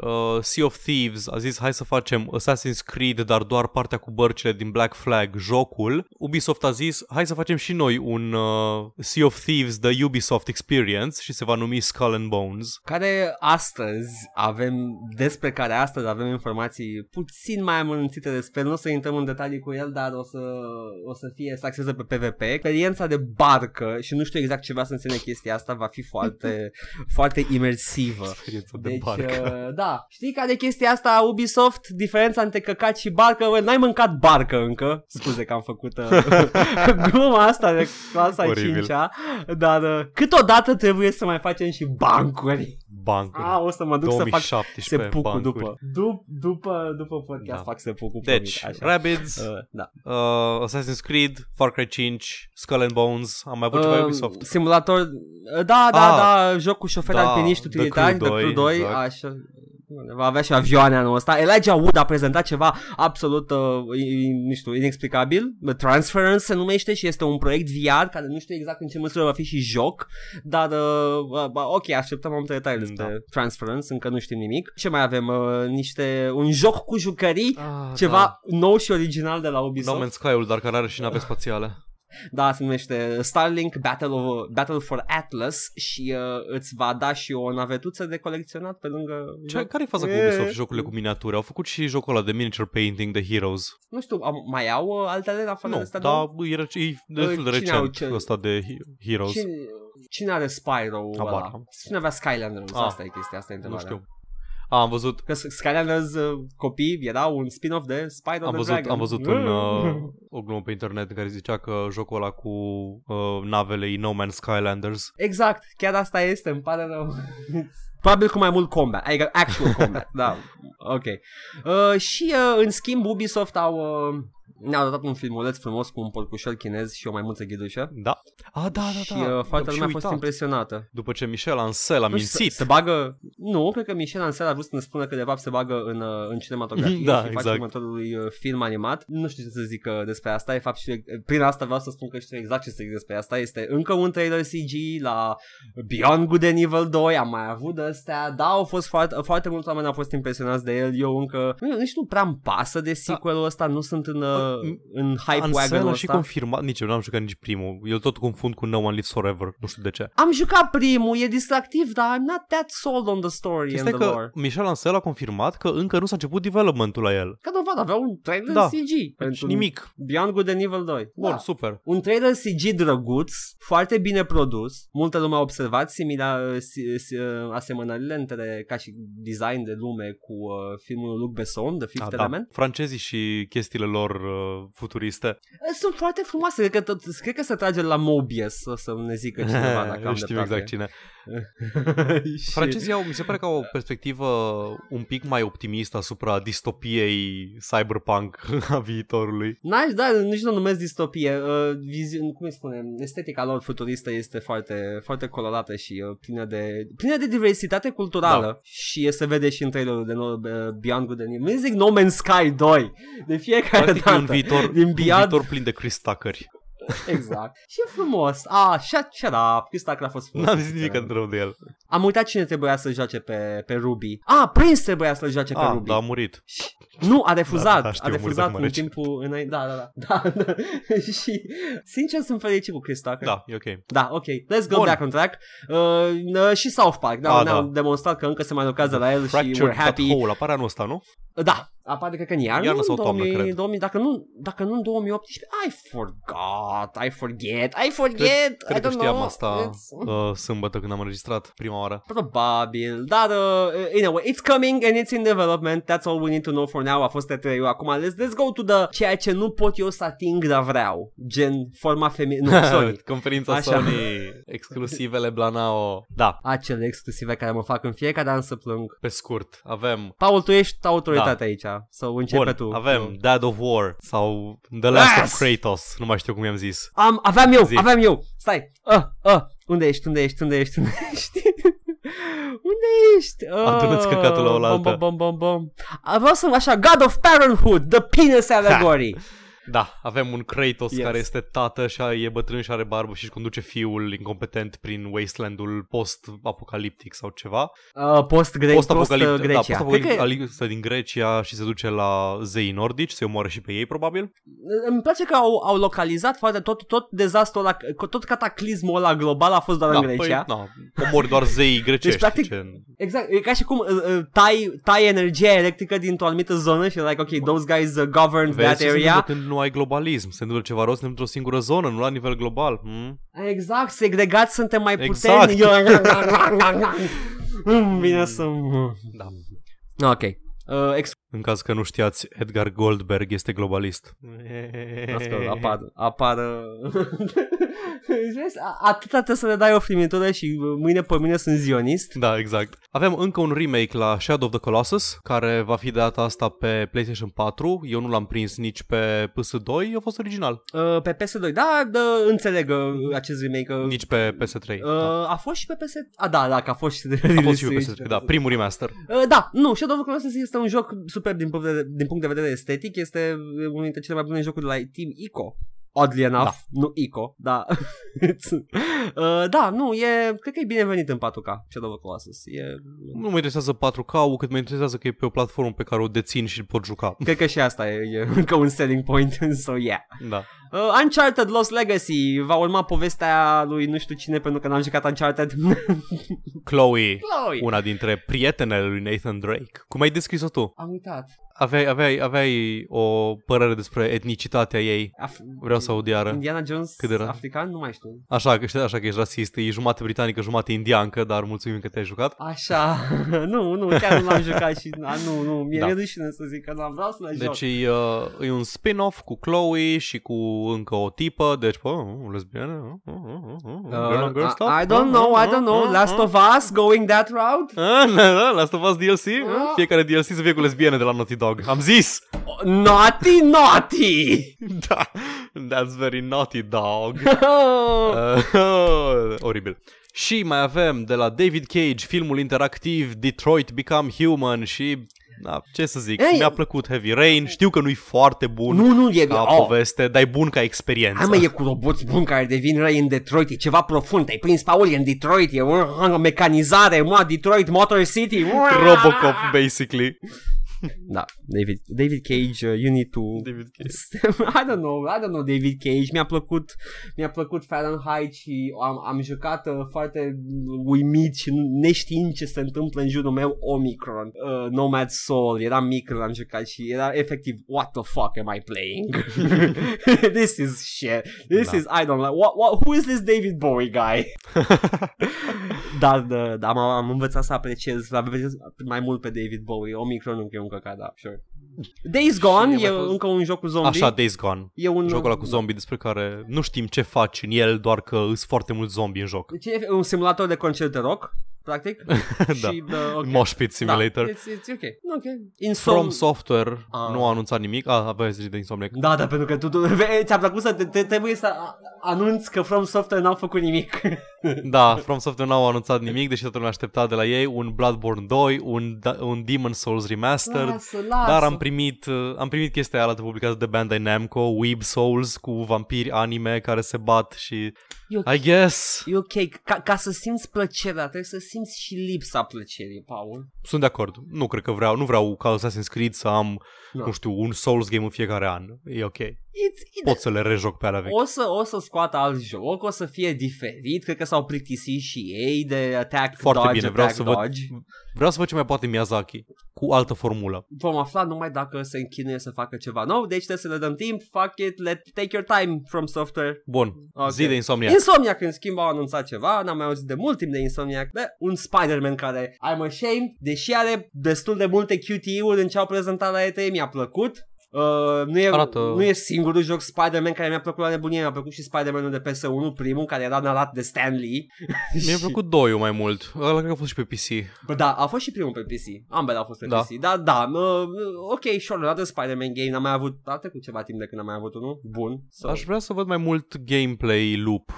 Speaker 2: uh, Sea of Thieves a zis hai să facem Assassin's Creed, dar doar partea cu bărcile din Black Flag, jocul, Ubisoft a zis hai să facem și noi un uh, Sea of Thieves The Ubisoft Experience și se va numi Skull and Bones.
Speaker 1: care astăzi avem, despre care astăzi avem informații puțin mai amănunțite despre, el. nu o să intrăm în detalii cu el, dar o să, o să fie, să axeze pe PvP. Experiența de barcă, și nu știu exact ce va să însemne chestia asta, va fi foarte, [laughs] foarte imersivă.
Speaker 2: Experiența de
Speaker 1: Deci,
Speaker 2: barcă.
Speaker 1: uh, da, știi care e chestia asta a Ubisoft? Diferența între căcat și barcă? Bă, n-ai mâncat barcă încă. Scuze că am făcut uh,
Speaker 2: [laughs]
Speaker 1: gluma asta de clasa
Speaker 2: Oribil.
Speaker 1: 5-a, dar uh, câteodată trebuie să mai facem și bancuri.
Speaker 2: Bancuri.
Speaker 1: A, o să mă duc să fac
Speaker 2: 2017
Speaker 1: sepucu
Speaker 2: bancuri.
Speaker 1: după. Dup, după, după podcast
Speaker 2: Da.
Speaker 1: fac sepucu.
Speaker 2: Deci,
Speaker 1: promit, așa.
Speaker 2: Rabbids, uh,
Speaker 1: Uh, da.
Speaker 2: Assassin's Creed, Far Cry 5, Skull and Bones, am mai avut ceva
Speaker 1: Uh,
Speaker 2: Ubisoft.
Speaker 1: Simulator, da, da,
Speaker 2: Ah,
Speaker 1: da, joc cu șoferi
Speaker 2: da,
Speaker 1: alpiniști
Speaker 2: The
Speaker 1: utilitari,
Speaker 2: Crew
Speaker 1: The Crew
Speaker 2: 2,
Speaker 1: 2,
Speaker 2: exact.
Speaker 1: așa, va avea și avioane anul ăsta. Elijah Wood a prezentat ceva absolut, uh, i- i- nu știu, inexplicabil, Transference se numește și este un proiect VR care nu știu exact în ce măsură va fi și joc, dar uh, ba- ba, ok, așteptăm mai multe detalii despre
Speaker 2: Da.
Speaker 1: Transference, încă nu știm nimic. Ce mai avem? Uh, niște, un joc cu jucării,
Speaker 2: Ah,
Speaker 1: ceva
Speaker 2: da.
Speaker 1: nou și original de la
Speaker 2: No
Speaker 1: Ubisoft.
Speaker 2: Man's Sky-ul, dar care are și nave spațiale.
Speaker 1: Da, se numește Starlink Battle, of, Battle for Atlas și uh, îți va da și o navetuță de colecționat pe lângă
Speaker 2: Ce,
Speaker 1: joc.
Speaker 2: care e faza cu
Speaker 1: Da. E-
Speaker 2: Ubisoft și jocurile cu miniature? Au făcut și jocul ăla de miniature painting de Heroes.
Speaker 1: Nu știu, am, mai au uh, altele la afară de
Speaker 2: Nu,
Speaker 1: astea
Speaker 2: dar
Speaker 1: două?
Speaker 2: bă, e, rec- e destul de
Speaker 1: Cine au
Speaker 2: recent
Speaker 1: ce-
Speaker 2: ăsta de He- Heroes.
Speaker 1: Cine, cine are Spyro
Speaker 2: Habar
Speaker 1: ăla?
Speaker 2: n-am.
Speaker 1: Cine avea Skylanders?
Speaker 2: Ah,
Speaker 1: Asta e chestia, asta e
Speaker 2: Nu
Speaker 1: întrebarea.
Speaker 2: știu. A, am văzut,
Speaker 1: Că Skylanders uh, copii era un spin-off de Spyro
Speaker 2: am
Speaker 1: the
Speaker 2: văzut,
Speaker 1: Dragon.
Speaker 2: am văzut
Speaker 1: [laughs]
Speaker 2: un, uh, o glumă pe internet în care zicea că jocul ăla cu uh, navele e No Man's Skylanders.
Speaker 1: Exact, chiar asta este, îmi pare rău. [laughs] Probabil cu mai mult combat, adică [laughs] actual combat, da, ok. Uh, și uh, în schimb Ubisoft au, uh, ne-au dat un filmuleț frumos cu un porcușor chinez și o maimuță ghidușă.
Speaker 2: Da. A, da, da, da.
Speaker 1: și uh,
Speaker 2: Am
Speaker 1: foarte
Speaker 2: și
Speaker 1: lumea a fost
Speaker 2: uitat.
Speaker 1: impresionată.
Speaker 2: După ce Michel Ancel a
Speaker 1: Nu știu,
Speaker 2: mințit.
Speaker 1: Se, se bagă... Nu, cred că Michel Ancel a vrut să ne spună că de fapt se bagă în, uh, în cinematografie
Speaker 2: Da,
Speaker 1: și face
Speaker 2: exact.
Speaker 1: următorului uh, film animat. Nu știu ce să zic uh, despre asta. De fapt, și prin asta vreau să spun că știu exact ce să zic despre asta. Este încă un trailer CG la Beyond Good and Evil 2, am mai avut astea, da, au fost foarte, foarte mulți oameni au fost impresionați de el, eu încă, nu, nici nu prea îmi pasă de sequelul ăsta, nu sunt în, uh,
Speaker 2: m-
Speaker 1: în hype
Speaker 2: Ansel
Speaker 1: wagon
Speaker 2: Păi, a și
Speaker 1: ăsta.
Speaker 2: confirmat, nici eu n-am jucat nici primul. Eu tot confund cu No One Lives Forever, nu știu de ce.
Speaker 1: Am jucat primul, e distractiv, dar I'm not that sold on the story
Speaker 2: Este
Speaker 1: and the
Speaker 2: că
Speaker 1: lore.
Speaker 2: Michel Ancel a confirmat că încă nu s-a început developmentul la el.
Speaker 1: Ca dovadă, avea un trailer
Speaker 2: Da,
Speaker 1: CG.
Speaker 2: Deci
Speaker 1: pentru
Speaker 2: nimic.
Speaker 1: Beyond Good and Evil 2.
Speaker 2: Bun,
Speaker 1: Mm. Da.
Speaker 2: super.
Speaker 1: Un trailer CG drăguț, foarte bine produs, multă lume a observat simila, si, si, uh, asemănările între, ca și design de lume cu uh, filmul lui Luc Besson, The Fifth
Speaker 2: Ah, da.
Speaker 1: Element.
Speaker 2: Francezii și chestiile lor uh, futuriste.
Speaker 1: Uh, Sunt foarte frumoase, cred că, tot, cred că se trage la Mobius, o să ne zică
Speaker 2: [laughs]
Speaker 1: cineva da, dacă am
Speaker 2: Știm
Speaker 1: dreptate.
Speaker 2: exact
Speaker 1: [laughs]
Speaker 2: cine.
Speaker 1: Și-
Speaker 2: Francezii au, mi se pare că au o perspectivă un pic mai optimistă asupra distopiei cyberpunk [laughs] a viitorului.
Speaker 1: N-aș, da, nici nu numesc distopie. Uh, vizi- cum îi spunem, estetica lor futuristă este foarte, foarte colorată și uh, plină, de, plină de diversitate culturală.
Speaker 2: Da.
Speaker 1: Și uh, se vede și în trailerul de nou, uh, Beyond Good and Evil. Nu zic No Man's Sky 2 de fiecare
Speaker 2: Practic e
Speaker 1: dată.
Speaker 2: un viitor,
Speaker 1: Din
Speaker 2: un
Speaker 1: Beyond-
Speaker 2: viitor plin de cristacări.
Speaker 1: [laughs] Exact. și e frumos. Ah, shut, shut up. Crista a fost frumos.
Speaker 2: [laughs] N-am zis nimic rău de el.
Speaker 1: Am uitat cine trebuia să joace pe, pe Ruby. Ah, Prince trebuia să-l joace pe
Speaker 2: Ah,
Speaker 1: Ruby.
Speaker 2: dar a murit.
Speaker 1: Și- Nu, a refuzat,
Speaker 2: Da, da,
Speaker 1: a
Speaker 2: știu, mă
Speaker 1: refuzat
Speaker 2: mă
Speaker 1: în
Speaker 2: recent.
Speaker 1: timpul înainte, da, da, da, da, [laughs] da. și sincer sunt fericit cu Chris Tucker.
Speaker 2: Da, e ok.
Speaker 1: Da, ok, let's go
Speaker 2: Bun.
Speaker 1: back on track uh, n- Și South Park, da,
Speaker 2: A,
Speaker 1: ne-au demonstrat că încă se mai lucrează la el și
Speaker 2: Fractured
Speaker 1: we're happy
Speaker 2: Butthole apare anul ăsta, nu?
Speaker 1: Da, apare cred că în iarnă,
Speaker 2: Iarnă
Speaker 1: în
Speaker 2: sau toamnă,
Speaker 1: 2000,
Speaker 2: cred.
Speaker 1: 2000, dacă, nu, dacă nu în 2018 I forgot, I forget, I forget I
Speaker 2: Cred
Speaker 1: don't
Speaker 2: că știam
Speaker 1: know.
Speaker 2: asta
Speaker 1: It's-
Speaker 2: uh, sâmbătă când am înregistrat
Speaker 1: [laughs]
Speaker 2: prima oară.
Speaker 1: Probabil, dar uh, you know, it's coming and it's in development, that's all we need to know for now, a fost e eu acum, let's, let's go to the ceea ce nu pot eu să ating, dar vreau, gen forma feminină,
Speaker 2: [laughs]
Speaker 1: nu, sorry.
Speaker 2: Conferința
Speaker 1: Așa.
Speaker 2: Sony, exclusivele Blanao. Da,
Speaker 1: Acele exclusive care mă fac în fiecare an să plâng.
Speaker 2: pe scurt, avem
Speaker 1: Paul, tu ești autoritatea uitat aici. Sau începe
Speaker 2: Da. Bun,
Speaker 1: tu.
Speaker 2: avem
Speaker 1: Nu.
Speaker 2: Dad of War sau The Last
Speaker 1: Yes!
Speaker 2: of Kratos, nu mai știu cum i-am zis.
Speaker 1: Am, aveam eu,
Speaker 2: Zi.
Speaker 1: aveam eu. Stai. Uh, uh, unde ești? Unde ești? [laughs] Unde eți Unde ești? Unde ești? Uh,
Speaker 2: Adună-ți căcatul la oaltă.
Speaker 1: Bom, bom, bom, bom, bom. A, Vreau să așa, God of Parenthood, The Penis
Speaker 2: [laughs]
Speaker 1: Allegory.
Speaker 2: Da, avem un
Speaker 1: Yes.
Speaker 2: Kratos yes. care este tată și a- e bătrân și are barbă și își conduce fiul incompetent prin wasteland-ul post-apocaliptic sau ceva.
Speaker 1: Uh, post, gre- post, post uh,
Speaker 2: Post-apocaliptic, da,
Speaker 1: Grecia. Cred că-
Speaker 2: post-apocaliptic din Grecia și se duce la zeii nordici, se omoară și pe ei probabil.
Speaker 1: Îmi place că au, au localizat foarte tot, tot dezastrul ăla, tot cataclismul ăla global a fost doar în Grecia. Deci,
Speaker 2: Păi, na, omori doar zeii grecești.
Speaker 1: practic,
Speaker 2: gen.
Speaker 1: Exact, e ca și cum uh, uh, tai, tai energia electrică dintr-o anumită zonă și like, ok, those guys uh, govern
Speaker 2: Vezi
Speaker 1: that
Speaker 2: ce se întâmplă
Speaker 1: area.
Speaker 2: când nu ai globalism, se întâmplă ceva rău, se întâmplă într-o singură zonă, nu la nivel global. Hmm?
Speaker 1: Exact, segregați suntem mai
Speaker 2: Exact.
Speaker 1: puternici. Îmi vine să...
Speaker 2: Da.
Speaker 1: Ok. Uh, ex-
Speaker 2: În caz că nu știați, Edgar Goldberg este globalist.
Speaker 1: Las [laughs] că apar, apar uh, vezi, a- Atâta trebuie să le dai o frimitură și uh, mâine pe mine sunt zionist
Speaker 2: Da, exact. Avem încă un remake la Shadow of the Colossus, care va fi de data asta pe PlayStation 4. Eu nu l-am prins nici pe PS2, a fost original.
Speaker 1: uh, Pe PS2 Da, da înțeleg uh, acest remake uh,
Speaker 2: Nici pe PS3.
Speaker 1: uh,
Speaker 2: da.
Speaker 1: A fost și pe PS... A, da, da, că a fost și
Speaker 2: A fost și pe PS3, da, primul remaster.
Speaker 1: Uh, da, nu, Shadow of the Colossus este un joc superb din punct, de, din punct de vedere estetic, este unul dintre cele mai bune jocuri de la Team ICO. Oddly enough,
Speaker 2: Da.
Speaker 1: nu ICO, da. [laughs] uh, da, nu, e, cred că e binevenit în 4K, Shadow of the Colossus. E,
Speaker 2: Nu mă interesează 4K-ul, cât mă interesează că e pe o platformă pe care o dețin și îl pot juca.
Speaker 1: cred că și asta e, [laughs] e încă un selling point, [laughs] so yeah.
Speaker 2: Da.
Speaker 1: Uh, Uncharted Lost Legacy va urma povestea lui nu știu cine pentru că n-am jucat Uncharted. [laughs]
Speaker 2: Chloe,
Speaker 1: Chloe!
Speaker 2: una dintre prietenele lui Nathan Drake. Cum ai descris-o tu?
Speaker 1: Am uitat.
Speaker 2: Aveai, aveai, aveai o părere despre etnicitatea ei.
Speaker 1: Af-
Speaker 2: Vreau să aud iară.
Speaker 1: Indiana Jones,
Speaker 2: Cât era?
Speaker 1: african, nu mai știu.
Speaker 2: Așa, că știi, așa că ești rasist, e jumate britanică, jumate indiancă, dar mulțumim că te-ai jucat.
Speaker 1: Așa, [laughs] nu, nu, chiar nu l-am jucat și a, nu, nu, mi-e
Speaker 2: Da.
Speaker 1: da. rușine să zic că n-am vreau să le joc.
Speaker 2: Deci e, uh, e un spin-off cu Chloe și cu încă o tipă, deci, bă, uh, lesbiană, uh, uh, uh, uh, girl on Uh, girl
Speaker 1: I,
Speaker 2: stuff.
Speaker 1: I don't know, I don't know, Last of Us going that route?
Speaker 2: Ah, da, da, Last of Us DLC?
Speaker 1: Ah.
Speaker 2: Fiecare DLC să fie cu lesbiene de la Naughty Dog. Am zis! [laughs]
Speaker 1: Naughty, naughty!
Speaker 2: Da, that's very Naughty Dog.
Speaker 1: uh,
Speaker 2: Uh, [laughs] oribil. Și mai avem de la David Cage filmul interactiv Detroit Become Human și na, ce să zic,
Speaker 1: Ei!
Speaker 2: Ei, mi-a plăcut Heavy Rain, știu că nu-i foarte bun
Speaker 1: nu, nu, e...
Speaker 2: ca
Speaker 1: Oh.
Speaker 2: poveste, dar e bun ca experiență.
Speaker 1: Hai mă, e cu roboți buni care devin răi în Detroit, e ceva profund, ai prins Paul e în Detroit, e o mecanizare, mă, Detroit Motor City.
Speaker 2: Robocop, basically.
Speaker 1: [laughs] Da, David, David Cage, uh, you need to...
Speaker 2: David Cage.
Speaker 1: [laughs] I don't know, I don't know David Cage, mi-a plăcut, mi-a plăcut Fahrenheit și am, am jucat uh, foarte uimit și nu- neștiind ce se întâmplă în jurul meu Omicron, uh, Nomad Soul, eram mic când l-am jucat și era efectiv what the fuck am I [laughs] playing? this is shit, this
Speaker 2: Da.
Speaker 1: is, I don't like, what, what, who is this David Bowie guy? [laughs] Dar uh, da, am, am învățat să apreciez, să apreciez mai mult pe David Bowie, Omicron încă e un căcat, da, sure. Days Gone
Speaker 2: Și
Speaker 1: e
Speaker 2: mai fost-
Speaker 1: încă un joc cu zombie.
Speaker 2: [laughs] Așa, Days Gone.
Speaker 1: E un
Speaker 2: Jocul ăla cu zombie despre care nu știm ce faci în el, doar că îs foarte mulți zombie în joc.
Speaker 1: Deci e un simulator de concert de rock, practic.
Speaker 2: [laughs] da.
Speaker 1: Și uh, okay.
Speaker 2: Mosh Pit Simulator.
Speaker 1: Da, it's, it's okay. Okay. Insom...
Speaker 2: From Software
Speaker 1: Ah.
Speaker 2: nu a anunțat nimic. Ah, aveai zis de Insomniac.
Speaker 1: da, da, pentru că tu, [laughs] tu vei- ți-a plăcut să te, te, trebuie să a- anunți că From Software n-au făcut nimic.
Speaker 2: Da, From Software n-au anunțat nimic, deși toată lumea aștepta de la ei un Bloodborne 2, un, da- un Demon Souls Remastered,
Speaker 1: lasă.
Speaker 2: dar am primit, uh, am primit chestia aia publicată de Bandai Namco, Weeb Souls cu vampiri anime care se bat și
Speaker 1: E ok.
Speaker 2: I guess
Speaker 1: E ok, ca, ca să simți plăcerea, trebuie să simți și lipsa plăcerii, Paul.
Speaker 2: sunt de acord. Nu cred că vreau, nu vreau ca Assassin's Creed să am,
Speaker 1: Da.
Speaker 2: nu știu, un Souls game în fiecare an. E ok.
Speaker 1: It's,
Speaker 2: Pot să le rejoc pe alea vechi.
Speaker 1: O să, o să scoată alt joc, o să fie diferit, cred că s-au plictisit și ei de Attack
Speaker 2: Foarte
Speaker 1: Dodge,
Speaker 2: bine, vreau
Speaker 1: attack
Speaker 2: să văd-
Speaker 1: dodge.
Speaker 2: Vreau să văd ce mai poate Miyazaki cu altă formulă.
Speaker 1: vom afla numai dacă se închinuie să facă ceva nou, deci trebuie să le dăm timp, fuck it, let take your time from software.
Speaker 2: Bun,
Speaker 1: Ok.
Speaker 2: okay. zi de Insomniac.
Speaker 1: Insomniac, în schimb, au anunțat ceva, n-am mai auzit de mult timp de Insomniac, de un Spider-Man care I'm ashamed, deși are destul de multe QTE-uri în ce au prezentat la E3, mi-a plăcut. Uh, nu, e,
Speaker 2: Arată-
Speaker 1: nu e singurul joc Spider-Man care mi-a plăcut la nebunie, mi-a plăcut și Spider-Man-ul de PS1, primul, care era narat de Stan Lee.
Speaker 2: Mi-a
Speaker 1: [laughs] Și-
Speaker 2: plăcut doiul mai mult. Ăla cred că a fost și pe PC.
Speaker 1: Bă, da, a fost și primul pe PC. Ambele au fost pe
Speaker 2: Da.
Speaker 1: PC. Da, da. Uh, ok, sure, arată Spider-Man game. N-am mai avut... A trecut ceva timp de când am mai avut unul. Bun. So.
Speaker 2: Aș vrea să văd mai mult gameplay loop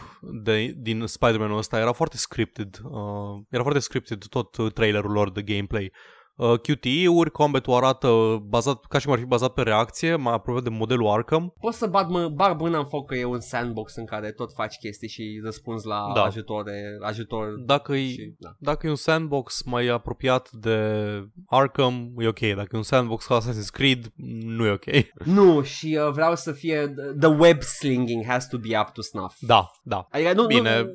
Speaker 2: de, din Spider-Man-ul ăsta. Era foarte scripted. Uh, era foarte scripted tot uh, trailerul lor de gameplay. Uh, QTE-uri, combat-ul arată bazat, ca și cum ar fi bazat pe reacție, mai aproape de modelul Arkham.
Speaker 1: Poți să bag, mă, bag mâna în foc că e un sandbox în care tot faci chestii și răspunzi la da.
Speaker 2: Da. Păi,
Speaker 1: ajutoare, ajutor.
Speaker 2: Dacă e,
Speaker 1: Și, da.
Speaker 2: dacă e un sandbox mai apropiat de Arkham, e ok. Dacă e un sandbox ca Assassin's Creed, nu e ok. [laughs]
Speaker 1: Nu, și uh, vreau să fie... The web slinging has to be up to snuff.
Speaker 2: Da, da.
Speaker 1: Adică nu,
Speaker 2: Bine.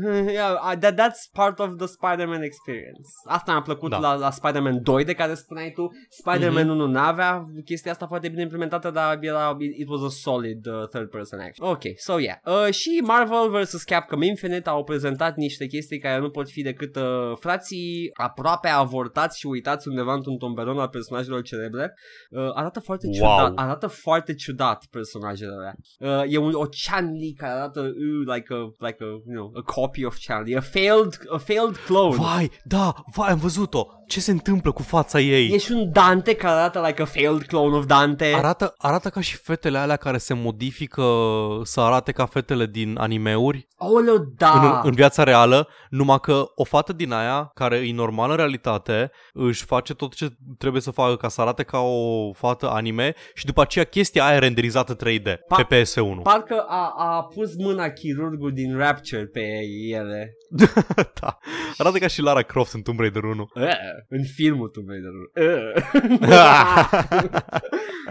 Speaker 1: Nu, yeah, I- that, that's part of the Spider-Man experience. Asta mi-a plăcut da.
Speaker 2: Da. Mm-hmm.
Speaker 1: la, la Spider-Man 2 de care spuneai tu. Spider-Man 1 n-avea chestia asta foarte bine implementată, dar era, it it was a solid uh, third person action. Ok, so yeah. Uh, și Marvel vs. Capcom Infinite au prezentat niște chestii care nu pot fi decât uh, frații aproape avortați și uitați undeva într-un tomberon al personajelor celebre. Uh, arată foarte
Speaker 2: Wow.
Speaker 1: ciudat, arată foarte ciudat personajele alea. Uh, e un, o Chan Li care arată uh, like a like a you know a copy of Chan Li, a failed a failed clone.
Speaker 2: Vai, da, vai, am văzut-o. Ce se întâmplă cu fața ei?
Speaker 1: E și un Dante care arată like a failed clone of Dante.
Speaker 2: Arată, arată ca și fetele alea care se modifică să arate ca fetele din animeuri
Speaker 1: Oleo, da.
Speaker 2: în, în viața reală, numai că o fată din aia, care e normală în realitate, își face tot ce trebuie să facă ca să arate ca o fată anime și după aceea chestia aia e renderizată 3D
Speaker 1: Pa-
Speaker 2: pe PS1.
Speaker 1: Parcă a, a pus mâna chirurgul din Rapture pe ele.
Speaker 2: [laughs] da. Arată ca și Lara Croft în Tomb Raider 1.
Speaker 1: Uh, în filmul Tomb Raider-ul.
Speaker 2: Eh.
Speaker 1: Uh. [laughs]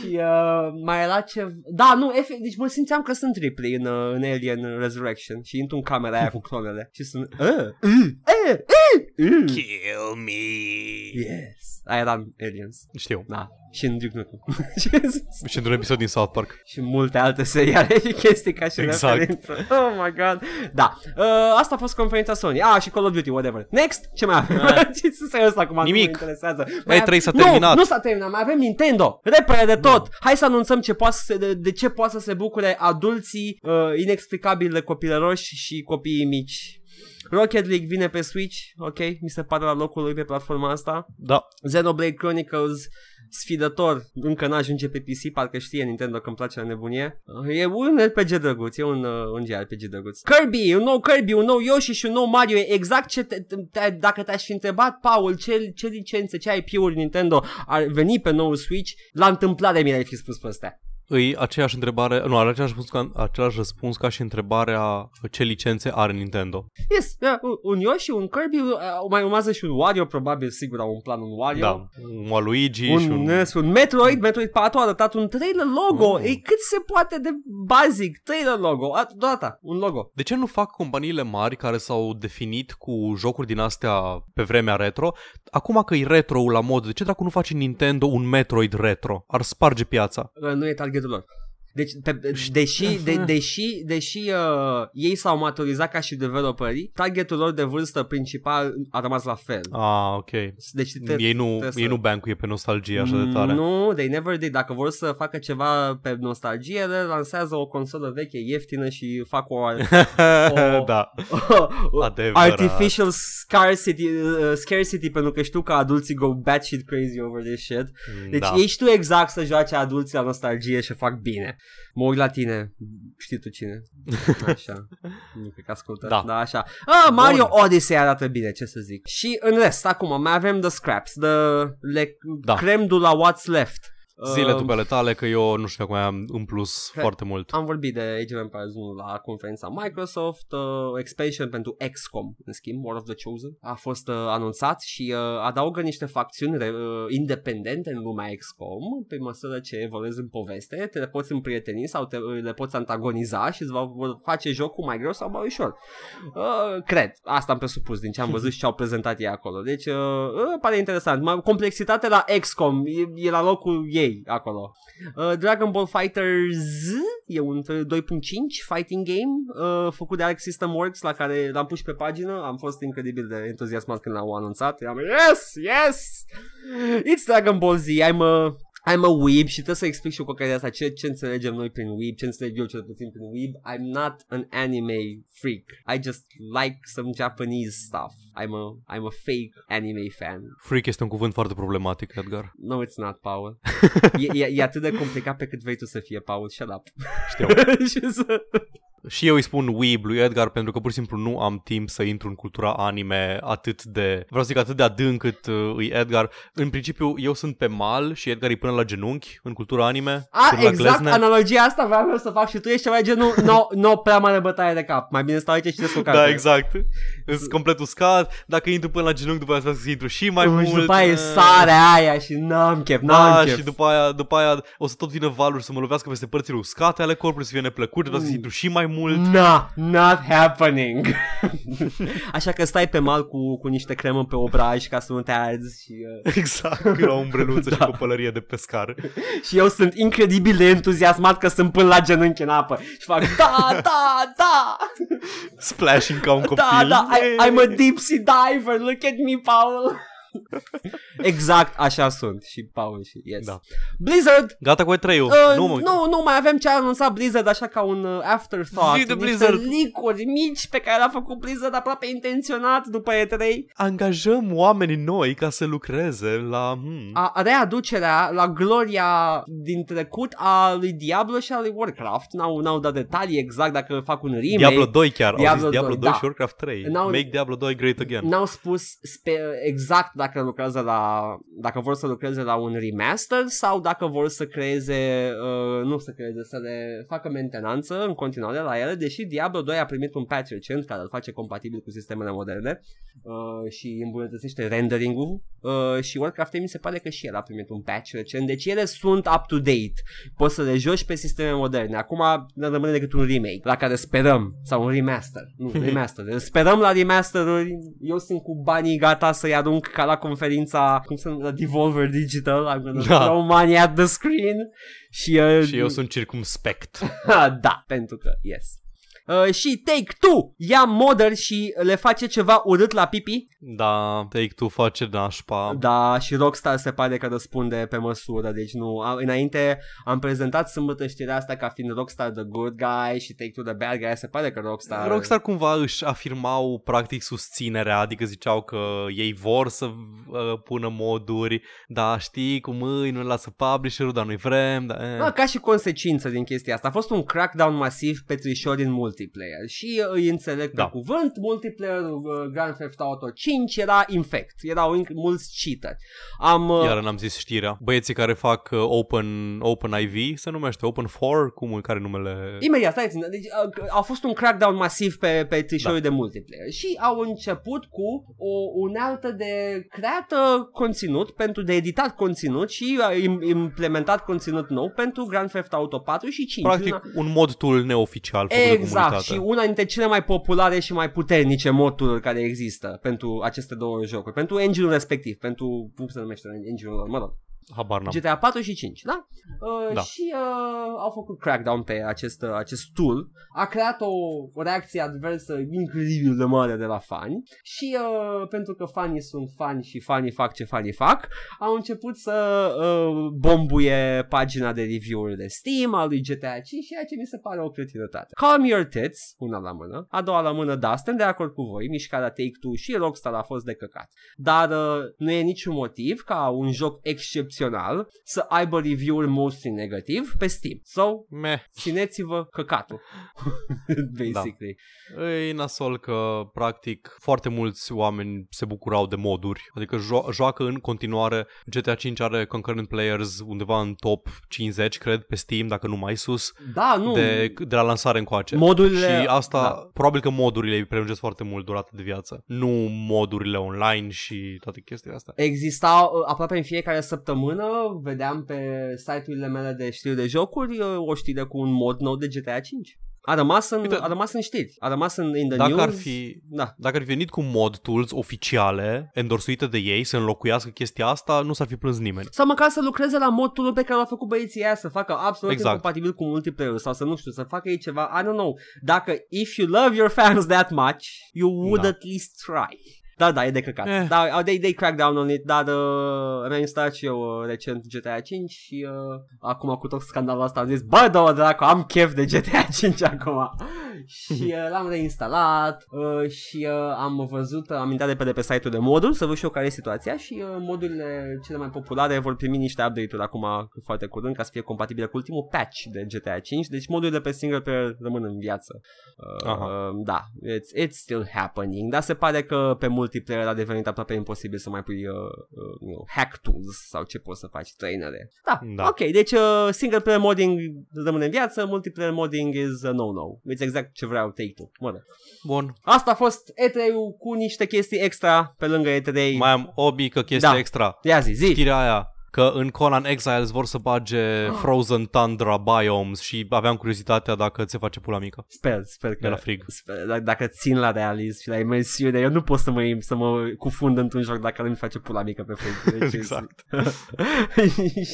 Speaker 1: Și uh, mai era ce... Da, nu, efect, deci mă simțeam că sunt Ripley în, uh, în Alien Resurrection și intru în camera aia cu clonele și sunt... Uh, uh, uh,
Speaker 2: Eh.
Speaker 1: uh, uh.
Speaker 2: [laughs] Kill me.
Speaker 1: Yes. Aia era în Aliens.
Speaker 2: Știu.
Speaker 1: Da. Și în Duke Nukem. [laughs] Și-
Speaker 2: Și într-un episod din South Park.
Speaker 1: și multe alte seriale și chestii ca și
Speaker 2: Exact.
Speaker 1: referință. Oh my god. Da. Uh, asta a fost conferința Sony. Ah, și Call of Duty, whatever. Next, ce mai avem? [laughs] Ce serios acum? Nu mă
Speaker 2: Da. Nimic.
Speaker 1: interesează.
Speaker 2: E3 s-a
Speaker 1: nu,
Speaker 2: terminat.
Speaker 1: Nu s-a terminat, mai avem Nintendo. Repede de tot. Hai să anunțăm ce poate să se, de, de ce poate să se bucure adulții uh, inexplicabili de copilăroși și copiii mici. Rocket League vine pe Switch, ok, mi se pare la locul lui pe platforma asta.
Speaker 2: Da.
Speaker 1: Xenoblade Chronicles sfidător, încă n-ajunge pe PC, parcă știe Nintendo că îmi place la nebunie. E un RPG drăguț, e un, uh, un RPG drăguț. Kirby, un nou Kirby, un nou Yoshi și un nou Mario, e exact ce te, te, dacă te-aș fi întrebat, Paul, ce, ce licențe, ce IP-uri Nintendo ar veni pe noul Switch, la întâmplare mi le-ai fi spus pe astea.
Speaker 2: Îi aceeași întrebare, nu, are același răspuns, ca, același răspuns ca și întrebarea ce licențe are Nintendo.
Speaker 1: Yes, da, un- un Yoshi, un Kirby, uh, mai urmează și un Wario, probabil, sigur au un plan un Wario.
Speaker 2: Da, un Waluigi și
Speaker 1: un,
Speaker 2: un...
Speaker 1: NES, un Metroid, Metroid 4 a arătat un trailer logo,
Speaker 2: Mm.
Speaker 1: e cât se poate de basic, trailer logo, a, doar atâta, un logo.
Speaker 2: De ce nu fac companiile mari care s-au definit cu jocuri din astea pe vremea retro? Acum că e retro la mod, de ce dracu nu face Nintendo un Metroid retro? Ar sparge piața.
Speaker 1: Uh, Nu e targetul lor. Deci, pe, deși,
Speaker 2: [laughs]
Speaker 1: de, deși, deși uh, ei s-au maturizat ca și developerii, targetul lor de vârstă principal a rămas la fel.
Speaker 2: Ah, ok.
Speaker 1: Deci te,
Speaker 2: ei nu,
Speaker 1: trebuie să-
Speaker 2: ei nu bancuie pe nostalgie așa de [laughs] tare.
Speaker 1: Nu, they never did. Dacă vor să facă ceva pe nostalgie, le lansează o consolă veche, ieftină și fac
Speaker 2: [laughs]
Speaker 1: o O-
Speaker 2: da, adevărat.
Speaker 1: artificial scarcity, uh, scarcity pentru că știu că adulții go batshit crazy over this shit. Deci
Speaker 2: da.
Speaker 1: da. ei știu exact să joace adulții la nostalgie și fac bine. Mă uit la tine, știi tu
Speaker 2: [laughs]
Speaker 1: cine. Așa, nu cred că ascultă, da.
Speaker 2: Da.
Speaker 1: dar așa. Ah, Mario
Speaker 2: Bun.
Speaker 1: Odyssey arată bine, ce să zic. Și în rest, acum mai avem The Scraps, The le- da.
Speaker 2: Da.
Speaker 1: Creme de la What's Left.
Speaker 2: Zile
Speaker 1: Uh,
Speaker 2: tu pe tale că eu nu știu acum am în plus
Speaker 1: Cred-
Speaker 2: foarte mult.
Speaker 1: am vorbit de Age of Empires 1 la conferința Microsoft, uh, expansion pentru XCOM, în schimb, War of the Chosen, a fost uh, anunțat și uh, adaugă niște facțiuni re- uh, independente în lumea XCOM, pe măsură ce evoluezi în poveste, te le poți împrieteni sau te, uh, le poți antagoniza și îți va vor face jocul mai greu sau mai ușor. Uh, cred, asta am presupus din ce am văzut și ce au prezentat ei acolo. Deci, uh, uh, pare interesant. Ma- Complexitatea la XCOM e, e la locul ei acolo. Uh, Dragon Ball Fighters e un 2.5 fighting game uh, făcut de Arc System Works la care l-am pus pe pagină. Am fost incredibil de entuziasmat când l-au anunțat. Am yes, yes! It's Dragon Ball Z. I'm a I'm a weeb și trebuie să explic și eu cu ocazia asta ce, ce înțelegem noi prin weeb, ce înțeleg eu cel puțin prin weeb. I'm not an anime freak. I just like some Japanese stuff. I'm a, I'm a fake anime fan.
Speaker 2: Freak este un cuvânt foarte problematic, Edgar.
Speaker 1: No, it's not, Paul. E, e, e atât de complicat pe cât vrei tu să fie, Paul. Shut up.
Speaker 2: Știu.
Speaker 1: [laughs] și să...
Speaker 2: Și eu îi spun weeb lui Edgar pentru că pur și simplu nu am timp să intru în cultura anime atât de, vreau să zic atât de adânc cât uh, îi Edgar. În principiu eu sunt pe mal și Edgar e până la genunchi în cultura anime.
Speaker 1: A,
Speaker 2: până la
Speaker 1: exact,
Speaker 2: glezne.
Speaker 1: analogia asta vreau eu să fac și tu ești ceva de genul no, no prea mare bătaie de cap. Mai bine stau aici și descurc
Speaker 2: Da, exact. Sunt complet uscat. Dacă intru până la genunchi, după aceea să intru și mai mult.
Speaker 1: și după aia e
Speaker 2: Eh,
Speaker 1: sarea aia și n-am chef, n-am
Speaker 2: Da,
Speaker 1: chef.
Speaker 2: și după aia, după aia o să tot vină valuri să mă lovească peste părțile uscate ale corpului, să fie neplăcut, după aceea
Speaker 1: Mm.
Speaker 2: să intru și mai mult.
Speaker 1: Na, not happening. [laughs] Așa că stai pe mal cu, cu niște cremă pe obraj ca să nu te arzi și, uh,
Speaker 2: [laughs] Exact, la o
Speaker 1: [laughs]
Speaker 2: umbreluță și
Speaker 1: Da.
Speaker 2: cu o pălărie de pescar.
Speaker 1: uh, și eu sunt incredibil de entuziasmat că sunt până la genunchi în apă și fac da, da, da,
Speaker 2: Splashing ca un copil.
Speaker 1: da, da, I, I'm a deep sea diver, look at me, Paul. [laughs] exact așa sunt și Paul și yes.
Speaker 2: Da.
Speaker 1: Blizzard
Speaker 2: Gata cu E3-ul.
Speaker 1: Uh,
Speaker 2: nu, mă...
Speaker 1: nu, nu, mai avem ce a anunțat Blizzard așa ca un uh, afterthought.
Speaker 2: Zi de
Speaker 1: Niște
Speaker 2: Blizzard.
Speaker 1: leak-uri mici pe care le-a făcut Blizzard aproape intenționat după E3.
Speaker 2: Angajăm oamenii noi ca să lucreze la... Hmm.
Speaker 1: a readucerea la gloria din trecut a lui Diablo și a lui Warcraft. N-au, n-au dat detalii exact dacă fac un remake.
Speaker 2: Diablo 2 chiar, au
Speaker 1: Diablo
Speaker 2: zis Diablo 2,
Speaker 1: 2,
Speaker 2: și
Speaker 1: da.
Speaker 2: Warcraft 3.
Speaker 1: N-au-
Speaker 2: Make Diablo 2 great again.
Speaker 1: N-au spus spe- exact dacă lucrează la dacă vor să lucreze la un remaster sau dacă vor să creeze uh, nu să creeze, să le facă mentenanță în continuare la ele, deși Diablo 2 a primit un patch recent care îl face compatibil cu sistemele moderne uh, și îmbunătățește rendering-ul uh, și Warcraft 3 mi se pare că și el a primit un patch recent, deci ele sunt up-to-date poți să le joci pe sisteme moderne. Acum ne rămâne decât un remake, la care sperăm, sau un remaster.
Speaker 2: [laughs]
Speaker 1: Nu, remaster. Deci sperăm la remasteruri. Eu sunt cu banii gata să-i adunc ca la conferința, cum se numește, Devolver Digital. I'm gonna
Speaker 2: Da.
Speaker 1: throw money at the screen. Și, uh,
Speaker 2: Și eu
Speaker 1: [laughs]
Speaker 2: sunt circumspect.
Speaker 1: da, pentru că, yes. Uh, și Take-Two ia modder și le face ceva urât la pipi
Speaker 2: da, Take-Two face nașpa.
Speaker 1: da, și Rockstar se pare că răspunde pe măsură, deci nu. A, înainte am prezentat sâmbătă știrea asta ca fiind Rockstar the good guy și Take-Two the bad guy, se pare că Rockstar...
Speaker 2: Rockstar cumva își afirmau practic susținerea, adică ziceau că ei vor să uh, pună moduri, dar știi cum îi, nu lasă publisher-ul, dar noi vrem, dar... eh.
Speaker 1: Da, ca și consecință din chestia asta. A fost un crackdown masiv pe trișori în multiplayer și uh, îi înțeleg
Speaker 2: Da.
Speaker 1: pe cuvânt, multiplayer uh, Grand Theft Auto 5 era infect, erau inc- mulți cheater. Am, uh,
Speaker 2: Iar n-am zis știrea. Băieții care fac uh, Open, open IV, se numește Open 4, cum care e numele...
Speaker 1: Imediat, stai ține. Deci a, a fost un crackdown masiv pe, pe trișorii da. de multiplayer și au început cu o unealtă de creat uh, conținut pentru de editat conținut și uh, im- implementat conținut nou pentru Grand Theft Auto 4 și 5.
Speaker 2: Practic
Speaker 1: Una-
Speaker 2: un mod tool neoficial făcut de
Speaker 1: Exact,
Speaker 2: comunitate.
Speaker 1: și una dintre cele mai populare și mai puternice moduri care există pentru aceste două jocuri, pentru engine-ul respectiv, pentru, cum se numește engine-ul lor, mă rog.
Speaker 2: Habar n-am.
Speaker 1: GTA 4 și 5, da? Uh,
Speaker 2: Da.
Speaker 1: Și uh, au făcut crackdown pe acest, uh, acest tool. A creat o, o reacție adversă incredibil de mare de la fani și uh, pentru că fanii sunt fani și fanii fac ce fanii fac, au început să uh, bombuie pagina de review-uri de Steam a lui GTA 5 și ceea ce mi se pare o cretinătate. Calm your tits, una la mână, a doua la mână, da, suntem de acord cu voi, mișcarea Take-Two și Rockstar a fost de căcat dar uh, nu e niciun motiv ca un joc excepțional să aibă review-uri mostly negativ pe Steam. So,
Speaker 2: Meh.
Speaker 1: țineți-vă căcatul. [laughs]
Speaker 2: Da.
Speaker 1: Basically.
Speaker 2: E nasol că, practic, foarte mulți oameni se bucurau de moduri. Adică jo- joacă în continuare. GTA 5 are concurrent players undeva în top 50, cred, pe Steam, dacă nu mai sus,
Speaker 1: Da, nu.
Speaker 2: de, de la lansare încoace.
Speaker 1: Modurile...
Speaker 2: Și asta,
Speaker 1: Da.
Speaker 2: da. probabil că modurile îi prelungesc foarte mult durata de viață. Nu modurile online și toate chestiile astea.
Speaker 1: Existau uh, aproape în fiecare săptămână, vedeam pe site-urile mele de știri de jocuri uh, o știre cu un mod nou de GTA 5. A rămas în,
Speaker 2: Uite,
Speaker 1: a rămas în știri, a rămas în in the
Speaker 2: Dacă
Speaker 1: news.
Speaker 2: ar fi...
Speaker 1: Da.
Speaker 2: Dacă ar fi venit cu mod tools oficiale, endorsuite de ei, să înlocuiască chestia asta, nu s-ar fi plâns nimeni.
Speaker 1: Sau măcar să lucreze la modul pe care l-a făcut băieții aia Să facă absolut
Speaker 2: Exact.
Speaker 1: exact. incompatibil cu multiplayer Sau să nu știu, să facă ei ceva I don't know Dacă if you love your fans that much You would
Speaker 2: Da.
Speaker 1: da. at least try Da, da, e de căcat.
Speaker 2: Eh.
Speaker 1: Eh. Da, they, they crack down on it, dar uh, mi-am instalat și eu uh, recent GTA 5 și uh, acum cu tot scandalul ăsta am zis, bă, două dracu, am chef de GTA 5 acum. [laughs] și uh, l-am reinstalat uh, și uh, am văzut, am intrat de pe, de pe site-ul de modul să văd și eu care e situația și uh, modurile cele mai populare vor primi niște update-uri acum foarte curând ca să fie compatibile cu ultimul patch de GTA 5, deci modurile pe single player rămân în viață. Uh,
Speaker 2: Aha.
Speaker 1: da, it's, it's still happening, dar se pare că pe multiplayer a devenit aproape imposibil să mai pui uh, uh, you know, hack tools sau ce poți să faci, trainere. Da,
Speaker 2: Da.
Speaker 1: da. ok, deci uh, single player modding rămâne în viață, multiplayer modding is a no-no. It's exact ce vreau Take-Two. Mă rog.
Speaker 2: Bun.
Speaker 1: Asta a fost E3-ul cu niște chestii extra pe lângă E3.
Speaker 2: Mai am obi că chestia
Speaker 1: Da.
Speaker 2: extra.
Speaker 1: Ia zi, zi.
Speaker 2: Știrea aia că în Conan Exiles vor să
Speaker 1: Ah.
Speaker 2: bage Frozen Tundra Biomes și aveam curiozitatea dacă ți se face pula mică
Speaker 1: Sper, sper că...
Speaker 2: de la frig.
Speaker 1: Sper, d- dacă țin la realism și la imersiune, eu nu pot să mă, să mă cufund într-un joc dacă nu-mi face pula mică pe Facebook.
Speaker 2: [laughs]
Speaker 1: Deci,
Speaker 2: Exact.
Speaker 1: [laughs]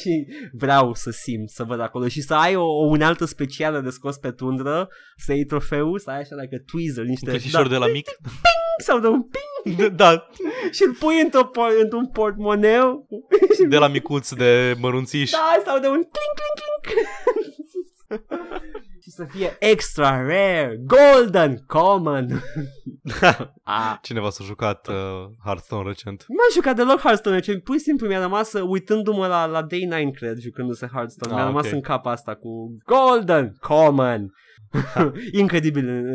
Speaker 1: și vreau să simt, să văd acolo și să ai o, o unealtă specială de scos pe tundră, să iei trofeu, să ai așa like tweezer,
Speaker 2: Un
Speaker 1: niște... da,
Speaker 2: căcișor de la
Speaker 1: [laughs]
Speaker 2: mic?
Speaker 1: sau de un ping
Speaker 2: da,
Speaker 1: și îl pui într-o, po- într-un portmoneu.
Speaker 2: de la micuț de mărunțiș.
Speaker 1: Da, sau de un clink, clink, clink. [laughs] și să fie extra rare, golden,
Speaker 2: [laughs]
Speaker 1: common. A,
Speaker 2: Cineva s-a jucat uh, Hearthstone recent.
Speaker 1: Nu m-am jucat deloc Hearthstone, deci pur și simplu mi-a rămas uh, uitându-mă la, la Day 9, cred, jucându-se Hearthstone.
Speaker 2: Ah,
Speaker 1: mi-a rămas
Speaker 2: ok.
Speaker 1: în cap asta cu Golden Common.
Speaker 2: [laughs]
Speaker 1: Incredibil. uh,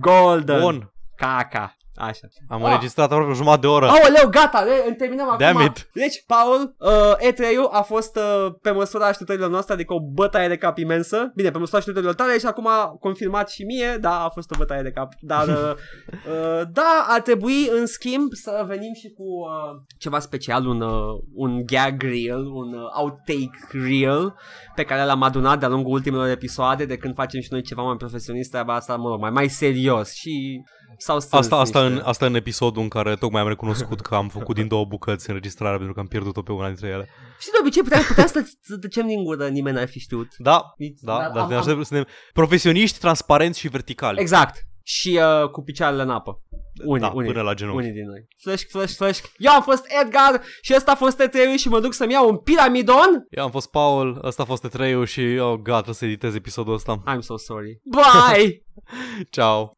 Speaker 1: Golden
Speaker 2: Bun,
Speaker 1: Caca. Așa.
Speaker 2: am
Speaker 1: Ah.
Speaker 2: înregistrat aproape jumătate de oră.
Speaker 1: Aoleu, gata, le, terminăm acum.
Speaker 2: Damn it.
Speaker 1: Deci, Paul, uh, E3-ul a fost uh, pe măsura așteptărilor noastre, adică o bătaie de cap imensă. Bine, pe măsura așteptărilor tale și acum a confirmat și mie, da, a fost o bătaie de cap. Dar, uh,
Speaker 2: [laughs]
Speaker 1: uh, da, ar trebui, în schimb, să venim și cu uh, ceva special, un, uh, un gag reel, un uh, outtake reel pe care l-am adunat de-a lungul ultimelor episoade de când facem și noi ceva mai profesionist, treaba asta, mă rog, mai, mai serios și... Sau
Speaker 2: Asta, asta, în, asta în episodul în care tocmai am recunoscut că am făcut din două bucăți înregistrarea pentru că am pierdut-o pe una dintre ele.
Speaker 1: Și de obicei puteam, puteam să, să tăcem din gură, nimeni n-ar fi știut.
Speaker 2: Da,
Speaker 1: Nici-
Speaker 2: da, dar,
Speaker 1: am-
Speaker 2: ne
Speaker 1: am-
Speaker 2: aștept, suntem profesioniști, transparenți și verticali.
Speaker 1: Exact. Și uh, cu picioarele în apă. Unii,
Speaker 2: da,
Speaker 1: unii.
Speaker 2: până la genunchi.
Speaker 1: Unii din noi. Flash, flash, flash. Eu am fost Edgar și ăsta a fost tt și mă duc să-mi iau un piramidon.
Speaker 2: Eu am fost Paul, ăsta a fost E3-ul și, oh, gata, să editez episodul ăsta.
Speaker 1: I'm so sorry. Bye!
Speaker 2: Ciao.